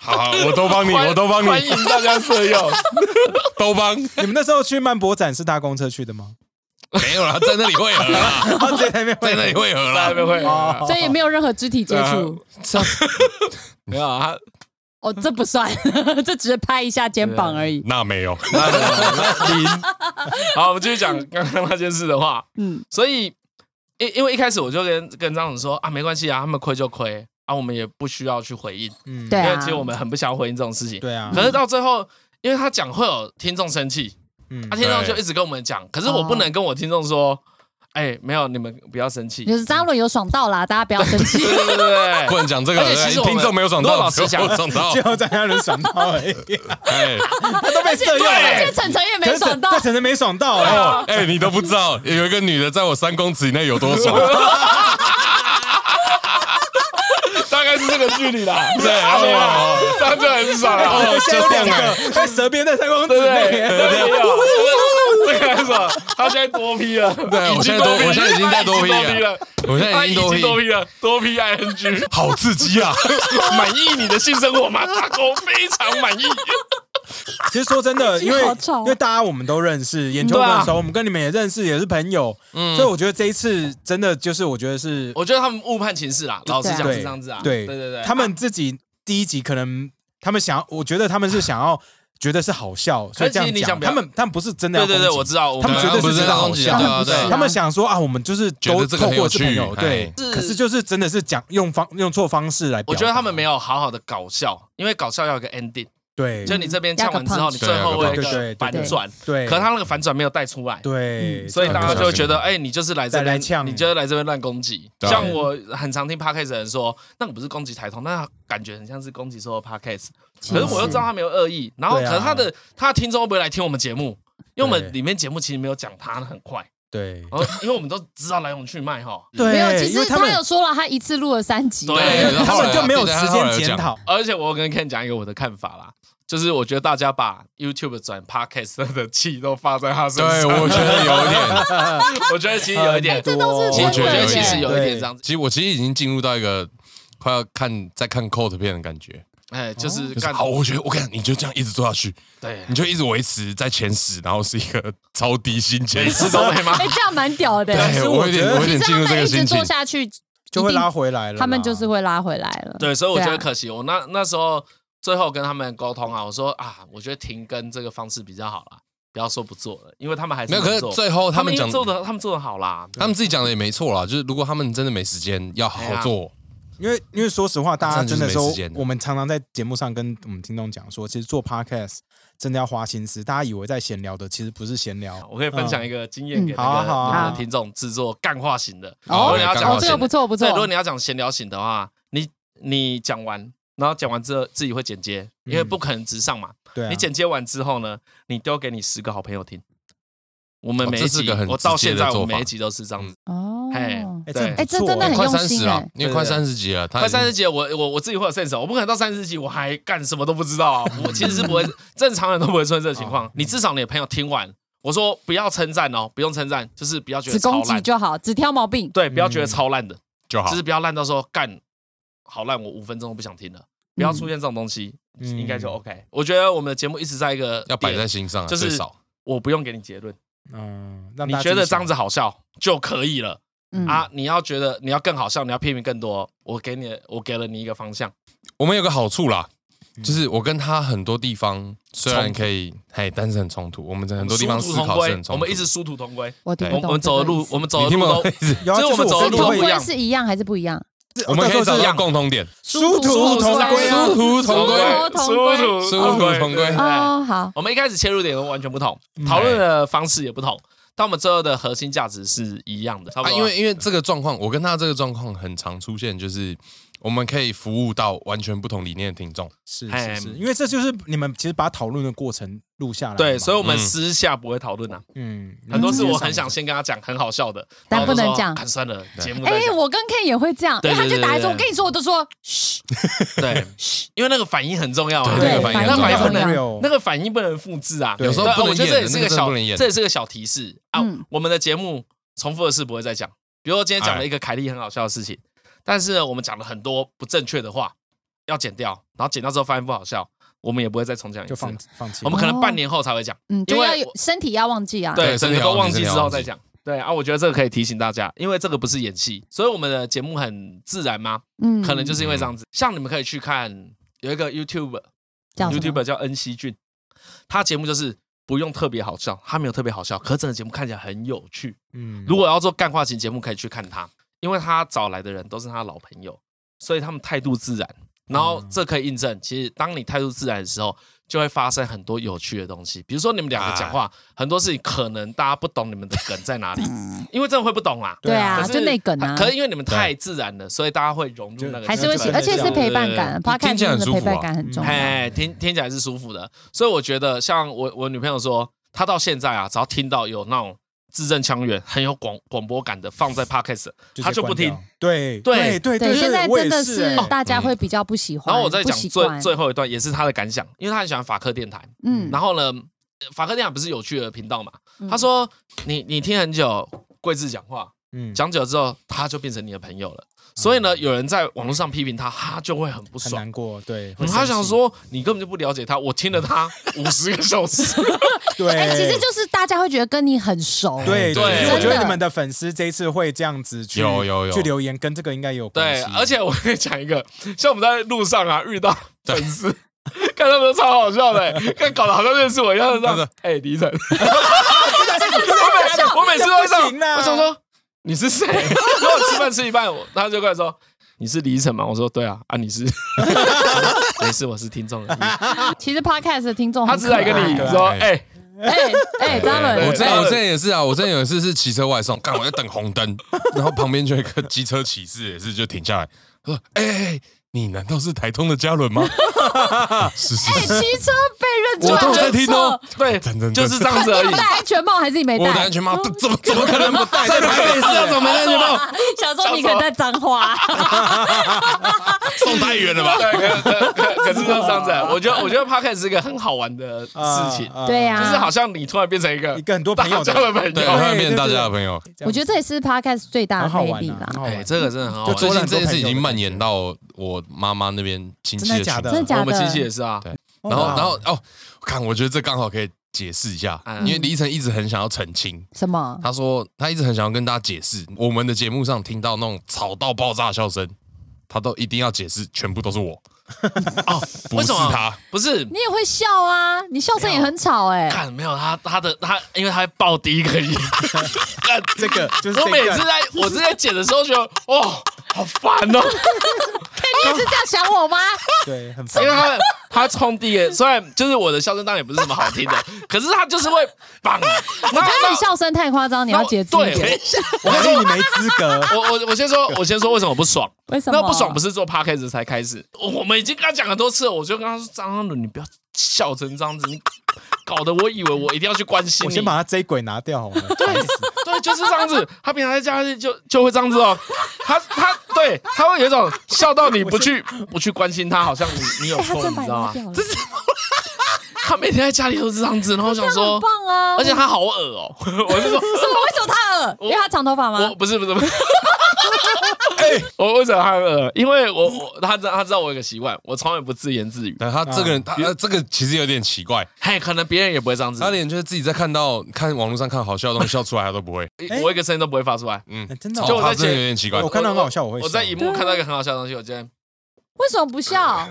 [SPEAKER 4] 好，好我都帮你，
[SPEAKER 3] 欢
[SPEAKER 4] 我都帮
[SPEAKER 3] 欢
[SPEAKER 4] 你，
[SPEAKER 3] 迎大家色诱。
[SPEAKER 4] 都帮，
[SPEAKER 1] 你们那时候去曼博展是搭公车去的吗？
[SPEAKER 4] 没有啦，在那里会合啦，
[SPEAKER 1] 然后在那 边
[SPEAKER 4] 在那里会合
[SPEAKER 3] 大
[SPEAKER 4] 啦
[SPEAKER 3] 家，不会
[SPEAKER 1] 哦
[SPEAKER 2] 所以也没有任何肢体接触。
[SPEAKER 1] 啊
[SPEAKER 3] 没有啊？
[SPEAKER 2] 哦，这不算， 这只是拍一下肩膀而
[SPEAKER 1] 啊
[SPEAKER 2] 已。
[SPEAKER 4] 那没有，
[SPEAKER 3] 他零。好，我们继续讲刚刚那件事的话。
[SPEAKER 2] 嗯，
[SPEAKER 3] 所以，因因为一开始我就跟跟张总说啊，没关系啊，他们亏就亏啊，我们也不需要去回应，
[SPEAKER 1] 嗯，
[SPEAKER 2] 对
[SPEAKER 3] 因为
[SPEAKER 2] 啊
[SPEAKER 3] 其实我们很不想要回应这种事情。
[SPEAKER 1] 对啊，
[SPEAKER 3] 可是到最后，因为他讲会有听众生气，
[SPEAKER 1] 嗯
[SPEAKER 3] 啊，听众就一直跟我们讲，可是我不能跟我听众说，哎，没有，你们不要生气。
[SPEAKER 2] 就是张伦有爽到啦，大家不要生气。
[SPEAKER 3] 对对对对
[SPEAKER 4] 不能讲这个
[SPEAKER 3] 而且其实，我们
[SPEAKER 4] 听众没有爽
[SPEAKER 3] 如果
[SPEAKER 4] 到，
[SPEAKER 3] 老实讲
[SPEAKER 4] 只有我爽 到，
[SPEAKER 1] 最后在那人爽到 而已，
[SPEAKER 4] 哎。
[SPEAKER 1] 他都被色诱
[SPEAKER 2] 而且
[SPEAKER 1] 了，
[SPEAKER 2] 晨晨也
[SPEAKER 1] 可
[SPEAKER 2] 没
[SPEAKER 1] 是
[SPEAKER 2] 爽到
[SPEAKER 1] 但，陈晨没爽到哎，
[SPEAKER 3] 啊
[SPEAKER 4] 哦，哎、你都不知道，有一个女的在我三公尺以内有多爽，
[SPEAKER 3] 对，大概是这个距离啦。
[SPEAKER 4] 对，哦，
[SPEAKER 3] 这样就很爽了。
[SPEAKER 4] 哦
[SPEAKER 1] 哎现在有两个在舌边在三公尺
[SPEAKER 3] 对不对？
[SPEAKER 1] 内，
[SPEAKER 3] 对没有，这个是吧？他现在多批了，
[SPEAKER 4] 对
[SPEAKER 3] 已
[SPEAKER 4] 我现
[SPEAKER 3] 经
[SPEAKER 4] 在
[SPEAKER 3] 批了
[SPEAKER 4] 多我现在已经在多批了
[SPEAKER 3] 他已经了，
[SPEAKER 4] 我现
[SPEAKER 3] 他
[SPEAKER 4] 在
[SPEAKER 3] 已
[SPEAKER 4] 已
[SPEAKER 3] 经
[SPEAKER 4] 经多
[SPEAKER 3] 多
[SPEAKER 4] 批，
[SPEAKER 3] 批了，多批 ing，
[SPEAKER 4] 好刺激啊！
[SPEAKER 3] 满意你的性生活吗？大狗非常满意。
[SPEAKER 1] 其实说真 的，因为
[SPEAKER 2] 好吵啊
[SPEAKER 1] 因为大家我们都认识，研究馆
[SPEAKER 3] 对
[SPEAKER 1] 熟，
[SPEAKER 3] 啊
[SPEAKER 1] 我们跟你们也认识，也是朋友，所以我觉得这一次真的就是我觉得是
[SPEAKER 3] 我觉得他们误判情势啦，老实讲
[SPEAKER 1] 对
[SPEAKER 3] 是这样子啊。
[SPEAKER 1] 对
[SPEAKER 3] 对对对，
[SPEAKER 1] 他们自己第一集可能他们想要，我觉得他们是想 要觉得是好笑，所以这
[SPEAKER 3] 可是其实
[SPEAKER 1] 样
[SPEAKER 3] 你想
[SPEAKER 1] 讲，
[SPEAKER 3] 不要
[SPEAKER 1] 他们他们不是真的要
[SPEAKER 3] 对对对，
[SPEAKER 1] 攻击
[SPEAKER 3] 我知道，我
[SPEAKER 1] 他们
[SPEAKER 4] 对
[SPEAKER 1] 绝对
[SPEAKER 4] 不
[SPEAKER 1] 是
[SPEAKER 4] 是
[SPEAKER 1] 知道
[SPEAKER 4] 在
[SPEAKER 1] 好
[SPEAKER 4] 攻击
[SPEAKER 1] 笑
[SPEAKER 4] 啊，
[SPEAKER 2] 他
[SPEAKER 4] 对
[SPEAKER 2] 们
[SPEAKER 4] 啊
[SPEAKER 2] 不
[SPEAKER 4] 对
[SPEAKER 2] 是
[SPEAKER 4] 啊，
[SPEAKER 1] 他们想说啊，我们就是
[SPEAKER 4] 觉
[SPEAKER 1] 都
[SPEAKER 4] 得这个
[SPEAKER 1] 透
[SPEAKER 4] 很
[SPEAKER 1] 过
[SPEAKER 4] 有
[SPEAKER 1] 是朋
[SPEAKER 4] 趣
[SPEAKER 1] 友，，对
[SPEAKER 4] 哎，
[SPEAKER 3] 是
[SPEAKER 1] 可是就是真的是讲用方用错方式来表达，
[SPEAKER 3] 我觉得他们没有好好的搞笑，因为搞笑要有个 ending。
[SPEAKER 1] 对，
[SPEAKER 3] 就你这边呛完之后，
[SPEAKER 2] 压个 punch
[SPEAKER 3] 你最后会有一
[SPEAKER 1] 对对对
[SPEAKER 3] 个反转，
[SPEAKER 1] 对，
[SPEAKER 3] 可他那个反转没有带出来，
[SPEAKER 1] 对，
[SPEAKER 3] 所以大家就会觉得，
[SPEAKER 4] 嗯
[SPEAKER 3] 哎，你就是来这
[SPEAKER 1] 再
[SPEAKER 3] 边
[SPEAKER 1] 来呛
[SPEAKER 3] 你就是来这边乱攻击。
[SPEAKER 4] 对
[SPEAKER 3] 像我很常听 podcast 的人说，那个不是攻击台通，那感觉很像是攻击所有 podcast。可是我又知道他没有恶意，然后
[SPEAKER 1] 对
[SPEAKER 3] 可
[SPEAKER 1] 啊
[SPEAKER 3] 是他的他的听众会不会来听我们节目？因为我
[SPEAKER 1] 对
[SPEAKER 3] 们里面节目其实没有讲他很快，
[SPEAKER 1] 对
[SPEAKER 3] 然后因为我们都知道来龙去脉哈，
[SPEAKER 1] 对，
[SPEAKER 2] 没有，其
[SPEAKER 1] 因
[SPEAKER 2] 实
[SPEAKER 1] 为他们
[SPEAKER 2] 有说了，他一次录了三集。
[SPEAKER 3] 对
[SPEAKER 4] 然后
[SPEAKER 1] 他
[SPEAKER 4] 后来
[SPEAKER 1] 们就没有
[SPEAKER 4] 对
[SPEAKER 1] 时
[SPEAKER 4] 他后来
[SPEAKER 1] 间
[SPEAKER 4] 有
[SPEAKER 1] 检
[SPEAKER 4] 讲
[SPEAKER 1] 讨，
[SPEAKER 3] 而且我跟 Ken 讲一个我的看法啦，就是我觉得大家把 YouTube 转 Podcast 的气都发在他身上，
[SPEAKER 4] 对，我觉得有点。
[SPEAKER 3] 我觉得 其实有一点，
[SPEAKER 2] 这都是
[SPEAKER 3] 其实
[SPEAKER 4] 我
[SPEAKER 3] 我
[SPEAKER 4] 觉
[SPEAKER 3] 觉
[SPEAKER 4] 得
[SPEAKER 3] 得
[SPEAKER 4] 有一
[SPEAKER 3] 其
[SPEAKER 4] 点
[SPEAKER 3] 实有一点这样子，
[SPEAKER 4] 其实我其实已经进入到一个快要看在看 cult 片的感觉，
[SPEAKER 3] 哎，就是
[SPEAKER 4] 就是
[SPEAKER 3] 干
[SPEAKER 4] 好，我觉得我跟你讲，你就这样一直做下去，
[SPEAKER 3] 对，
[SPEAKER 4] 你就一直维持在前十，然后是一个超低薪前十
[SPEAKER 3] 是。都没吗
[SPEAKER 2] 哎、？这样蛮屌的。
[SPEAKER 1] 可是
[SPEAKER 4] 对，
[SPEAKER 1] 我
[SPEAKER 4] 我有点
[SPEAKER 1] 觉得
[SPEAKER 4] 我有点进入这个
[SPEAKER 2] 一直
[SPEAKER 4] 心情
[SPEAKER 2] 做。下去，
[SPEAKER 1] 就会拉回来了啦。
[SPEAKER 2] 他们就是会拉回来了。
[SPEAKER 3] 对，所以我觉
[SPEAKER 2] 对
[SPEAKER 3] 得
[SPEAKER 2] 啊
[SPEAKER 3] 可惜，我那那时候最后跟他们沟通啊，我说啊，我觉得停更这个方式比较好啦，不要说不做了，因为他们还是
[SPEAKER 4] 没有，可
[SPEAKER 3] 能
[SPEAKER 4] 是
[SPEAKER 3] 做
[SPEAKER 4] 最后
[SPEAKER 3] 他
[SPEAKER 4] 他
[SPEAKER 3] 们
[SPEAKER 4] 们
[SPEAKER 3] 因为
[SPEAKER 4] 讲，
[SPEAKER 3] 做的他们做的好啦，
[SPEAKER 4] 他们自己讲的也没错啦，就是如果他们真的没时间，要好
[SPEAKER 3] 啊
[SPEAKER 4] 好做，
[SPEAKER 1] 因为因为说实话，大家真的
[SPEAKER 4] 这样就是
[SPEAKER 1] 说
[SPEAKER 4] 没时间，的
[SPEAKER 1] 我们常常在节目上跟我们听众讲说，其实做 podcast 真的要花心思。大家以为在闲聊的，其实不是闲聊。
[SPEAKER 3] 我可以分享一个经验给
[SPEAKER 1] 嗯好
[SPEAKER 3] 那
[SPEAKER 1] 啊
[SPEAKER 3] 个
[SPEAKER 1] 好啊
[SPEAKER 3] 我们的听众制作干话型的。如
[SPEAKER 4] 哦
[SPEAKER 3] 果你要
[SPEAKER 4] 干
[SPEAKER 3] 讲
[SPEAKER 4] 话
[SPEAKER 2] 哦，
[SPEAKER 4] 型
[SPEAKER 2] 这个不错不错
[SPEAKER 3] 对，如。果你要讲闲聊型的话，你你讲完，然后讲完之后自己会剪接，
[SPEAKER 4] 嗯
[SPEAKER 3] 因为不可能直上嘛。
[SPEAKER 1] 对啊，
[SPEAKER 3] 你剪接完之后呢，你丢给你十个好朋友听。我们
[SPEAKER 4] 哦
[SPEAKER 3] 每
[SPEAKER 4] 这
[SPEAKER 3] 一
[SPEAKER 4] 是
[SPEAKER 3] 集，
[SPEAKER 4] 个很
[SPEAKER 3] 我到
[SPEAKER 4] 直接
[SPEAKER 3] 现
[SPEAKER 4] 的
[SPEAKER 3] 在
[SPEAKER 4] 做
[SPEAKER 3] 我
[SPEAKER 4] 法
[SPEAKER 3] 每一集都是这样子。
[SPEAKER 2] 哦，
[SPEAKER 3] 嘿
[SPEAKER 2] 哎、
[SPEAKER 3] 对
[SPEAKER 1] 哎
[SPEAKER 2] 这真的
[SPEAKER 1] 欸
[SPEAKER 2] 很
[SPEAKER 4] 快
[SPEAKER 2] 用
[SPEAKER 4] 三十
[SPEAKER 2] 心哎、
[SPEAKER 4] 了，因为快
[SPEAKER 3] 对对
[SPEAKER 4] 三十集了，他
[SPEAKER 3] 快
[SPEAKER 4] 已经
[SPEAKER 3] 三十集了，我我我自己会有 sense，我不可哦能到三十集我还干什么都不知道啊！ 我其实是不会，正常人都不会出现这个情
[SPEAKER 1] 嗯
[SPEAKER 3] 况。你至少你的朋友听完，我说不要称赞哦，不用称赞，就是不要觉
[SPEAKER 2] 只
[SPEAKER 3] 得超
[SPEAKER 2] 攻击
[SPEAKER 3] 烂，
[SPEAKER 2] 就好，只挑毛病。
[SPEAKER 3] 对，不要觉得
[SPEAKER 1] 嗯
[SPEAKER 3] 超烂的，
[SPEAKER 4] 就好
[SPEAKER 3] 就。是不要烂到说干好烂，我五分钟都不想听了，不要出现这种东西，
[SPEAKER 1] 嗯
[SPEAKER 3] 应该就 OK。我觉得我们的节目一直在一个
[SPEAKER 4] 要摆在
[SPEAKER 3] 点，
[SPEAKER 4] 心上啊，
[SPEAKER 3] 就是
[SPEAKER 4] 最少
[SPEAKER 3] 我不用给你结论，
[SPEAKER 1] 嗯，让
[SPEAKER 3] 你
[SPEAKER 1] 大家
[SPEAKER 3] 觉得
[SPEAKER 1] 自己
[SPEAKER 3] 这
[SPEAKER 1] 想
[SPEAKER 3] 样子好笑就可以了
[SPEAKER 2] 嗯，
[SPEAKER 3] 啊！你要觉得你要更好笑，你要批评更多，我给你我给了你一个方向，
[SPEAKER 4] 我们有个好处啦，就是我跟他很多地方虽然
[SPEAKER 3] 冲突
[SPEAKER 4] 可以，嘿，但是很冲突。我们在很多地方
[SPEAKER 3] 殊途
[SPEAKER 4] 思
[SPEAKER 3] 同
[SPEAKER 4] 考是
[SPEAKER 3] 归
[SPEAKER 4] 很，冲突。
[SPEAKER 3] 我们一直殊途同归。
[SPEAKER 2] 我听不
[SPEAKER 3] 我
[SPEAKER 2] 懂
[SPEAKER 3] 我们走的路，我
[SPEAKER 2] 们
[SPEAKER 3] 们走的
[SPEAKER 4] 哎你听
[SPEAKER 3] 路都
[SPEAKER 4] 我，意 思，
[SPEAKER 1] 有啊
[SPEAKER 3] 就是我们
[SPEAKER 1] 其实
[SPEAKER 3] 走的
[SPEAKER 1] 跟
[SPEAKER 3] 路
[SPEAKER 1] 你
[SPEAKER 3] 不
[SPEAKER 1] 会
[SPEAKER 3] 一样
[SPEAKER 2] 是一样还是不一样？
[SPEAKER 4] 我们可以找
[SPEAKER 1] 到时
[SPEAKER 4] 到
[SPEAKER 1] 候
[SPEAKER 4] 共通点，
[SPEAKER 1] 殊途同归啊
[SPEAKER 4] 殊途同归
[SPEAKER 2] 殊途同归
[SPEAKER 3] 殊
[SPEAKER 4] 殊途同归
[SPEAKER 3] 对
[SPEAKER 4] 嗯
[SPEAKER 2] 哦，好，
[SPEAKER 3] 哎我们一开始切入点都完全不同，讨论的方式也不同，但我们最后的核心价值是一样的，差不
[SPEAKER 4] 啊，
[SPEAKER 3] 多。
[SPEAKER 4] 因为因为这个状况，我跟他这个状况很常出现，就是我们可以服务到完全不同理念的听众。
[SPEAKER 1] 是
[SPEAKER 3] 哎
[SPEAKER 1] 是是，因为这就是你们其实把讨论的过程录下来嘛。
[SPEAKER 3] 对，所以我们
[SPEAKER 4] 嗯
[SPEAKER 3] 私下不会讨论啊，
[SPEAKER 1] 嗯，
[SPEAKER 3] 很多事我很想先跟他讲很好笑的，
[SPEAKER 2] 但
[SPEAKER 3] 然后我就
[SPEAKER 2] 不能
[SPEAKER 3] 说
[SPEAKER 2] 讲
[SPEAKER 3] 看算了，节目再
[SPEAKER 2] 哎、
[SPEAKER 3] 讲。
[SPEAKER 2] 我跟 Ken 也会这样，
[SPEAKER 3] 对
[SPEAKER 2] 因为他
[SPEAKER 3] 对
[SPEAKER 2] 就
[SPEAKER 3] 对
[SPEAKER 2] 打来说，
[SPEAKER 3] 对
[SPEAKER 2] 我跟你说，我都说嘘，
[SPEAKER 3] 对，因为那个反应很重要啊，那个
[SPEAKER 4] 对那个
[SPEAKER 3] 反
[SPEAKER 4] 反
[SPEAKER 3] 应
[SPEAKER 4] 应
[SPEAKER 3] 那
[SPEAKER 4] 很重要
[SPEAKER 3] 个反
[SPEAKER 1] 很
[SPEAKER 3] 应不
[SPEAKER 1] 重
[SPEAKER 3] 能
[SPEAKER 1] 要
[SPEAKER 3] 那个反应不能复制啊，
[SPEAKER 1] 对有时候
[SPEAKER 3] 对
[SPEAKER 4] 不能
[SPEAKER 3] 我觉得这
[SPEAKER 4] 演
[SPEAKER 3] 也
[SPEAKER 4] 的
[SPEAKER 3] 是
[SPEAKER 4] 那
[SPEAKER 3] 个
[SPEAKER 4] 个真的
[SPEAKER 3] 小
[SPEAKER 4] 不能，演
[SPEAKER 3] 这也是个小提示啊
[SPEAKER 2] 嗯。
[SPEAKER 3] 我们的节目重复的事不会再讲，比如说今天讲了一个凯莉很好笑的事情，但是呢，我们讲了很多不正确的话，要剪掉，然后剪掉之后发现不好笑，我们也不会再重讲一
[SPEAKER 1] 就
[SPEAKER 3] 次
[SPEAKER 1] 放。放弃
[SPEAKER 3] 我。们可能
[SPEAKER 2] 哦
[SPEAKER 3] 半年后才会讲，
[SPEAKER 2] 嗯，就
[SPEAKER 3] 因为
[SPEAKER 2] 要有身体要忘记啊。
[SPEAKER 3] 对，
[SPEAKER 4] 对
[SPEAKER 3] 整
[SPEAKER 4] 真
[SPEAKER 3] 个
[SPEAKER 4] 的
[SPEAKER 3] 都
[SPEAKER 4] 要
[SPEAKER 3] 忘
[SPEAKER 4] 忘
[SPEAKER 3] 记
[SPEAKER 4] 记
[SPEAKER 3] 之
[SPEAKER 4] 真的要
[SPEAKER 3] 后
[SPEAKER 4] 忘记
[SPEAKER 3] 再讲。对啊，我觉得这个可以提醒大家，因为这个不是演戏，所以我们的节目很自然吗？
[SPEAKER 2] 嗯
[SPEAKER 3] 可能就是因为这样子。像你们可以去看有一个 YouTube，
[SPEAKER 2] 叫什么
[SPEAKER 3] YouTuber 叫恩熙俊，他节目就是不用特别好笑，他没有特别好笑，可是整个节目看起来很有趣。
[SPEAKER 1] 嗯，
[SPEAKER 3] 如果要做干话型节目，可以去看他，因为他找来的人都是他的老朋友，所以他们态度自然。然后这可以印证，其实当你态度自然的时候，就会发生很多有趣的东西。比如说你们两个讲
[SPEAKER 2] 啊
[SPEAKER 3] 话，很多事情可能大家不懂你们的梗在 哪里，因为真的会不懂啦。
[SPEAKER 2] 对啊，
[SPEAKER 3] 可是
[SPEAKER 2] 就内梗啊，
[SPEAKER 3] 可是因为你们太自然了，所以大家会融入那个，
[SPEAKER 2] 还是会喜，
[SPEAKER 1] 对
[SPEAKER 2] 而且是陪伴
[SPEAKER 3] 对
[SPEAKER 2] 感，
[SPEAKER 4] 对
[SPEAKER 2] p o
[SPEAKER 4] 对听起来
[SPEAKER 2] 的
[SPEAKER 4] 很舒服
[SPEAKER 2] 陪
[SPEAKER 4] 啊
[SPEAKER 2] 伴感很重要。
[SPEAKER 3] 哎，听听起来是舒服的，所以我觉得像我我女朋友说，她到现在啊，只要听到有那种字正腔圆、很有广广播感的放在 podcast，
[SPEAKER 1] 直接
[SPEAKER 3] 他就不
[SPEAKER 1] 关掉
[SPEAKER 3] 听。。
[SPEAKER 1] 对
[SPEAKER 3] 对
[SPEAKER 1] 对
[SPEAKER 2] 对，现在
[SPEAKER 1] 我也
[SPEAKER 2] 真的
[SPEAKER 1] 是
[SPEAKER 2] 是
[SPEAKER 1] 哎
[SPEAKER 2] 大家会比较不喜欢，
[SPEAKER 3] 嗯然后我再
[SPEAKER 2] 不
[SPEAKER 3] 讲
[SPEAKER 2] 习
[SPEAKER 3] 最
[SPEAKER 2] 惯
[SPEAKER 3] 最后一段，也是她的感想，因为她很喜欢法克电台。
[SPEAKER 2] 嗯，
[SPEAKER 3] 然后呢，呃法克电台不是有趣的频道嘛？
[SPEAKER 2] 嗯
[SPEAKER 3] 她说你你听很久桂智讲话，
[SPEAKER 1] 嗯
[SPEAKER 3] 讲久了之后，他就变成你的朋友了。所以
[SPEAKER 2] 嗯
[SPEAKER 3] 呢，有人在网络上批评他，他就会很不
[SPEAKER 1] 很
[SPEAKER 3] 爽。
[SPEAKER 1] 难过，对，
[SPEAKER 3] 嗯
[SPEAKER 1] 会
[SPEAKER 3] 他
[SPEAKER 1] 生
[SPEAKER 3] 想
[SPEAKER 1] 气，
[SPEAKER 3] 说，你根本就不了解他，我听了他五十个小时，
[SPEAKER 1] 对，
[SPEAKER 2] 哎，其实就是大家会觉得跟你很熟，
[SPEAKER 1] 对
[SPEAKER 4] 对
[SPEAKER 1] 对，我觉
[SPEAKER 2] 真的
[SPEAKER 1] 得你们的粉丝这一次会这样子去
[SPEAKER 4] 有有有
[SPEAKER 1] 去留言，跟这个应该有关
[SPEAKER 3] 对
[SPEAKER 1] 系。，
[SPEAKER 3] 而且我跟你讲一个，像我们在路上啊遇到粉丝，看他们都超好笑的、欸，看搞得好像认识我一样的这样
[SPEAKER 4] 真的。
[SPEAKER 3] 哎、李晨，
[SPEAKER 2] 真的
[SPEAKER 3] 我每次都会这
[SPEAKER 1] 这不行
[SPEAKER 3] 样，
[SPEAKER 1] 啊
[SPEAKER 3] 我想说你是谁？然后我吃饭吃一半，我他就过来说。你是李晨吗？我说对啊，啊你是，没事，我是听众而已。
[SPEAKER 2] 其实 podcast 的听众
[SPEAKER 3] 他
[SPEAKER 2] 很
[SPEAKER 3] 只
[SPEAKER 2] 啊可
[SPEAKER 3] 是来跟
[SPEAKER 2] 爱
[SPEAKER 3] 你
[SPEAKER 4] 可爱
[SPEAKER 3] 说，
[SPEAKER 4] 可
[SPEAKER 3] 哎、
[SPEAKER 4] 爱
[SPEAKER 2] 哎哎，张
[SPEAKER 4] 我
[SPEAKER 2] 伦
[SPEAKER 4] 之前我之前也是啊，我之前有一次是骑车外送，干我在等红灯， 然后旁边就有一个机车骑士也是就停下来，他说：“哎、哎你难道是台通的嘉伦吗？” 是是是，
[SPEAKER 2] 哎骑车被认出
[SPEAKER 4] 我
[SPEAKER 2] 来，
[SPEAKER 4] 都有在听哦。
[SPEAKER 3] 对
[SPEAKER 4] 真真，
[SPEAKER 3] 就是这样子
[SPEAKER 2] 你
[SPEAKER 3] 而
[SPEAKER 2] 有
[SPEAKER 3] 已
[SPEAKER 2] 戴。安全帽还是你没
[SPEAKER 4] 我
[SPEAKER 2] 戴？
[SPEAKER 4] 的安全帽怎么怎么可能不戴？在台北市要怎么没戴安全帽？
[SPEAKER 2] 小时候啊你可能在脏话，
[SPEAKER 4] 送太远 了吧？
[SPEAKER 3] 对，可可可可是就是这样子。啊我觉得我觉得 podcast 是一个很好玩的事情，
[SPEAKER 2] 对啊呀、
[SPEAKER 3] 就是好像你突然变成一个
[SPEAKER 1] 啊呃一个很多朋友的
[SPEAKER 3] 大家的朋
[SPEAKER 4] 对，
[SPEAKER 1] 对
[SPEAKER 4] 好
[SPEAKER 3] 友。
[SPEAKER 4] 像变大家的朋友。
[SPEAKER 2] 我觉得这也是 podcast 最大
[SPEAKER 1] 很好
[SPEAKER 2] 的魅
[SPEAKER 1] 玩
[SPEAKER 2] 力
[SPEAKER 1] 啊
[SPEAKER 2] 啦
[SPEAKER 1] 很。好
[SPEAKER 3] 哎，
[SPEAKER 1] 玩，
[SPEAKER 3] 这个真的很
[SPEAKER 1] 就
[SPEAKER 3] 好玩。
[SPEAKER 1] 做
[SPEAKER 4] 最
[SPEAKER 1] 了
[SPEAKER 4] 近
[SPEAKER 1] 很
[SPEAKER 4] 这
[SPEAKER 1] 多
[SPEAKER 4] 件事
[SPEAKER 1] 朋
[SPEAKER 4] 已
[SPEAKER 1] 友
[SPEAKER 4] 经
[SPEAKER 1] 的
[SPEAKER 4] 蔓
[SPEAKER 1] 感
[SPEAKER 4] 延
[SPEAKER 1] 觉
[SPEAKER 4] 到我妈妈那边亲戚
[SPEAKER 1] 真的
[SPEAKER 4] 群
[SPEAKER 1] 假的
[SPEAKER 4] 组
[SPEAKER 2] 真的假
[SPEAKER 3] 我
[SPEAKER 2] 的？
[SPEAKER 3] 们亲戚也是啊，
[SPEAKER 4] 对
[SPEAKER 1] 哦
[SPEAKER 4] 然后，
[SPEAKER 1] 哇
[SPEAKER 4] 然后，哦，看，我觉得这刚好可以解释一下，
[SPEAKER 3] 嗯
[SPEAKER 4] 因为李依晨一直很想要澄清，
[SPEAKER 2] 什么？
[SPEAKER 4] 他说他一直很想要跟大家解释，我们的节目上听到那种吵到爆炸的笑声，他都一定要解释，全部都是我，
[SPEAKER 3] 哦，
[SPEAKER 4] 不是他，
[SPEAKER 3] 不是。
[SPEAKER 2] 你也会笑啊？你笑声也很吵哎、
[SPEAKER 3] 看没有他，他的他，因为他会爆第一个 音。干
[SPEAKER 1] 这个就是
[SPEAKER 3] 我每
[SPEAKER 1] 这
[SPEAKER 3] 次
[SPEAKER 1] 个
[SPEAKER 3] 在我是在剪的时候，觉得哦，好烦 哦，
[SPEAKER 2] 哎你也是这样想我吗？
[SPEAKER 1] 对很
[SPEAKER 3] 因
[SPEAKER 1] 烦
[SPEAKER 3] 为他他冲第一个，虽然就是我的笑声当然也不是什么好听 的，可是他就是会绑。那
[SPEAKER 2] 我觉哎得你笑声太夸张，你要节制一点。
[SPEAKER 3] 对，
[SPEAKER 1] 我告诉你没资 格，
[SPEAKER 3] 我我我先说，我先说为什么不爽。
[SPEAKER 2] 为什么？
[SPEAKER 3] 哎那不爽不是做 podcast 才开始，我们已经跟他讲很多次了，我就跟他说：“张翰伦，你不要笑成这样子，你搞得我以为我一定要去关心
[SPEAKER 1] 我
[SPEAKER 3] 你。”
[SPEAKER 1] 先把他这一鬼拿掉好了。哎烦死
[SPEAKER 3] 对，就是这样子。他平常在家里就就会这样子哦，他他对他会有一种笑到你不去不去关心他，好像你你有
[SPEAKER 2] 哎、他
[SPEAKER 3] 错，
[SPEAKER 2] 真
[SPEAKER 3] 你
[SPEAKER 2] 把
[SPEAKER 3] 知
[SPEAKER 2] 你
[SPEAKER 3] 道
[SPEAKER 2] 拉
[SPEAKER 3] 吗？
[SPEAKER 2] 掉了，
[SPEAKER 3] 他每天在家里都是这样子，然后我想
[SPEAKER 2] 这样很，
[SPEAKER 3] 说
[SPEAKER 2] 棒啊！
[SPEAKER 3] 而且他好恶哦， 我就
[SPEAKER 2] 什
[SPEAKER 3] 说。
[SPEAKER 2] 么？为什么他耳？因为他长头发
[SPEAKER 3] 我
[SPEAKER 2] 吗？
[SPEAKER 3] 不是不是不 是，我为什么他很恶？因为我我他知道他知道我有个习惯，我从来不自言自语。
[SPEAKER 4] 但他这
[SPEAKER 3] 啊
[SPEAKER 4] 个人，他他这个其实有点奇怪，
[SPEAKER 3] 嘿，可能别人也不会这样子
[SPEAKER 4] 他，连就是自己在看到看网络上看好笑的东西笑出来，他都不会，
[SPEAKER 1] 哎
[SPEAKER 3] 我一个声音都不会发出来。
[SPEAKER 4] 嗯，
[SPEAKER 1] 真的哦
[SPEAKER 4] 哦
[SPEAKER 3] 就我在
[SPEAKER 4] 他真的
[SPEAKER 3] 剪
[SPEAKER 4] 有点奇怪
[SPEAKER 1] 我，看到很好笑我会笑
[SPEAKER 3] 我在荧幕看到一个很好笑的东西，我今天
[SPEAKER 2] 为什么不笑？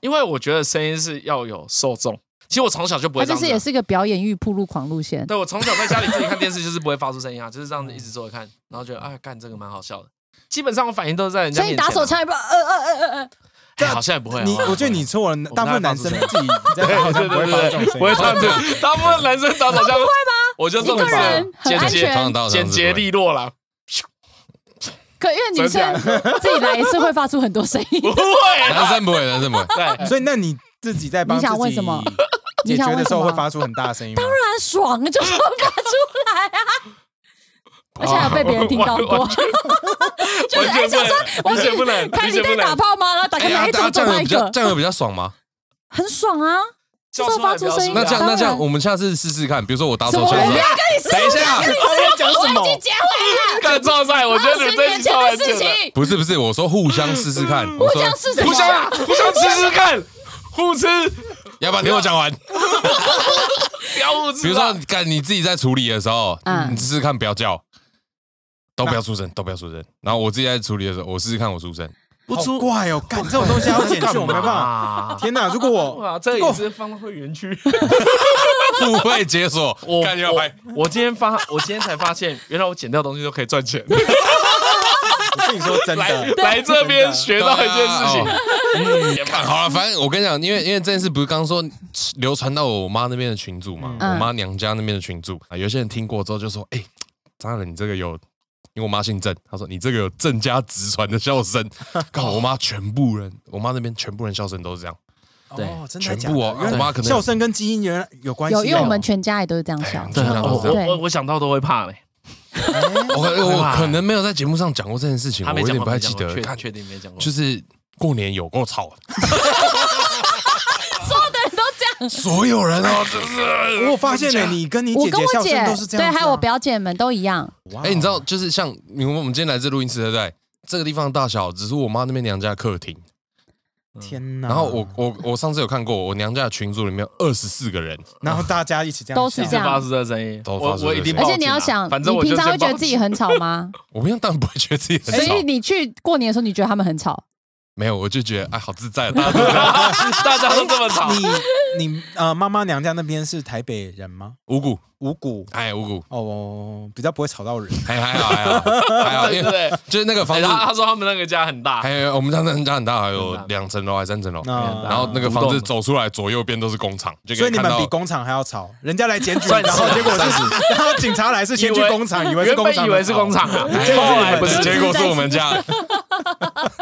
[SPEAKER 3] 因为我觉得声音是要有受众。其实我从小就不
[SPEAKER 2] 他就
[SPEAKER 3] 会这样
[SPEAKER 2] 是
[SPEAKER 3] 子
[SPEAKER 2] 也
[SPEAKER 3] 啊。
[SPEAKER 2] 是个表演欲铺路狂路线。
[SPEAKER 3] 对我从小在家里自己看电视，就是不会发出声音啊，就是这样子一直坐着看，然后觉得啊，干这个蛮好笑的。基本上我反应都是在人家
[SPEAKER 2] 所以
[SPEAKER 3] 面
[SPEAKER 2] 你
[SPEAKER 3] 前啊、
[SPEAKER 2] 打手枪也不呃呃呃呃呃，
[SPEAKER 3] 哎，好像也不会啊。
[SPEAKER 1] 你
[SPEAKER 3] 好像也不会
[SPEAKER 1] 我觉得 你错了，大部分男生自己在
[SPEAKER 3] 对
[SPEAKER 1] 打好
[SPEAKER 3] 对
[SPEAKER 1] 像不会发这种
[SPEAKER 3] 对对，
[SPEAKER 1] 声音，
[SPEAKER 3] 不会唱这个。大部分男生打手枪不会吗？我就这
[SPEAKER 2] 一
[SPEAKER 3] 么
[SPEAKER 2] 个人很安
[SPEAKER 3] 简
[SPEAKER 4] 常
[SPEAKER 3] 洁
[SPEAKER 4] 常
[SPEAKER 2] 全。
[SPEAKER 4] 到
[SPEAKER 3] 简洁利落啦，
[SPEAKER 2] 可因为女
[SPEAKER 3] 真
[SPEAKER 2] 生自己来是会发出很多声 音。
[SPEAKER 3] 不会
[SPEAKER 4] 男
[SPEAKER 3] 啦。
[SPEAKER 4] 生不会，男 生不会，
[SPEAKER 3] 对，
[SPEAKER 1] 所以那你自己在帮
[SPEAKER 2] 你
[SPEAKER 1] 自
[SPEAKER 2] 想问
[SPEAKER 1] 己
[SPEAKER 2] 什么
[SPEAKER 1] 解
[SPEAKER 2] 你想
[SPEAKER 1] 决
[SPEAKER 2] 问
[SPEAKER 1] 的时候
[SPEAKER 2] 什么
[SPEAKER 1] 会发出很大的声音吗？当
[SPEAKER 2] 当然爽，就是要发出来啊！而且还有被别人听到过， 就是
[SPEAKER 3] 完
[SPEAKER 2] 哎，
[SPEAKER 3] 全不
[SPEAKER 2] 想
[SPEAKER 3] 能
[SPEAKER 2] 说，我
[SPEAKER 3] 完全不
[SPEAKER 2] 跟
[SPEAKER 3] 能，
[SPEAKER 2] 凯
[SPEAKER 3] 完
[SPEAKER 2] 你
[SPEAKER 3] 全不
[SPEAKER 2] 在打
[SPEAKER 3] 能。
[SPEAKER 2] 炮吗？然后打开
[SPEAKER 4] 哎呀
[SPEAKER 2] 门，哎，怎么
[SPEAKER 4] 这
[SPEAKER 2] 走到
[SPEAKER 4] 样
[SPEAKER 3] 啊
[SPEAKER 4] 有
[SPEAKER 2] 一
[SPEAKER 4] 比较
[SPEAKER 2] 个？
[SPEAKER 4] 这样有比较 爽吗？
[SPEAKER 2] 很爽啊！
[SPEAKER 3] 叫出来不要
[SPEAKER 2] 这时候发出声音
[SPEAKER 4] 那这
[SPEAKER 2] 当
[SPEAKER 4] 样那
[SPEAKER 2] 然
[SPEAKER 4] 这样，我们下次试试看，比如说我打
[SPEAKER 2] 啊什
[SPEAKER 4] 手
[SPEAKER 2] 么？我
[SPEAKER 4] 枪，
[SPEAKER 2] 不
[SPEAKER 4] 我
[SPEAKER 2] 要
[SPEAKER 4] 说
[SPEAKER 2] 跟你说，
[SPEAKER 4] 等一下
[SPEAKER 2] 我不要跟你说
[SPEAKER 3] 在讲什么
[SPEAKER 2] 我已经结婚了，
[SPEAKER 3] 干超赛，我觉得你
[SPEAKER 2] 二
[SPEAKER 3] 们
[SPEAKER 2] 十
[SPEAKER 3] 这
[SPEAKER 2] 年
[SPEAKER 3] 集超
[SPEAKER 2] 前
[SPEAKER 3] 难
[SPEAKER 2] 的事
[SPEAKER 3] 剪的。
[SPEAKER 2] 情，
[SPEAKER 4] 不是不是，我说互相试试看，我
[SPEAKER 2] 嗯互
[SPEAKER 4] 说
[SPEAKER 2] 相是什
[SPEAKER 3] 互
[SPEAKER 2] 么？
[SPEAKER 3] 相啊，互相吃吃看，互吃，
[SPEAKER 4] 要不然听我讲完。
[SPEAKER 3] 不要互吃。啊
[SPEAKER 4] 比如说，干你自己在处理的时候，
[SPEAKER 2] 嗯
[SPEAKER 4] 你试试看，不要叫，都不要出声，都不要出声。然后我自己在处理的时候，我试试看我出 声。
[SPEAKER 3] 不
[SPEAKER 1] 好怪哦，干这种东西要剪去，我没办法。
[SPEAKER 3] 法。
[SPEAKER 1] 天哪！如果我
[SPEAKER 3] 哇，这也是放到会员区。
[SPEAKER 4] 付费解锁，
[SPEAKER 3] 我
[SPEAKER 4] 干要拍，
[SPEAKER 3] 我我今天发，我今天才发现，原来我剪掉东西都可以赚钱。
[SPEAKER 1] 我跟你说真
[SPEAKER 3] 来
[SPEAKER 2] 啊
[SPEAKER 1] 的，
[SPEAKER 3] 来这边学到一件事情
[SPEAKER 4] 对啊。
[SPEAKER 3] 嗯也
[SPEAKER 4] 看
[SPEAKER 3] 蛮好
[SPEAKER 4] 好了，反正我跟你讲，因为因为这件事不是刚刚说流传到我妈那边的群组嘛，
[SPEAKER 2] 嗯
[SPEAKER 4] 我妈娘家那边的群组，啊有些人听过之后就说，哎、张翰，你这个有。因为我妈姓郑，她说你这个有郑家直传的笑声， 看我妈全部人，我妈那边全部人笑声都是这样，
[SPEAKER 3] 对
[SPEAKER 1] 哦，真的
[SPEAKER 4] 全
[SPEAKER 1] 假的
[SPEAKER 4] 部哦，
[SPEAKER 1] 原
[SPEAKER 4] 我
[SPEAKER 1] 来
[SPEAKER 4] 妈可能
[SPEAKER 1] 笑声跟基因原来有关系哦。
[SPEAKER 2] 有，因为我们全家也都是这样笑
[SPEAKER 4] 哎。
[SPEAKER 3] 真
[SPEAKER 4] 真
[SPEAKER 3] 的
[SPEAKER 4] 的
[SPEAKER 3] 哦我
[SPEAKER 4] 真
[SPEAKER 2] 的
[SPEAKER 3] 我我想到都会怕嘞。
[SPEAKER 1] 哎
[SPEAKER 4] 我可我
[SPEAKER 3] 吧
[SPEAKER 4] 可能没有在节目上讲过这件事情，
[SPEAKER 3] 他
[SPEAKER 4] 我
[SPEAKER 3] 没
[SPEAKER 4] 有
[SPEAKER 3] 讲过，
[SPEAKER 4] 点不太记得
[SPEAKER 3] 没。讲过
[SPEAKER 4] 看，
[SPEAKER 3] 确确定没讲过。
[SPEAKER 4] 就是过年有 够吵啊的，
[SPEAKER 2] 所有的人都这样，
[SPEAKER 4] 所有人哦，就 是
[SPEAKER 1] 我有发现了，你跟你
[SPEAKER 2] 我
[SPEAKER 1] 姐
[SPEAKER 2] 跟
[SPEAKER 1] 姐
[SPEAKER 2] 我
[SPEAKER 1] 笑
[SPEAKER 2] 姐
[SPEAKER 1] 声都是这
[SPEAKER 2] 对，
[SPEAKER 1] 样子啊。
[SPEAKER 2] 还有我表姐们都一样。
[SPEAKER 1] 哇哦
[SPEAKER 4] 哎，你知道，就是像你们我们今天来自录音室，对不对？这个地方大小只是我妈那边娘家的客厅，
[SPEAKER 1] 天哪！
[SPEAKER 4] 然后我我我上次有看过，我娘家的群组里面有二十四个人，
[SPEAKER 1] 然后大家一起这样
[SPEAKER 2] 都是
[SPEAKER 1] 笑
[SPEAKER 2] 这样
[SPEAKER 3] 发出这声音，
[SPEAKER 4] 都
[SPEAKER 3] 我
[SPEAKER 4] 发出
[SPEAKER 3] 我
[SPEAKER 4] 这
[SPEAKER 3] 一定
[SPEAKER 2] 而
[SPEAKER 4] 声音
[SPEAKER 3] 报警啊。
[SPEAKER 2] 且你要想，
[SPEAKER 3] 反正
[SPEAKER 2] 你
[SPEAKER 3] 我就
[SPEAKER 2] 平常会
[SPEAKER 3] 先报
[SPEAKER 2] 觉得自 己
[SPEAKER 3] 警
[SPEAKER 2] 很吵吗？
[SPEAKER 4] 我平常当然不会觉得自己很
[SPEAKER 2] 所
[SPEAKER 4] 吵
[SPEAKER 2] 以，你去过年的时候，你觉得他们很吵？
[SPEAKER 4] 啊 没有，我就觉得哎，好自在，大家都
[SPEAKER 3] 大家都这么吵。
[SPEAKER 1] 你你呃妈妈娘家那边是台北人吗？
[SPEAKER 4] 五谷，
[SPEAKER 1] 五股
[SPEAKER 4] 哎，五谷，
[SPEAKER 1] 哦，比较不会吵到人。
[SPEAKER 4] 还还好还好还好，因
[SPEAKER 3] 对不
[SPEAKER 4] 为
[SPEAKER 3] 对？
[SPEAKER 4] 就是那个房
[SPEAKER 3] 哎
[SPEAKER 4] 子，
[SPEAKER 3] 他他说他们那个家很大
[SPEAKER 4] 还，有我们家那家很大，还有两层楼还是三层楼，
[SPEAKER 3] 啊哎
[SPEAKER 1] 那
[SPEAKER 4] 然后那个房子走出来左右边都是工厂，就可
[SPEAKER 1] 所以你
[SPEAKER 4] 看
[SPEAKER 1] 们
[SPEAKER 4] 到
[SPEAKER 1] 比工厂还要吵，人家来检举，
[SPEAKER 3] 算是
[SPEAKER 1] 然后结果
[SPEAKER 3] 算是
[SPEAKER 1] 是， 然后警察来是先去
[SPEAKER 3] 以为
[SPEAKER 1] 工厂，以为是
[SPEAKER 3] 原
[SPEAKER 1] 工
[SPEAKER 3] 本
[SPEAKER 1] 厂，
[SPEAKER 3] 以为是工，厂啊，
[SPEAKER 4] 哎
[SPEAKER 3] 后来不是
[SPEAKER 4] 结果是我们家。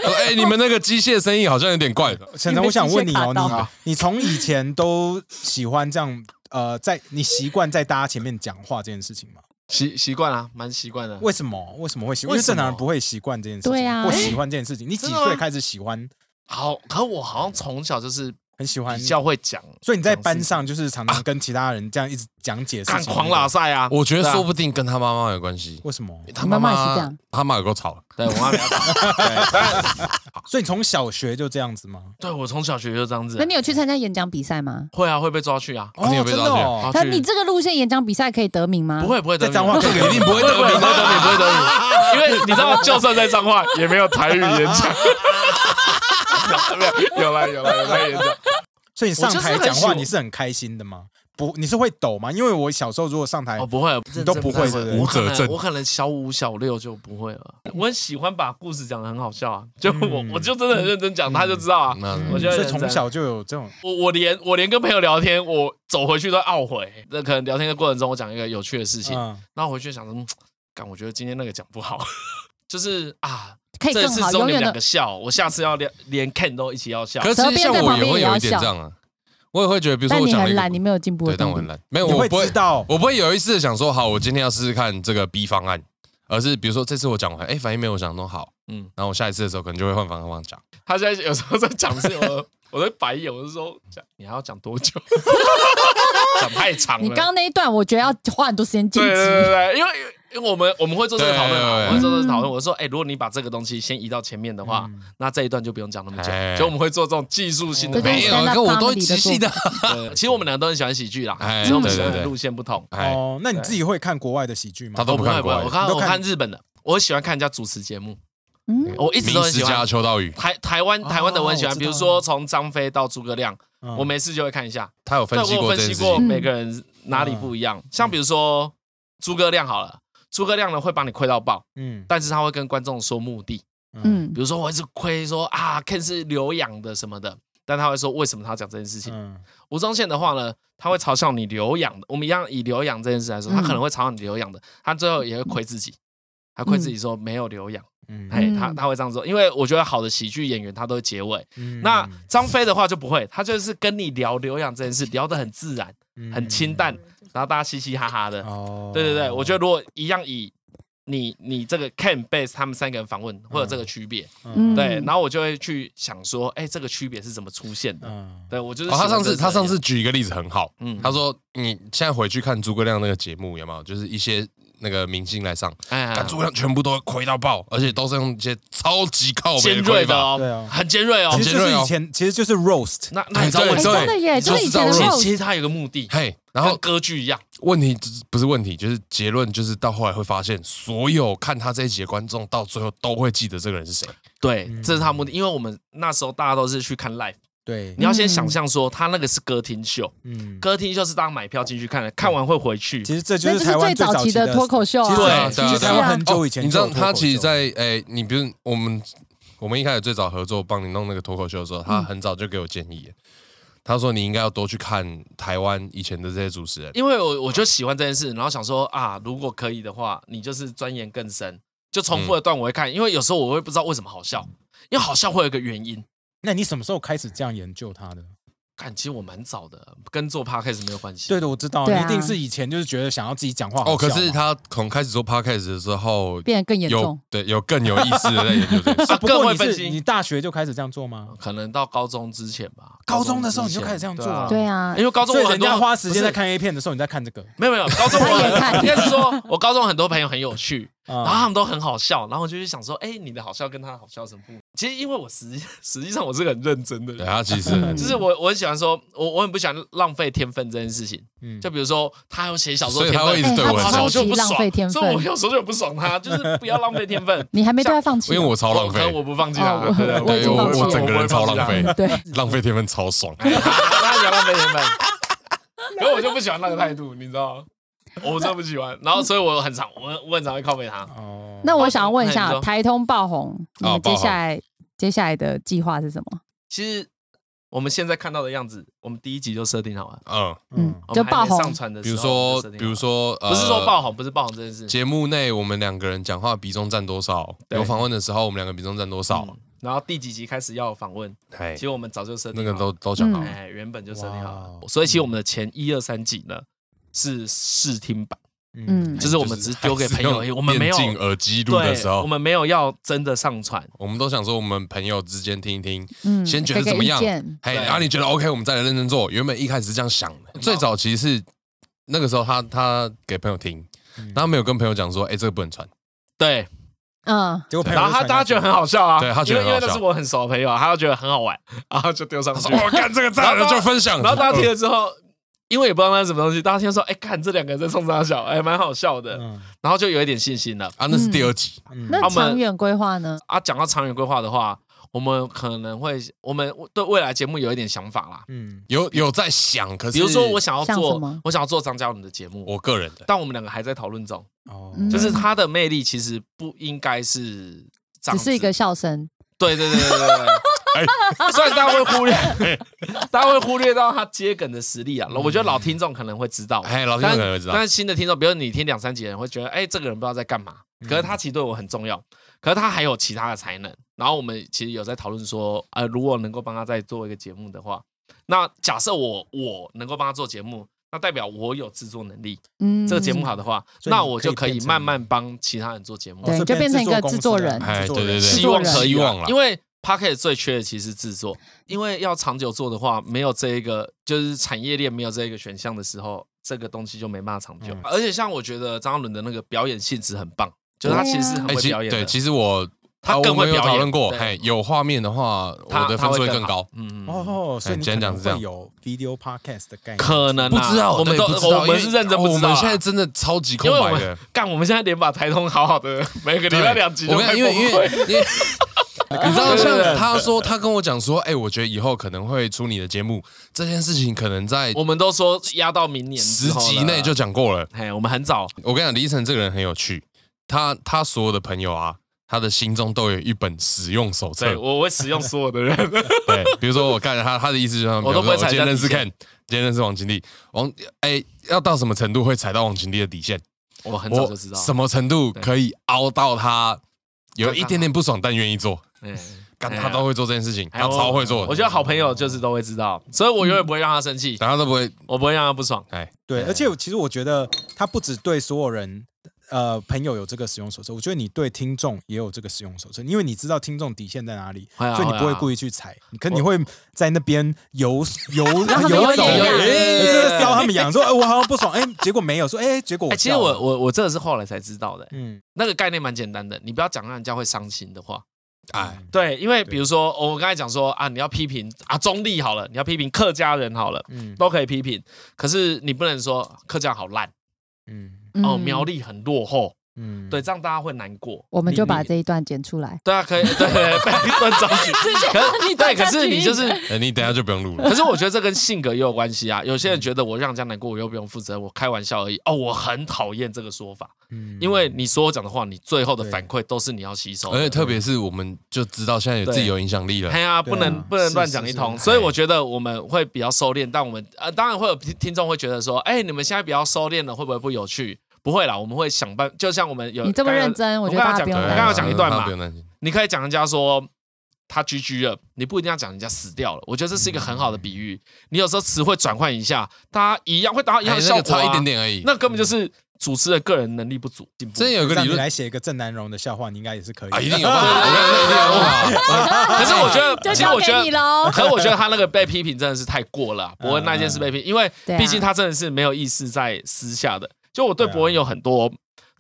[SPEAKER 4] 说哎，你们那个机械生意好像有点怪的。
[SPEAKER 1] 沈晨，我想问你
[SPEAKER 2] 你被机械卡
[SPEAKER 1] 哦
[SPEAKER 2] 到，
[SPEAKER 1] 你你从以前都喜欢这样，呃，在你习惯在大家前面讲话这件事情吗？
[SPEAKER 3] 习习惯啊，蛮习惯的。
[SPEAKER 1] 为什么？为什么会习惯？因
[SPEAKER 3] 为
[SPEAKER 1] 为
[SPEAKER 3] 什
[SPEAKER 1] 正
[SPEAKER 3] 么
[SPEAKER 1] 常人不会习惯这件事情，
[SPEAKER 2] 对啊
[SPEAKER 1] 不喜欢这件事情。你几
[SPEAKER 3] 真的
[SPEAKER 1] 岁
[SPEAKER 3] 吗
[SPEAKER 1] 开始喜欢？
[SPEAKER 3] 好，可我好像从小就是
[SPEAKER 1] 很喜欢
[SPEAKER 3] 比较会讲，
[SPEAKER 1] 所以你在班上就是常常跟其他人这样一直讲解事
[SPEAKER 3] 干
[SPEAKER 1] 情，
[SPEAKER 3] 狂拉赛啊，
[SPEAKER 4] 我觉得说
[SPEAKER 3] 不
[SPEAKER 4] 不定跟他妈妈有关系，
[SPEAKER 1] 为什么？
[SPEAKER 4] 他
[SPEAKER 2] 妈妈
[SPEAKER 4] 妈
[SPEAKER 2] 也是这样，
[SPEAKER 4] 他妈有够吵。
[SPEAKER 3] 对我妈比较吵对但
[SPEAKER 1] 所以你从小学就这样子吗？
[SPEAKER 3] 对我从小学就这样子
[SPEAKER 2] 那
[SPEAKER 3] 啊，
[SPEAKER 2] 你有去参加演讲比赛吗？
[SPEAKER 3] 会啊会被抓去啊，
[SPEAKER 4] 哦你有被
[SPEAKER 1] 真的
[SPEAKER 4] 抓去
[SPEAKER 1] 哦，
[SPEAKER 2] 那
[SPEAKER 3] 去
[SPEAKER 2] 你这个路线演讲比赛可以得名吗？
[SPEAKER 3] 不，会不会得
[SPEAKER 1] 在
[SPEAKER 3] 名
[SPEAKER 1] 彰化
[SPEAKER 3] 不
[SPEAKER 1] 这
[SPEAKER 3] 会
[SPEAKER 1] 个一定
[SPEAKER 4] 不会得
[SPEAKER 3] 不会
[SPEAKER 4] 名
[SPEAKER 3] 不会得名不会得 名，因为你知道，就算在彰化也没有台语演讲。 有有啦有啦有啦演讲，
[SPEAKER 1] 所以你上台讲
[SPEAKER 3] 我就是很喜
[SPEAKER 1] 话
[SPEAKER 3] 欢
[SPEAKER 1] 你是很开心的吗？不，你是会抖吗？因为我小时候如果上台
[SPEAKER 3] 哦，不会，
[SPEAKER 1] 你都不会
[SPEAKER 3] 真的
[SPEAKER 1] 对不对
[SPEAKER 3] 我可能
[SPEAKER 4] 舞者症
[SPEAKER 3] 我可能小五小六就不会了。 我很喜欢把故事讲的很好笑啊，就我
[SPEAKER 1] 嗯
[SPEAKER 3] 我就真的很认真讲，他就知道啊。
[SPEAKER 4] 那
[SPEAKER 2] 嗯
[SPEAKER 3] 我觉得
[SPEAKER 1] 所以
[SPEAKER 3] 很
[SPEAKER 1] 从小就有这种，
[SPEAKER 3] 我我连我连跟朋友聊天，我走回去都懊悔。那可能聊天的过程中，我讲一个有趣的事情，
[SPEAKER 1] 嗯，
[SPEAKER 3] 然后回去想说，嗯干，我觉得今天那个讲不好， 就是啊，
[SPEAKER 2] 可以
[SPEAKER 3] 这
[SPEAKER 2] 更
[SPEAKER 3] 次
[SPEAKER 2] 好，
[SPEAKER 3] 只有
[SPEAKER 2] 永
[SPEAKER 3] 你们
[SPEAKER 2] 远
[SPEAKER 3] 两
[SPEAKER 2] 的
[SPEAKER 3] 个。笑，我下次要连连 Ken 都一起要笑。
[SPEAKER 4] 可是其实像我也会有一点这样啊，我也会觉得，比如说
[SPEAKER 2] 但
[SPEAKER 4] 我
[SPEAKER 2] 你
[SPEAKER 4] 讲了
[SPEAKER 2] 很
[SPEAKER 4] 一
[SPEAKER 2] 懒，
[SPEAKER 4] 个
[SPEAKER 2] 你，没有进步的
[SPEAKER 4] 对，但
[SPEAKER 2] 动
[SPEAKER 4] 我很
[SPEAKER 2] 力。
[SPEAKER 4] 懒，没有，
[SPEAKER 1] 你
[SPEAKER 4] 我
[SPEAKER 1] 会
[SPEAKER 4] 不会
[SPEAKER 1] 知道嗯
[SPEAKER 4] 我不会有一次想说，好，我今天要试试看这个 B 方案，而是比如说这次我讲完，哎，反应没有我想弄好，
[SPEAKER 3] 嗯，
[SPEAKER 4] 然后我下一次的时候可能就会换方向讲。
[SPEAKER 3] 他现在有时候在讲是，我我在白眼，我就说讲你还要讲多久？ 讲太长了。
[SPEAKER 2] 你刚刚那一段，我觉得要花很多时间
[SPEAKER 3] 对
[SPEAKER 2] 晋
[SPEAKER 3] 对对
[SPEAKER 2] 级。
[SPEAKER 3] 对，因为因为我们我们会做这个讨论嘛，
[SPEAKER 4] 对对对对
[SPEAKER 3] 我们会做这个讨论。我说，哎，如果你把这个东西先移到前面的话，那这一段就不用讲那么久
[SPEAKER 4] 嗯哎。
[SPEAKER 3] 就我们会做这种技术性的
[SPEAKER 2] 对对
[SPEAKER 3] 没
[SPEAKER 4] 没
[SPEAKER 3] 有
[SPEAKER 4] 有，
[SPEAKER 2] stand-up
[SPEAKER 4] 跟我都
[SPEAKER 2] comedy 的
[SPEAKER 4] 即兴的，
[SPEAKER 3] 对其实我们两个都很喜欢喜剧啦，
[SPEAKER 4] 哎
[SPEAKER 3] 只是我们
[SPEAKER 4] 对
[SPEAKER 3] 喜
[SPEAKER 4] 对
[SPEAKER 3] 欢的
[SPEAKER 4] 对
[SPEAKER 3] 路线不同。
[SPEAKER 4] 哎，
[SPEAKER 1] 哦，那你自己会看国外的喜剧吗
[SPEAKER 4] 他？都不看
[SPEAKER 3] 不
[SPEAKER 4] 过
[SPEAKER 3] 会
[SPEAKER 4] 来
[SPEAKER 3] 我。看
[SPEAKER 1] 你都
[SPEAKER 3] 我
[SPEAKER 1] 看
[SPEAKER 3] 看日本的，我喜欢看人家主持节目，
[SPEAKER 2] 嗯，
[SPEAKER 3] 我一直都
[SPEAKER 4] 名
[SPEAKER 3] 很
[SPEAKER 4] 师
[SPEAKER 3] 喜
[SPEAKER 4] 家
[SPEAKER 3] 欢。
[SPEAKER 4] 秋刀鱼，
[SPEAKER 3] 台台湾台湾的我很喜
[SPEAKER 1] 哦
[SPEAKER 3] 欢，
[SPEAKER 1] 我知道
[SPEAKER 3] 比如说从张飞到诸葛亮，
[SPEAKER 1] 嗯
[SPEAKER 3] 我没事就会看一下。
[SPEAKER 4] 他有分
[SPEAKER 3] 对，
[SPEAKER 4] 析
[SPEAKER 3] 我有
[SPEAKER 4] 过
[SPEAKER 3] 分
[SPEAKER 4] 这件
[SPEAKER 3] 析
[SPEAKER 4] 事
[SPEAKER 3] 过
[SPEAKER 4] 情。
[SPEAKER 2] 嗯
[SPEAKER 3] 每个人哪里不一样，像比如说诸葛亮好了，诸葛亮呢会把你亏到爆，
[SPEAKER 1] 嗯
[SPEAKER 3] 但是他会跟观众说目的，
[SPEAKER 1] 嗯
[SPEAKER 2] 嗯
[SPEAKER 3] 比如说我一直亏说啊，Ken 是留养的什么的，但他会说为什么他讲这件事情。
[SPEAKER 1] 嗯，
[SPEAKER 3] 吴宗宪的话呢，他会嘲笑你留养的，我们一样以留养这件事来说，他
[SPEAKER 2] 嗯
[SPEAKER 3] 可能会嘲笑你留养的，他最后也会亏自己，他亏自己说没有留养，
[SPEAKER 1] 嗯
[SPEAKER 3] 哎、他
[SPEAKER 2] 嗯
[SPEAKER 3] 他会这样说，因为我觉得好的喜剧演员他都会结尾。
[SPEAKER 1] 嗯
[SPEAKER 3] 那张飞的话就不会，他就是跟你聊留养这件事，聊得很自然，很清淡，然后大家嘻嘻哈哈的。
[SPEAKER 1] 嗯哦
[SPEAKER 3] 对对对，我觉得如果一样以你你这个 Ken Base 他们三个人访问会有这个区别，
[SPEAKER 2] 嗯，
[SPEAKER 3] 对，然后我就会去想说，哎，这个区别是怎么出现的？
[SPEAKER 1] 嗯
[SPEAKER 3] 对我就是
[SPEAKER 4] 哦，
[SPEAKER 3] 喜
[SPEAKER 4] 他
[SPEAKER 3] 欢
[SPEAKER 4] 上
[SPEAKER 3] 这
[SPEAKER 4] 次他上次
[SPEAKER 3] 样
[SPEAKER 4] 举一个例子很好，
[SPEAKER 3] 嗯
[SPEAKER 4] 他说你现在回去看诸葛亮那个节目有没有？就是一些那个明星来上，
[SPEAKER 3] 哎
[SPEAKER 4] 但诸葛亮全部都亏到爆，而且都是用一些超级靠北
[SPEAKER 3] 尖
[SPEAKER 4] 的
[SPEAKER 3] 锐
[SPEAKER 4] 亏
[SPEAKER 3] 的
[SPEAKER 4] 法。
[SPEAKER 1] 对啊
[SPEAKER 3] 哦，很尖锐哦
[SPEAKER 1] 其。实就
[SPEAKER 4] 很尖锐
[SPEAKER 1] 是
[SPEAKER 4] 哦
[SPEAKER 1] 以前其实就是 roast，
[SPEAKER 3] 那那你知道
[SPEAKER 4] 对
[SPEAKER 3] 为
[SPEAKER 2] 哎
[SPEAKER 3] 什
[SPEAKER 4] 对
[SPEAKER 3] 么
[SPEAKER 2] 真的耶，就
[SPEAKER 4] 就是
[SPEAKER 2] 以前的
[SPEAKER 4] 对
[SPEAKER 3] 其实
[SPEAKER 2] roast，
[SPEAKER 3] 其实他有个目的，
[SPEAKER 4] 嘿，然
[SPEAKER 3] 然后
[SPEAKER 4] 后
[SPEAKER 3] 歌剧一样，
[SPEAKER 4] 问题就是不是问题，就是结论就是到后来会发现，所有看他这一集的观众到最后都会记得这个人是谁。
[SPEAKER 3] 对，这是他的目的，因为我们那时候大家都是去看 live，
[SPEAKER 1] 对
[SPEAKER 3] 你，要先想象说他那个是歌厅秀，
[SPEAKER 1] 嗯，
[SPEAKER 3] 歌厅秀是大家买票进去看的，看完会回去。
[SPEAKER 1] 其实这就
[SPEAKER 2] 那
[SPEAKER 1] 是
[SPEAKER 2] 就
[SPEAKER 1] 台
[SPEAKER 2] 是
[SPEAKER 1] 湾
[SPEAKER 2] 最早
[SPEAKER 1] 早
[SPEAKER 2] 期的脱口秀
[SPEAKER 1] 其实
[SPEAKER 3] 对
[SPEAKER 2] 啊。
[SPEAKER 1] 其实
[SPEAKER 2] 对
[SPEAKER 1] 台湾
[SPEAKER 2] 对
[SPEAKER 1] 很久以前
[SPEAKER 4] 哦你知
[SPEAKER 1] 就有
[SPEAKER 4] 道
[SPEAKER 1] 脱口秀，
[SPEAKER 4] 他其实在诶，你比如我们我们一开始最早合作帮你弄那个脱口秀的时候，他很早就给我建议耶，他说你应该要多去看台湾以前的这些主持
[SPEAKER 1] 嗯
[SPEAKER 4] 人。
[SPEAKER 3] 因为我我就喜欢这件事，然后想说啊，如果可以的话，你就是钻研更深，就重复的段我会看，
[SPEAKER 1] 嗯
[SPEAKER 3] 因为有时候我会不知道为什么好笑，因为好笑会有一个原因。
[SPEAKER 1] 那你什么时候开始这样研究他的？
[SPEAKER 3] 看，其实我蛮早的，跟做 podcast 没有关系。
[SPEAKER 1] 对的，我知道，你
[SPEAKER 2] 对啊
[SPEAKER 1] 一定是以前就是觉得想要自己讲话好
[SPEAKER 4] 哦，可
[SPEAKER 1] 笑
[SPEAKER 4] 是
[SPEAKER 1] 嘛
[SPEAKER 4] 他从开始做 podcast 的时候，
[SPEAKER 2] 变得更严
[SPEAKER 4] 有
[SPEAKER 2] 重，
[SPEAKER 4] 对有更有意思的在研究这 件事。
[SPEAKER 1] 啊，不过
[SPEAKER 3] 更会
[SPEAKER 1] 你
[SPEAKER 3] 分
[SPEAKER 1] 是
[SPEAKER 3] 析
[SPEAKER 1] 你大学就开始这样做吗？
[SPEAKER 3] 可能到高中之前吧。
[SPEAKER 1] 高中的时候你就开始这样做了
[SPEAKER 3] 了，
[SPEAKER 2] 对啊
[SPEAKER 3] 因，为高中
[SPEAKER 1] 所
[SPEAKER 3] 我
[SPEAKER 1] 以
[SPEAKER 3] 很
[SPEAKER 1] 人
[SPEAKER 3] 多
[SPEAKER 1] 家花时间在
[SPEAKER 3] 不是。
[SPEAKER 1] 看 A 片的时候，你在看这个，
[SPEAKER 3] 没有没有，高中我
[SPEAKER 2] 他也看
[SPEAKER 3] 应该是说，我高中很多朋友很有趣，
[SPEAKER 1] 然
[SPEAKER 3] 然后他们都很好笑，然后我就去想说，哎，你的好笑跟他的好笑有什么不一样？其实因为我实际实际上我是个很认真的
[SPEAKER 4] 对
[SPEAKER 3] 人，
[SPEAKER 4] 他其实
[SPEAKER 2] 嗯
[SPEAKER 3] 就是我我很喜欢说，我我很不喜欢浪费天分这件事情。
[SPEAKER 1] 嗯
[SPEAKER 3] 就比如说他有写小说
[SPEAKER 4] 所以
[SPEAKER 3] 的天分，
[SPEAKER 4] 他会一直对我
[SPEAKER 3] 我
[SPEAKER 4] 很
[SPEAKER 3] 小时
[SPEAKER 4] 好
[SPEAKER 3] 候
[SPEAKER 2] 哎超
[SPEAKER 3] 就
[SPEAKER 2] 级
[SPEAKER 3] 不爽，
[SPEAKER 2] 浪费天
[SPEAKER 3] 所以我
[SPEAKER 2] 分，。
[SPEAKER 3] 有时候就很不爽他，就是不要浪费天分
[SPEAKER 2] 你还没对他放弃
[SPEAKER 4] 因为我 超浪
[SPEAKER 3] 我可
[SPEAKER 4] 费
[SPEAKER 3] 能，我不放弃
[SPEAKER 2] 哦
[SPEAKER 3] 他，
[SPEAKER 2] 我
[SPEAKER 3] 对对
[SPEAKER 2] 我已
[SPEAKER 4] 对
[SPEAKER 2] 经
[SPEAKER 4] 我
[SPEAKER 2] 放弃
[SPEAKER 4] 我
[SPEAKER 2] 了
[SPEAKER 4] 整个人超 浪费，
[SPEAKER 2] 啊 对，
[SPEAKER 4] 浪费天分超爽。
[SPEAKER 3] 哎他喜欢浪费天分，可是我就不喜欢那个态度，你知道吗？我真的不喜欢。然后所以我很常我我很常会靠背他。
[SPEAKER 1] 哦，
[SPEAKER 2] 那我想要问一
[SPEAKER 3] 那你
[SPEAKER 2] 下，
[SPEAKER 3] 说
[SPEAKER 2] 台通爆红，你
[SPEAKER 4] 哦
[SPEAKER 2] 们接
[SPEAKER 4] 爆红
[SPEAKER 2] 下来接下来的计划是什么？
[SPEAKER 3] 其实我们现在看到的样子，我们第一集就设定好了，
[SPEAKER 4] 嗯，
[SPEAKER 2] 嗯，
[SPEAKER 3] 哦我
[SPEAKER 2] 就
[SPEAKER 3] 们还
[SPEAKER 2] 爆
[SPEAKER 3] 没
[SPEAKER 2] 红，
[SPEAKER 3] 上传的
[SPEAKER 4] 比
[SPEAKER 3] 时
[SPEAKER 4] 如
[SPEAKER 3] 候
[SPEAKER 4] 说
[SPEAKER 3] 就设定好了，
[SPEAKER 4] 比如说呃，
[SPEAKER 3] 哦不是说爆红，不是爆红这件事，
[SPEAKER 4] 节目内我们两个人讲话比重占多少？
[SPEAKER 3] 对
[SPEAKER 4] 有访问的时候，我们两个比重占多少
[SPEAKER 3] 嗯？然后第几集开始要访问，
[SPEAKER 4] 哎
[SPEAKER 3] 其，实我们早就设定
[SPEAKER 4] 那个
[SPEAKER 3] 好了
[SPEAKER 4] 都都哦讲好
[SPEAKER 2] 嗯。
[SPEAKER 3] 哎，原本就设定好了
[SPEAKER 1] 哇。
[SPEAKER 3] 所以其实我们的前一二三季呢是试听版，
[SPEAKER 1] 嗯
[SPEAKER 2] 嗯
[SPEAKER 3] 就是我们只是丢给朋友而已，我们没有
[SPEAKER 4] 进耳机录的时
[SPEAKER 3] 对，
[SPEAKER 4] 候，
[SPEAKER 3] 我们没有要真的上传。
[SPEAKER 4] 我们都想说我们朋友之间听一听，
[SPEAKER 2] 嗯，
[SPEAKER 4] 先觉
[SPEAKER 2] 给
[SPEAKER 4] 得
[SPEAKER 2] 个
[SPEAKER 4] 怎么
[SPEAKER 2] 意
[SPEAKER 4] 样
[SPEAKER 2] 见
[SPEAKER 4] 嘿，
[SPEAKER 3] 对
[SPEAKER 4] 然后你觉得 OK，我们再来认真做。原本一开始是这样想的，最早其实是那个时候他他给朋友听，
[SPEAKER 3] 嗯
[SPEAKER 4] 然后没有跟朋友讲说，哎，这个不能传，
[SPEAKER 3] 对，
[SPEAKER 2] 嗯，
[SPEAKER 1] 结果朋友
[SPEAKER 3] 然后他大家觉得很好笑啊，
[SPEAKER 4] 对他觉得
[SPEAKER 3] 因为因为
[SPEAKER 4] 很好
[SPEAKER 3] 那
[SPEAKER 4] 笑
[SPEAKER 3] 是我很熟的朋友啊，他就觉得很好 玩，然后就丢上去。
[SPEAKER 4] 我哦干这个赞
[SPEAKER 3] 然
[SPEAKER 4] 了
[SPEAKER 3] 后
[SPEAKER 4] 就分 享，
[SPEAKER 3] 然后大家听
[SPEAKER 4] 呃
[SPEAKER 3] 了之后，因为也不知道那是什么东西，大家听了说，哎，看这两个人在冲啥笑，哎，蛮好笑的，
[SPEAKER 1] 嗯
[SPEAKER 3] 然后就有一点信心了。
[SPEAKER 4] 啊，那是第二集，
[SPEAKER 1] 嗯
[SPEAKER 2] 那
[SPEAKER 3] 他们
[SPEAKER 2] 长远规划呢？
[SPEAKER 3] 啊，讲到长远规划的话，我们可能会，我们对未来节目有一点想法啦。
[SPEAKER 1] 嗯
[SPEAKER 4] 有有在想，可是
[SPEAKER 3] 比如说，我想要
[SPEAKER 2] 像什
[SPEAKER 3] 做
[SPEAKER 2] 么，
[SPEAKER 3] 我想要做张嘉伦的节目，
[SPEAKER 4] 我个人的，
[SPEAKER 3] 但我们两个还在讨论中，
[SPEAKER 1] 哦，
[SPEAKER 2] 嗯
[SPEAKER 3] 就是他的魅力其实不应该是这样
[SPEAKER 2] 只
[SPEAKER 3] 子，
[SPEAKER 2] 是一个笑声，
[SPEAKER 3] 对对对对对对。哎，虽然大家会忽略， 大家会忽略到他接梗的实力啊。我觉得老听众可能会知道，啊
[SPEAKER 4] 哎，老听众
[SPEAKER 3] 但
[SPEAKER 4] 可能会知道
[SPEAKER 3] 但，是新的听众，比如你听两三集的人会觉得，哎，这个人不知道在干嘛。
[SPEAKER 4] 嗯
[SPEAKER 3] 可是他其实对我很重要，可是他还有其他的才能。然后我们其实有在讨论说，呃，如果能够帮他再做一个节目的话，那假设我我能够帮他做节目，那代表我有制作能力，
[SPEAKER 2] 嗯，
[SPEAKER 3] 这个节目好的话，
[SPEAKER 4] 嗯
[SPEAKER 1] 所以
[SPEAKER 3] 那
[SPEAKER 1] 你
[SPEAKER 3] 我
[SPEAKER 1] 可
[SPEAKER 3] 就
[SPEAKER 1] 以
[SPEAKER 3] 可以
[SPEAKER 1] 变成
[SPEAKER 3] 慢慢帮其他人做节目
[SPEAKER 1] 哦，
[SPEAKER 2] 对
[SPEAKER 1] 这
[SPEAKER 2] 就变成一个
[SPEAKER 1] 公司
[SPEAKER 2] 制作
[SPEAKER 1] 的
[SPEAKER 2] 人
[SPEAKER 1] 制作
[SPEAKER 4] 哎对对对
[SPEAKER 3] 希望
[SPEAKER 2] 制作
[SPEAKER 3] 可
[SPEAKER 2] 人
[SPEAKER 3] 以
[SPEAKER 4] 希望啦
[SPEAKER 3] 因为 p o c k e t 最缺的其实是制作，因为要长久做的话，没有这一个就是产业链没有这一个选项的时候，这个东西就没办法长久。
[SPEAKER 1] 嗯
[SPEAKER 3] 而且像我觉得张翰伦的那个表演性质很棒，就是他
[SPEAKER 2] 对啊
[SPEAKER 3] 其实是很
[SPEAKER 4] 哎，
[SPEAKER 3] 会
[SPEAKER 4] 其
[SPEAKER 3] 表演的，
[SPEAKER 4] 对，其实我
[SPEAKER 3] 他
[SPEAKER 4] 啊
[SPEAKER 3] 更
[SPEAKER 4] 我
[SPEAKER 3] 会
[SPEAKER 4] 们有
[SPEAKER 3] 表演
[SPEAKER 4] 讨论过，
[SPEAKER 3] 对
[SPEAKER 4] 哎，有画面的话，
[SPEAKER 3] 他
[SPEAKER 4] 我的分数会更高。
[SPEAKER 3] 嗯嗯嗯
[SPEAKER 1] 哦，所以你
[SPEAKER 4] 简单讲是这样
[SPEAKER 1] 可能会有 video podcast 的概念，
[SPEAKER 3] 可能啊
[SPEAKER 4] 不知道，
[SPEAKER 3] 我们
[SPEAKER 4] 对
[SPEAKER 3] 都
[SPEAKER 4] 不知道
[SPEAKER 3] 我们是
[SPEAKER 4] 因为哦
[SPEAKER 3] 认真不
[SPEAKER 4] 我
[SPEAKER 3] 知道啊，
[SPEAKER 4] 们现在真的超级空
[SPEAKER 3] 因为我
[SPEAKER 4] 白的
[SPEAKER 3] 们。干，我们 现在连把台通好好的每个礼
[SPEAKER 4] 对
[SPEAKER 3] 拜两集
[SPEAKER 4] 我
[SPEAKER 3] 都
[SPEAKER 4] 跟你
[SPEAKER 3] 快
[SPEAKER 4] 讲，因为因
[SPEAKER 3] 崩
[SPEAKER 4] 为
[SPEAKER 3] 溃
[SPEAKER 4] 因为你知道，
[SPEAKER 3] 对对对
[SPEAKER 4] 像他说，他跟我讲说，哎，我觉得以后可能会出你的节目，这件事情可能在
[SPEAKER 3] 我们都说压到明年之
[SPEAKER 4] 十
[SPEAKER 3] 后
[SPEAKER 4] 集
[SPEAKER 3] 了
[SPEAKER 4] 内就讲过了。
[SPEAKER 3] 哎，我们很早
[SPEAKER 4] 我跟你讲，李依晨这个人很有趣，他他所有的朋友啊，他的心中都有一本使用手册
[SPEAKER 3] 对。我会使用所有的人，
[SPEAKER 4] 对，比如说我干他，他的意 思就是说，
[SPEAKER 3] 我都不会
[SPEAKER 4] 比如说
[SPEAKER 3] 踩
[SPEAKER 4] 今
[SPEAKER 3] 人家
[SPEAKER 4] 天认识
[SPEAKER 3] 底
[SPEAKER 4] Ken，
[SPEAKER 3] 线
[SPEAKER 4] 今天认识王金丽，王哎，要到什么程度会踩到王金丽的底线？
[SPEAKER 3] 我很早
[SPEAKER 4] 我
[SPEAKER 3] 就知道
[SPEAKER 4] 什么程度可以凹到他有
[SPEAKER 3] 看看
[SPEAKER 4] 一点点不爽，但愿意做。
[SPEAKER 3] 哎
[SPEAKER 4] 干
[SPEAKER 3] 哎呀
[SPEAKER 4] 他都会做这件事情，
[SPEAKER 3] 哎
[SPEAKER 4] 他超会做
[SPEAKER 3] 我
[SPEAKER 4] 的，
[SPEAKER 3] 觉得好朋友就是都会知道，所以我永远不会让他生气，
[SPEAKER 4] 然后他都不会。
[SPEAKER 3] 我不会让他不爽。
[SPEAKER 4] 哎，
[SPEAKER 1] 对，而且我其实我觉得他不只对所有人。呃，朋友有这个使用手册，我觉得你对听众也有这个使用手册，因为你知道听众底线在哪里，
[SPEAKER 3] 会啊
[SPEAKER 4] 哎
[SPEAKER 1] 所以你不
[SPEAKER 3] 会
[SPEAKER 1] 会
[SPEAKER 3] 啊
[SPEAKER 1] 故意去踩，你可你会在那边游 游
[SPEAKER 2] 让他们
[SPEAKER 1] 游
[SPEAKER 2] 有
[SPEAKER 1] 走，
[SPEAKER 2] 点痒
[SPEAKER 1] 哎就是烧他们痒，说哎我好像不爽，哎结果没有，说哎结果
[SPEAKER 3] 哎，
[SPEAKER 1] 我
[SPEAKER 3] 其实
[SPEAKER 1] 笑
[SPEAKER 3] 我
[SPEAKER 1] 了
[SPEAKER 3] 我我这个是后来才知道的，
[SPEAKER 1] 嗯
[SPEAKER 3] 那个概念蛮简单的，你不要讲让人家会伤心的话。
[SPEAKER 4] 哎，
[SPEAKER 3] 对，因为比如说哦我刚才讲说啊，你要批评啊中立好了，你要批评客家人好了，
[SPEAKER 1] 嗯
[SPEAKER 3] 都可以批评，可是你不能说客家好烂
[SPEAKER 1] 嗯
[SPEAKER 2] 嗯
[SPEAKER 3] 哦，苗栗很落后，
[SPEAKER 1] 嗯，
[SPEAKER 3] 对，这样大家会难过。
[SPEAKER 2] 我们就把
[SPEAKER 1] 你
[SPEAKER 2] 这一段剪出来。
[SPEAKER 3] 对啊，可以，对， 被断章 取义。可是对，可是你就是
[SPEAKER 4] 哎你等一下就不用录 了
[SPEAKER 3] 可。是我觉得这跟性格也有关
[SPEAKER 4] 嗯
[SPEAKER 3] 系啊。有些人觉得我让人家难过，我又不用负责任，我开玩笑而已。哦，我很讨厌这个说法，
[SPEAKER 1] 嗯，
[SPEAKER 3] 因为你所有讲的话，你最后的反馈都是你要吸收的。
[SPEAKER 4] 而且哎特别是我们就知道现在有自己有影响力了
[SPEAKER 3] 哎，呀，
[SPEAKER 1] 对啊
[SPEAKER 3] 不能不能
[SPEAKER 1] 是
[SPEAKER 3] 乱讲一
[SPEAKER 1] 是
[SPEAKER 3] 通，
[SPEAKER 1] 是
[SPEAKER 3] 所以我觉得我们会比较收敛，但我们呃，当然会有听听众会觉得说，哎，你们现在比较收敛了，会不会不有趣？不会啦，我们会想办，就像我们有
[SPEAKER 2] 你这么
[SPEAKER 3] 刚刚
[SPEAKER 2] 认真，我觉得
[SPEAKER 3] 刚
[SPEAKER 2] 大
[SPEAKER 3] 刚
[SPEAKER 2] 家不
[SPEAKER 4] 对
[SPEAKER 2] 用
[SPEAKER 3] 我
[SPEAKER 2] 担
[SPEAKER 3] 刚刚
[SPEAKER 2] 心
[SPEAKER 3] 有讲一段嘛
[SPEAKER 4] 那不用担心。
[SPEAKER 3] 你可以讲人家说他居居了，你不一定要讲人家死掉了。我觉得这是一个很好的比喻。你有时候词汇转换一下，大家一样会达到一
[SPEAKER 4] 哎
[SPEAKER 3] 样的
[SPEAKER 4] 那
[SPEAKER 3] 效
[SPEAKER 4] 个
[SPEAKER 3] 果、啊
[SPEAKER 4] 差一点，点而已。
[SPEAKER 3] 那根本就是主持人个人能力不足，进步
[SPEAKER 4] 之。前有个
[SPEAKER 1] 让
[SPEAKER 4] 理
[SPEAKER 1] 你
[SPEAKER 4] 论
[SPEAKER 1] 来写一个郑南荣的笑话，你应该也是可以的，
[SPEAKER 4] 啊，一定 有办法，我跟你讲那一定有办法。
[SPEAKER 3] 可是我觉得，
[SPEAKER 2] 就
[SPEAKER 3] 其实
[SPEAKER 2] 交
[SPEAKER 3] 我觉
[SPEAKER 2] 给你
[SPEAKER 3] 得。
[SPEAKER 2] 喽。
[SPEAKER 3] 可是我觉得他那个被批评真的是太过了啊、伯恩那件事被批，因为
[SPEAKER 2] 对啊
[SPEAKER 3] 毕竟他真的是没有意识在私下的。就我对
[SPEAKER 1] 对啊
[SPEAKER 3] 伯恩有很多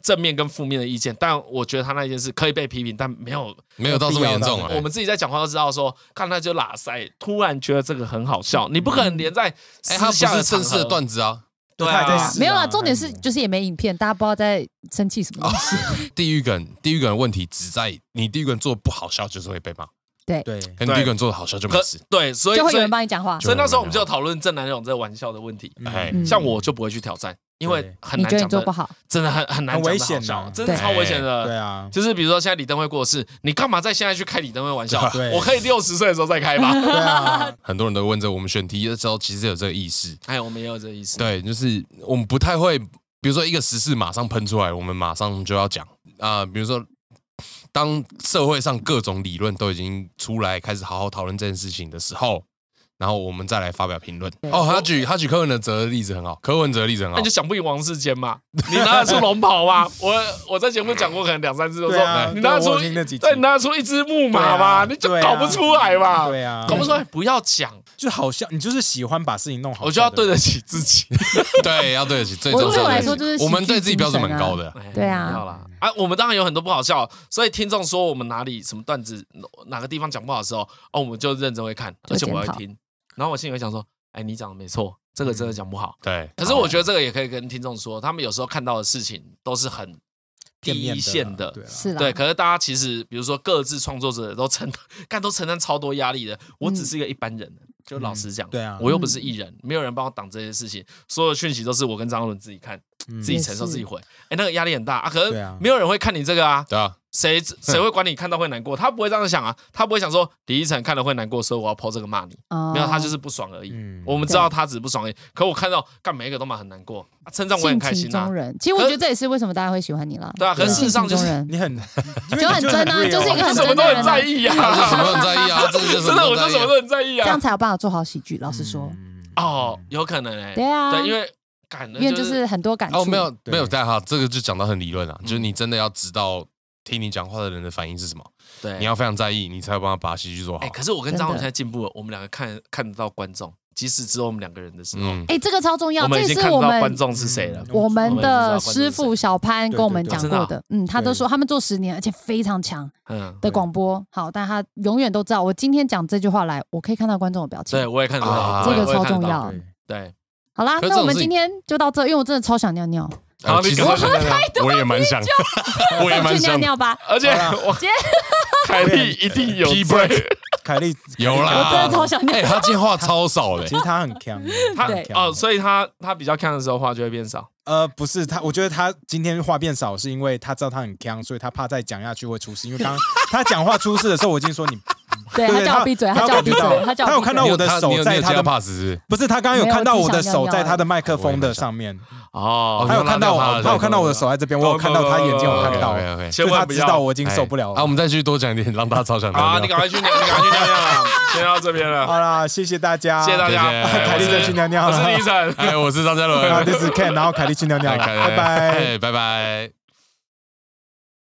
[SPEAKER 3] 正面跟负面的意见，但我觉得他那件事可以被批评，但没有
[SPEAKER 4] 没有到这么严重
[SPEAKER 1] 有
[SPEAKER 4] 啊
[SPEAKER 1] 必。
[SPEAKER 3] 我们自己在讲话都知道说，看他就拉塞，突然觉得这个很好笑，你不可能连在
[SPEAKER 4] 哎，
[SPEAKER 3] 私
[SPEAKER 4] 他不
[SPEAKER 3] 下的
[SPEAKER 4] 是正式的
[SPEAKER 3] 场合
[SPEAKER 4] 段子啊，
[SPEAKER 3] 对
[SPEAKER 1] 他还在
[SPEAKER 3] 啊
[SPEAKER 1] 试，
[SPEAKER 2] 没有
[SPEAKER 1] 是
[SPEAKER 2] 啊，
[SPEAKER 1] 啊
[SPEAKER 2] 重点是
[SPEAKER 1] 那你
[SPEAKER 2] 就是也没影片，大家不知道在生气什么东
[SPEAKER 3] 哦
[SPEAKER 2] 西。
[SPEAKER 4] 地狱梗，地狱梗的问题只在你地狱梗做得不好笑，就是会被骂；，
[SPEAKER 2] 对，
[SPEAKER 1] 对，
[SPEAKER 4] 跟地狱梗做的好笑就没
[SPEAKER 3] 可
[SPEAKER 4] 事。
[SPEAKER 3] 对，所以
[SPEAKER 2] 就会有
[SPEAKER 3] 所以
[SPEAKER 2] 人帮你讲话。
[SPEAKER 4] 就
[SPEAKER 3] 所以那时候我们就有讨论正南勇这个玩笑的问题。
[SPEAKER 4] 哎，
[SPEAKER 2] 嗯
[SPEAKER 3] 像我就不会去挑战，因为
[SPEAKER 1] 对
[SPEAKER 3] 很
[SPEAKER 2] 你
[SPEAKER 3] 难
[SPEAKER 2] 觉得
[SPEAKER 3] 讲嗯
[SPEAKER 2] 你做不
[SPEAKER 3] 的，
[SPEAKER 2] 好，
[SPEAKER 3] 真的很很难
[SPEAKER 1] 很
[SPEAKER 3] 讲
[SPEAKER 1] 危
[SPEAKER 3] 的好
[SPEAKER 1] 险
[SPEAKER 3] 笑
[SPEAKER 1] 啊，
[SPEAKER 3] 真的超危险的。
[SPEAKER 1] 对啊，
[SPEAKER 3] 就是比如说现在李登辉过世，你干嘛在现在去开李登辉玩笑？
[SPEAKER 1] 对啊
[SPEAKER 3] 我可以六十岁的时候再开吧。
[SPEAKER 1] 对 啊，
[SPEAKER 4] 很多人都问这个我们选题的时候，其实有这个意识。
[SPEAKER 3] 哎，我们也有这个意
[SPEAKER 1] 啊
[SPEAKER 3] 思。
[SPEAKER 4] 对，就是我们不太会，比如说一个时事马上喷出来，我们马上就要讲啊、比如说。当社会上各种理论都已经出来，开始好好讨论这件事情的时候，然后我们再来发表评论。哦，他举他举柯文哲的例子很好，柯文哲的例子很好
[SPEAKER 3] 那你就，想不赢王世坚嘛？
[SPEAKER 1] 啊
[SPEAKER 3] 你拿得出龙袍吗？我我在节目讲过，可能两三次都
[SPEAKER 1] 对
[SPEAKER 3] 说，
[SPEAKER 1] 啊
[SPEAKER 3] 你拿得
[SPEAKER 1] 对
[SPEAKER 3] 出
[SPEAKER 1] 我有听那几集
[SPEAKER 3] 对，你拿得出一只木马吗？
[SPEAKER 1] 对啊
[SPEAKER 3] 你就搞不出来嘛。
[SPEAKER 1] 对啊，
[SPEAKER 3] 搞不出来，不要讲，
[SPEAKER 1] 就好笑，你就是喜欢把事情弄好，
[SPEAKER 3] 我就要对得起自己。
[SPEAKER 4] 对，要对得起。最
[SPEAKER 2] 我
[SPEAKER 4] 重
[SPEAKER 2] 对
[SPEAKER 4] 要
[SPEAKER 2] 我
[SPEAKER 4] 的
[SPEAKER 2] 来
[SPEAKER 4] 是
[SPEAKER 2] 说就是
[SPEAKER 4] 我们
[SPEAKER 2] 喜剧
[SPEAKER 4] 对自己
[SPEAKER 2] 精
[SPEAKER 4] 标准
[SPEAKER 2] 神
[SPEAKER 4] 蛮
[SPEAKER 2] 啊
[SPEAKER 4] 高的。
[SPEAKER 3] 哎
[SPEAKER 2] 对啊
[SPEAKER 3] 不要啦啊！我们当然有很多不好笑，所以听众说我们哪里什么段子哪个地方讲不好的时候，哦，我们就认真会看，
[SPEAKER 2] 就
[SPEAKER 3] 而且我
[SPEAKER 2] 检
[SPEAKER 3] 会
[SPEAKER 2] 讨
[SPEAKER 3] 听。然后我心里会想说，哎，你讲的没错，这个真
[SPEAKER 2] 嗯
[SPEAKER 3] 的讲不好。
[SPEAKER 4] 对，
[SPEAKER 3] 可是我觉得这个也可以跟听众说，他们有时候看到的事情都是很第
[SPEAKER 1] 店面
[SPEAKER 3] 一线的，
[SPEAKER 1] 对啊，
[SPEAKER 2] 是啦，
[SPEAKER 3] 对，可是大家其实，比如说各自创作者都承，干都承担超多压力的。我
[SPEAKER 2] 嗯
[SPEAKER 3] 只是一个一般人，就老实讲，
[SPEAKER 1] 对啊
[SPEAKER 3] 我又不是艺人，没有人帮我挡这些事情，所有讯息都是我跟张伦自己看，
[SPEAKER 1] 嗯
[SPEAKER 3] 自己承受，
[SPEAKER 2] 也是
[SPEAKER 3] 自己回。哎，那个压力很大啊，可
[SPEAKER 1] 对
[SPEAKER 3] 是
[SPEAKER 1] 啊
[SPEAKER 3] 没有人会看你这个啊。
[SPEAKER 4] 对啊，
[SPEAKER 3] 谁谁会管你看到会难过？他不会这样想啊，他不会想说李依晨看了会难过，所以我要抛这个骂你。
[SPEAKER 2] 哦，
[SPEAKER 3] 没有，他就是不爽而已。
[SPEAKER 1] 嗯
[SPEAKER 3] 我们知道他只是不爽而已。可我看到干每一个都蛮很难过，啊称赞我也很
[SPEAKER 2] 性
[SPEAKER 3] 开
[SPEAKER 2] 情
[SPEAKER 3] 心啊
[SPEAKER 2] 中。人。其实我
[SPEAKER 3] 可
[SPEAKER 2] 觉得这也是为什么大家会喜欢你啦。
[SPEAKER 3] 对啊可
[SPEAKER 1] 是
[SPEAKER 2] 性
[SPEAKER 3] 事实上
[SPEAKER 2] 情
[SPEAKER 3] 就是
[SPEAKER 2] 中人
[SPEAKER 1] 你 很
[SPEAKER 2] 就很真啊就是一个很
[SPEAKER 3] 什么
[SPEAKER 2] 真
[SPEAKER 3] 都
[SPEAKER 2] 的人
[SPEAKER 3] 很在 意啊，
[SPEAKER 4] 他说什么都很在意啊，这 就是
[SPEAKER 3] 真的，我就
[SPEAKER 4] 在意
[SPEAKER 3] 什
[SPEAKER 4] 啊
[SPEAKER 3] 么都很在意
[SPEAKER 2] 这样
[SPEAKER 3] 啊。
[SPEAKER 2] 才有办法做好喜剧。老实说，
[SPEAKER 1] 嗯
[SPEAKER 3] 哦，有可能哎、
[SPEAKER 2] 对啊
[SPEAKER 3] 嗯对，因为感
[SPEAKER 2] 因为
[SPEAKER 3] 恩
[SPEAKER 2] 就
[SPEAKER 3] 就是
[SPEAKER 2] 很多感触。
[SPEAKER 4] 哦，没有
[SPEAKER 1] 对
[SPEAKER 4] 没有，但哈，这个就讲到很理论啊，就是
[SPEAKER 2] 嗯
[SPEAKER 4] 你真的要知道听你讲话的人的反应是什么，
[SPEAKER 3] 对
[SPEAKER 4] 你要非常在意，你才有办法把戏剧做好
[SPEAKER 3] 哎、。可是我跟
[SPEAKER 2] 真
[SPEAKER 3] 张总
[SPEAKER 2] 的
[SPEAKER 3] 现在进步了，我们两个看看得到观众，即使只有我们两个人的时候，
[SPEAKER 4] 嗯，
[SPEAKER 2] 哎，这个超重要，
[SPEAKER 3] 我
[SPEAKER 2] 这
[SPEAKER 3] 们已
[SPEAKER 2] 也是
[SPEAKER 3] 经看
[SPEAKER 2] 我
[SPEAKER 3] 得到观
[SPEAKER 2] 们
[SPEAKER 3] 众是谁了。
[SPEAKER 2] 我们的
[SPEAKER 3] 我们已经知道观众是
[SPEAKER 2] 师傅小潘跟我们讲过
[SPEAKER 3] 对对
[SPEAKER 2] 的，嗯，他都
[SPEAKER 1] 对
[SPEAKER 2] 说他们做十年，而且非常强
[SPEAKER 3] 嗯，
[SPEAKER 2] 的广播。好，但他永远都知道，我今天讲这句话来，我可以看到观众的表情
[SPEAKER 3] 对，。我也看得到，我
[SPEAKER 4] 啊
[SPEAKER 2] 这
[SPEAKER 3] 也
[SPEAKER 2] 个
[SPEAKER 3] 我也
[SPEAKER 2] 超
[SPEAKER 3] 看得
[SPEAKER 2] 重
[SPEAKER 3] 到
[SPEAKER 2] 要。
[SPEAKER 3] 对，
[SPEAKER 2] 好啦，
[SPEAKER 4] 可是这
[SPEAKER 2] 那我们
[SPEAKER 4] 种事
[SPEAKER 2] 今天就到这，因为我真的超想尿尿，
[SPEAKER 4] 然
[SPEAKER 3] 好
[SPEAKER 4] 后
[SPEAKER 3] 你
[SPEAKER 4] 呃其实
[SPEAKER 3] 赶
[SPEAKER 4] 我
[SPEAKER 3] 快
[SPEAKER 4] 我也蛮想， 我也
[SPEAKER 2] 去
[SPEAKER 4] 蛮
[SPEAKER 2] 尿
[SPEAKER 4] 想。
[SPEAKER 2] 尿吧。
[SPEAKER 3] 而且我
[SPEAKER 2] 今
[SPEAKER 3] 凯莉一定有
[SPEAKER 4] P
[SPEAKER 3] 罪
[SPEAKER 4] break，
[SPEAKER 1] 凯莉
[SPEAKER 4] 有啦
[SPEAKER 2] 我真的超想尿
[SPEAKER 4] 哎，他今天话超少的
[SPEAKER 1] 其，实他很 强，
[SPEAKER 3] 他
[SPEAKER 1] 很强
[SPEAKER 3] 哦，所以他他比较看的时候话就会变少。
[SPEAKER 1] 呃，不是他，我觉得他今天话变少，是因为他知道他很强，所以他怕再讲下去会出事。因为刚刚他讲话出事的时候，我已经说你，
[SPEAKER 2] 对他叫我闭嘴，
[SPEAKER 1] 他
[SPEAKER 2] 叫我闭
[SPEAKER 1] 他有
[SPEAKER 2] 嘴，他叫
[SPEAKER 1] 他
[SPEAKER 2] 我
[SPEAKER 1] 有
[SPEAKER 2] 闭
[SPEAKER 1] 看
[SPEAKER 2] 嘴
[SPEAKER 1] 到我的
[SPEAKER 4] 你有
[SPEAKER 1] 手
[SPEAKER 4] 你有
[SPEAKER 1] 在他的
[SPEAKER 4] pass 是
[SPEAKER 1] 不是他刚刚有看到我的手在他的麦克
[SPEAKER 4] 没有我
[SPEAKER 1] 风
[SPEAKER 4] 只想
[SPEAKER 1] 的
[SPEAKER 4] 尿尿
[SPEAKER 1] 上面，
[SPEAKER 3] 哦
[SPEAKER 4] 哦
[SPEAKER 1] 他有看到
[SPEAKER 4] 我拉
[SPEAKER 1] 我，
[SPEAKER 4] 掉他
[SPEAKER 1] 他有看到我的手在这边，我有看到他眼睛有看到，
[SPEAKER 4] OK OK，
[SPEAKER 1] 就
[SPEAKER 3] 千
[SPEAKER 1] 他
[SPEAKER 3] 万不
[SPEAKER 1] 知道
[SPEAKER 3] 要
[SPEAKER 1] 我已经受不了
[SPEAKER 4] 哦啊，我
[SPEAKER 1] 了。
[SPEAKER 4] 们再去多讲一点，让大家超想
[SPEAKER 3] 啊！
[SPEAKER 4] 尿
[SPEAKER 3] 你
[SPEAKER 4] 尿。
[SPEAKER 3] 赶快去尿，你赶快去尿尿啊， 先到这边了，
[SPEAKER 1] 好啦，谢谢大家，
[SPEAKER 3] 谢谢大家。
[SPEAKER 4] 谢谢
[SPEAKER 3] 哎
[SPEAKER 1] 凯莉
[SPEAKER 3] 我是
[SPEAKER 1] 再去尿尿
[SPEAKER 3] 我是李晨。
[SPEAKER 4] 哎，我是张嘉伦
[SPEAKER 1] 啊，，这是 Ken，然后凯莉去尿尿了，
[SPEAKER 4] 哎
[SPEAKER 1] 拜拜。
[SPEAKER 4] 哎拜拜。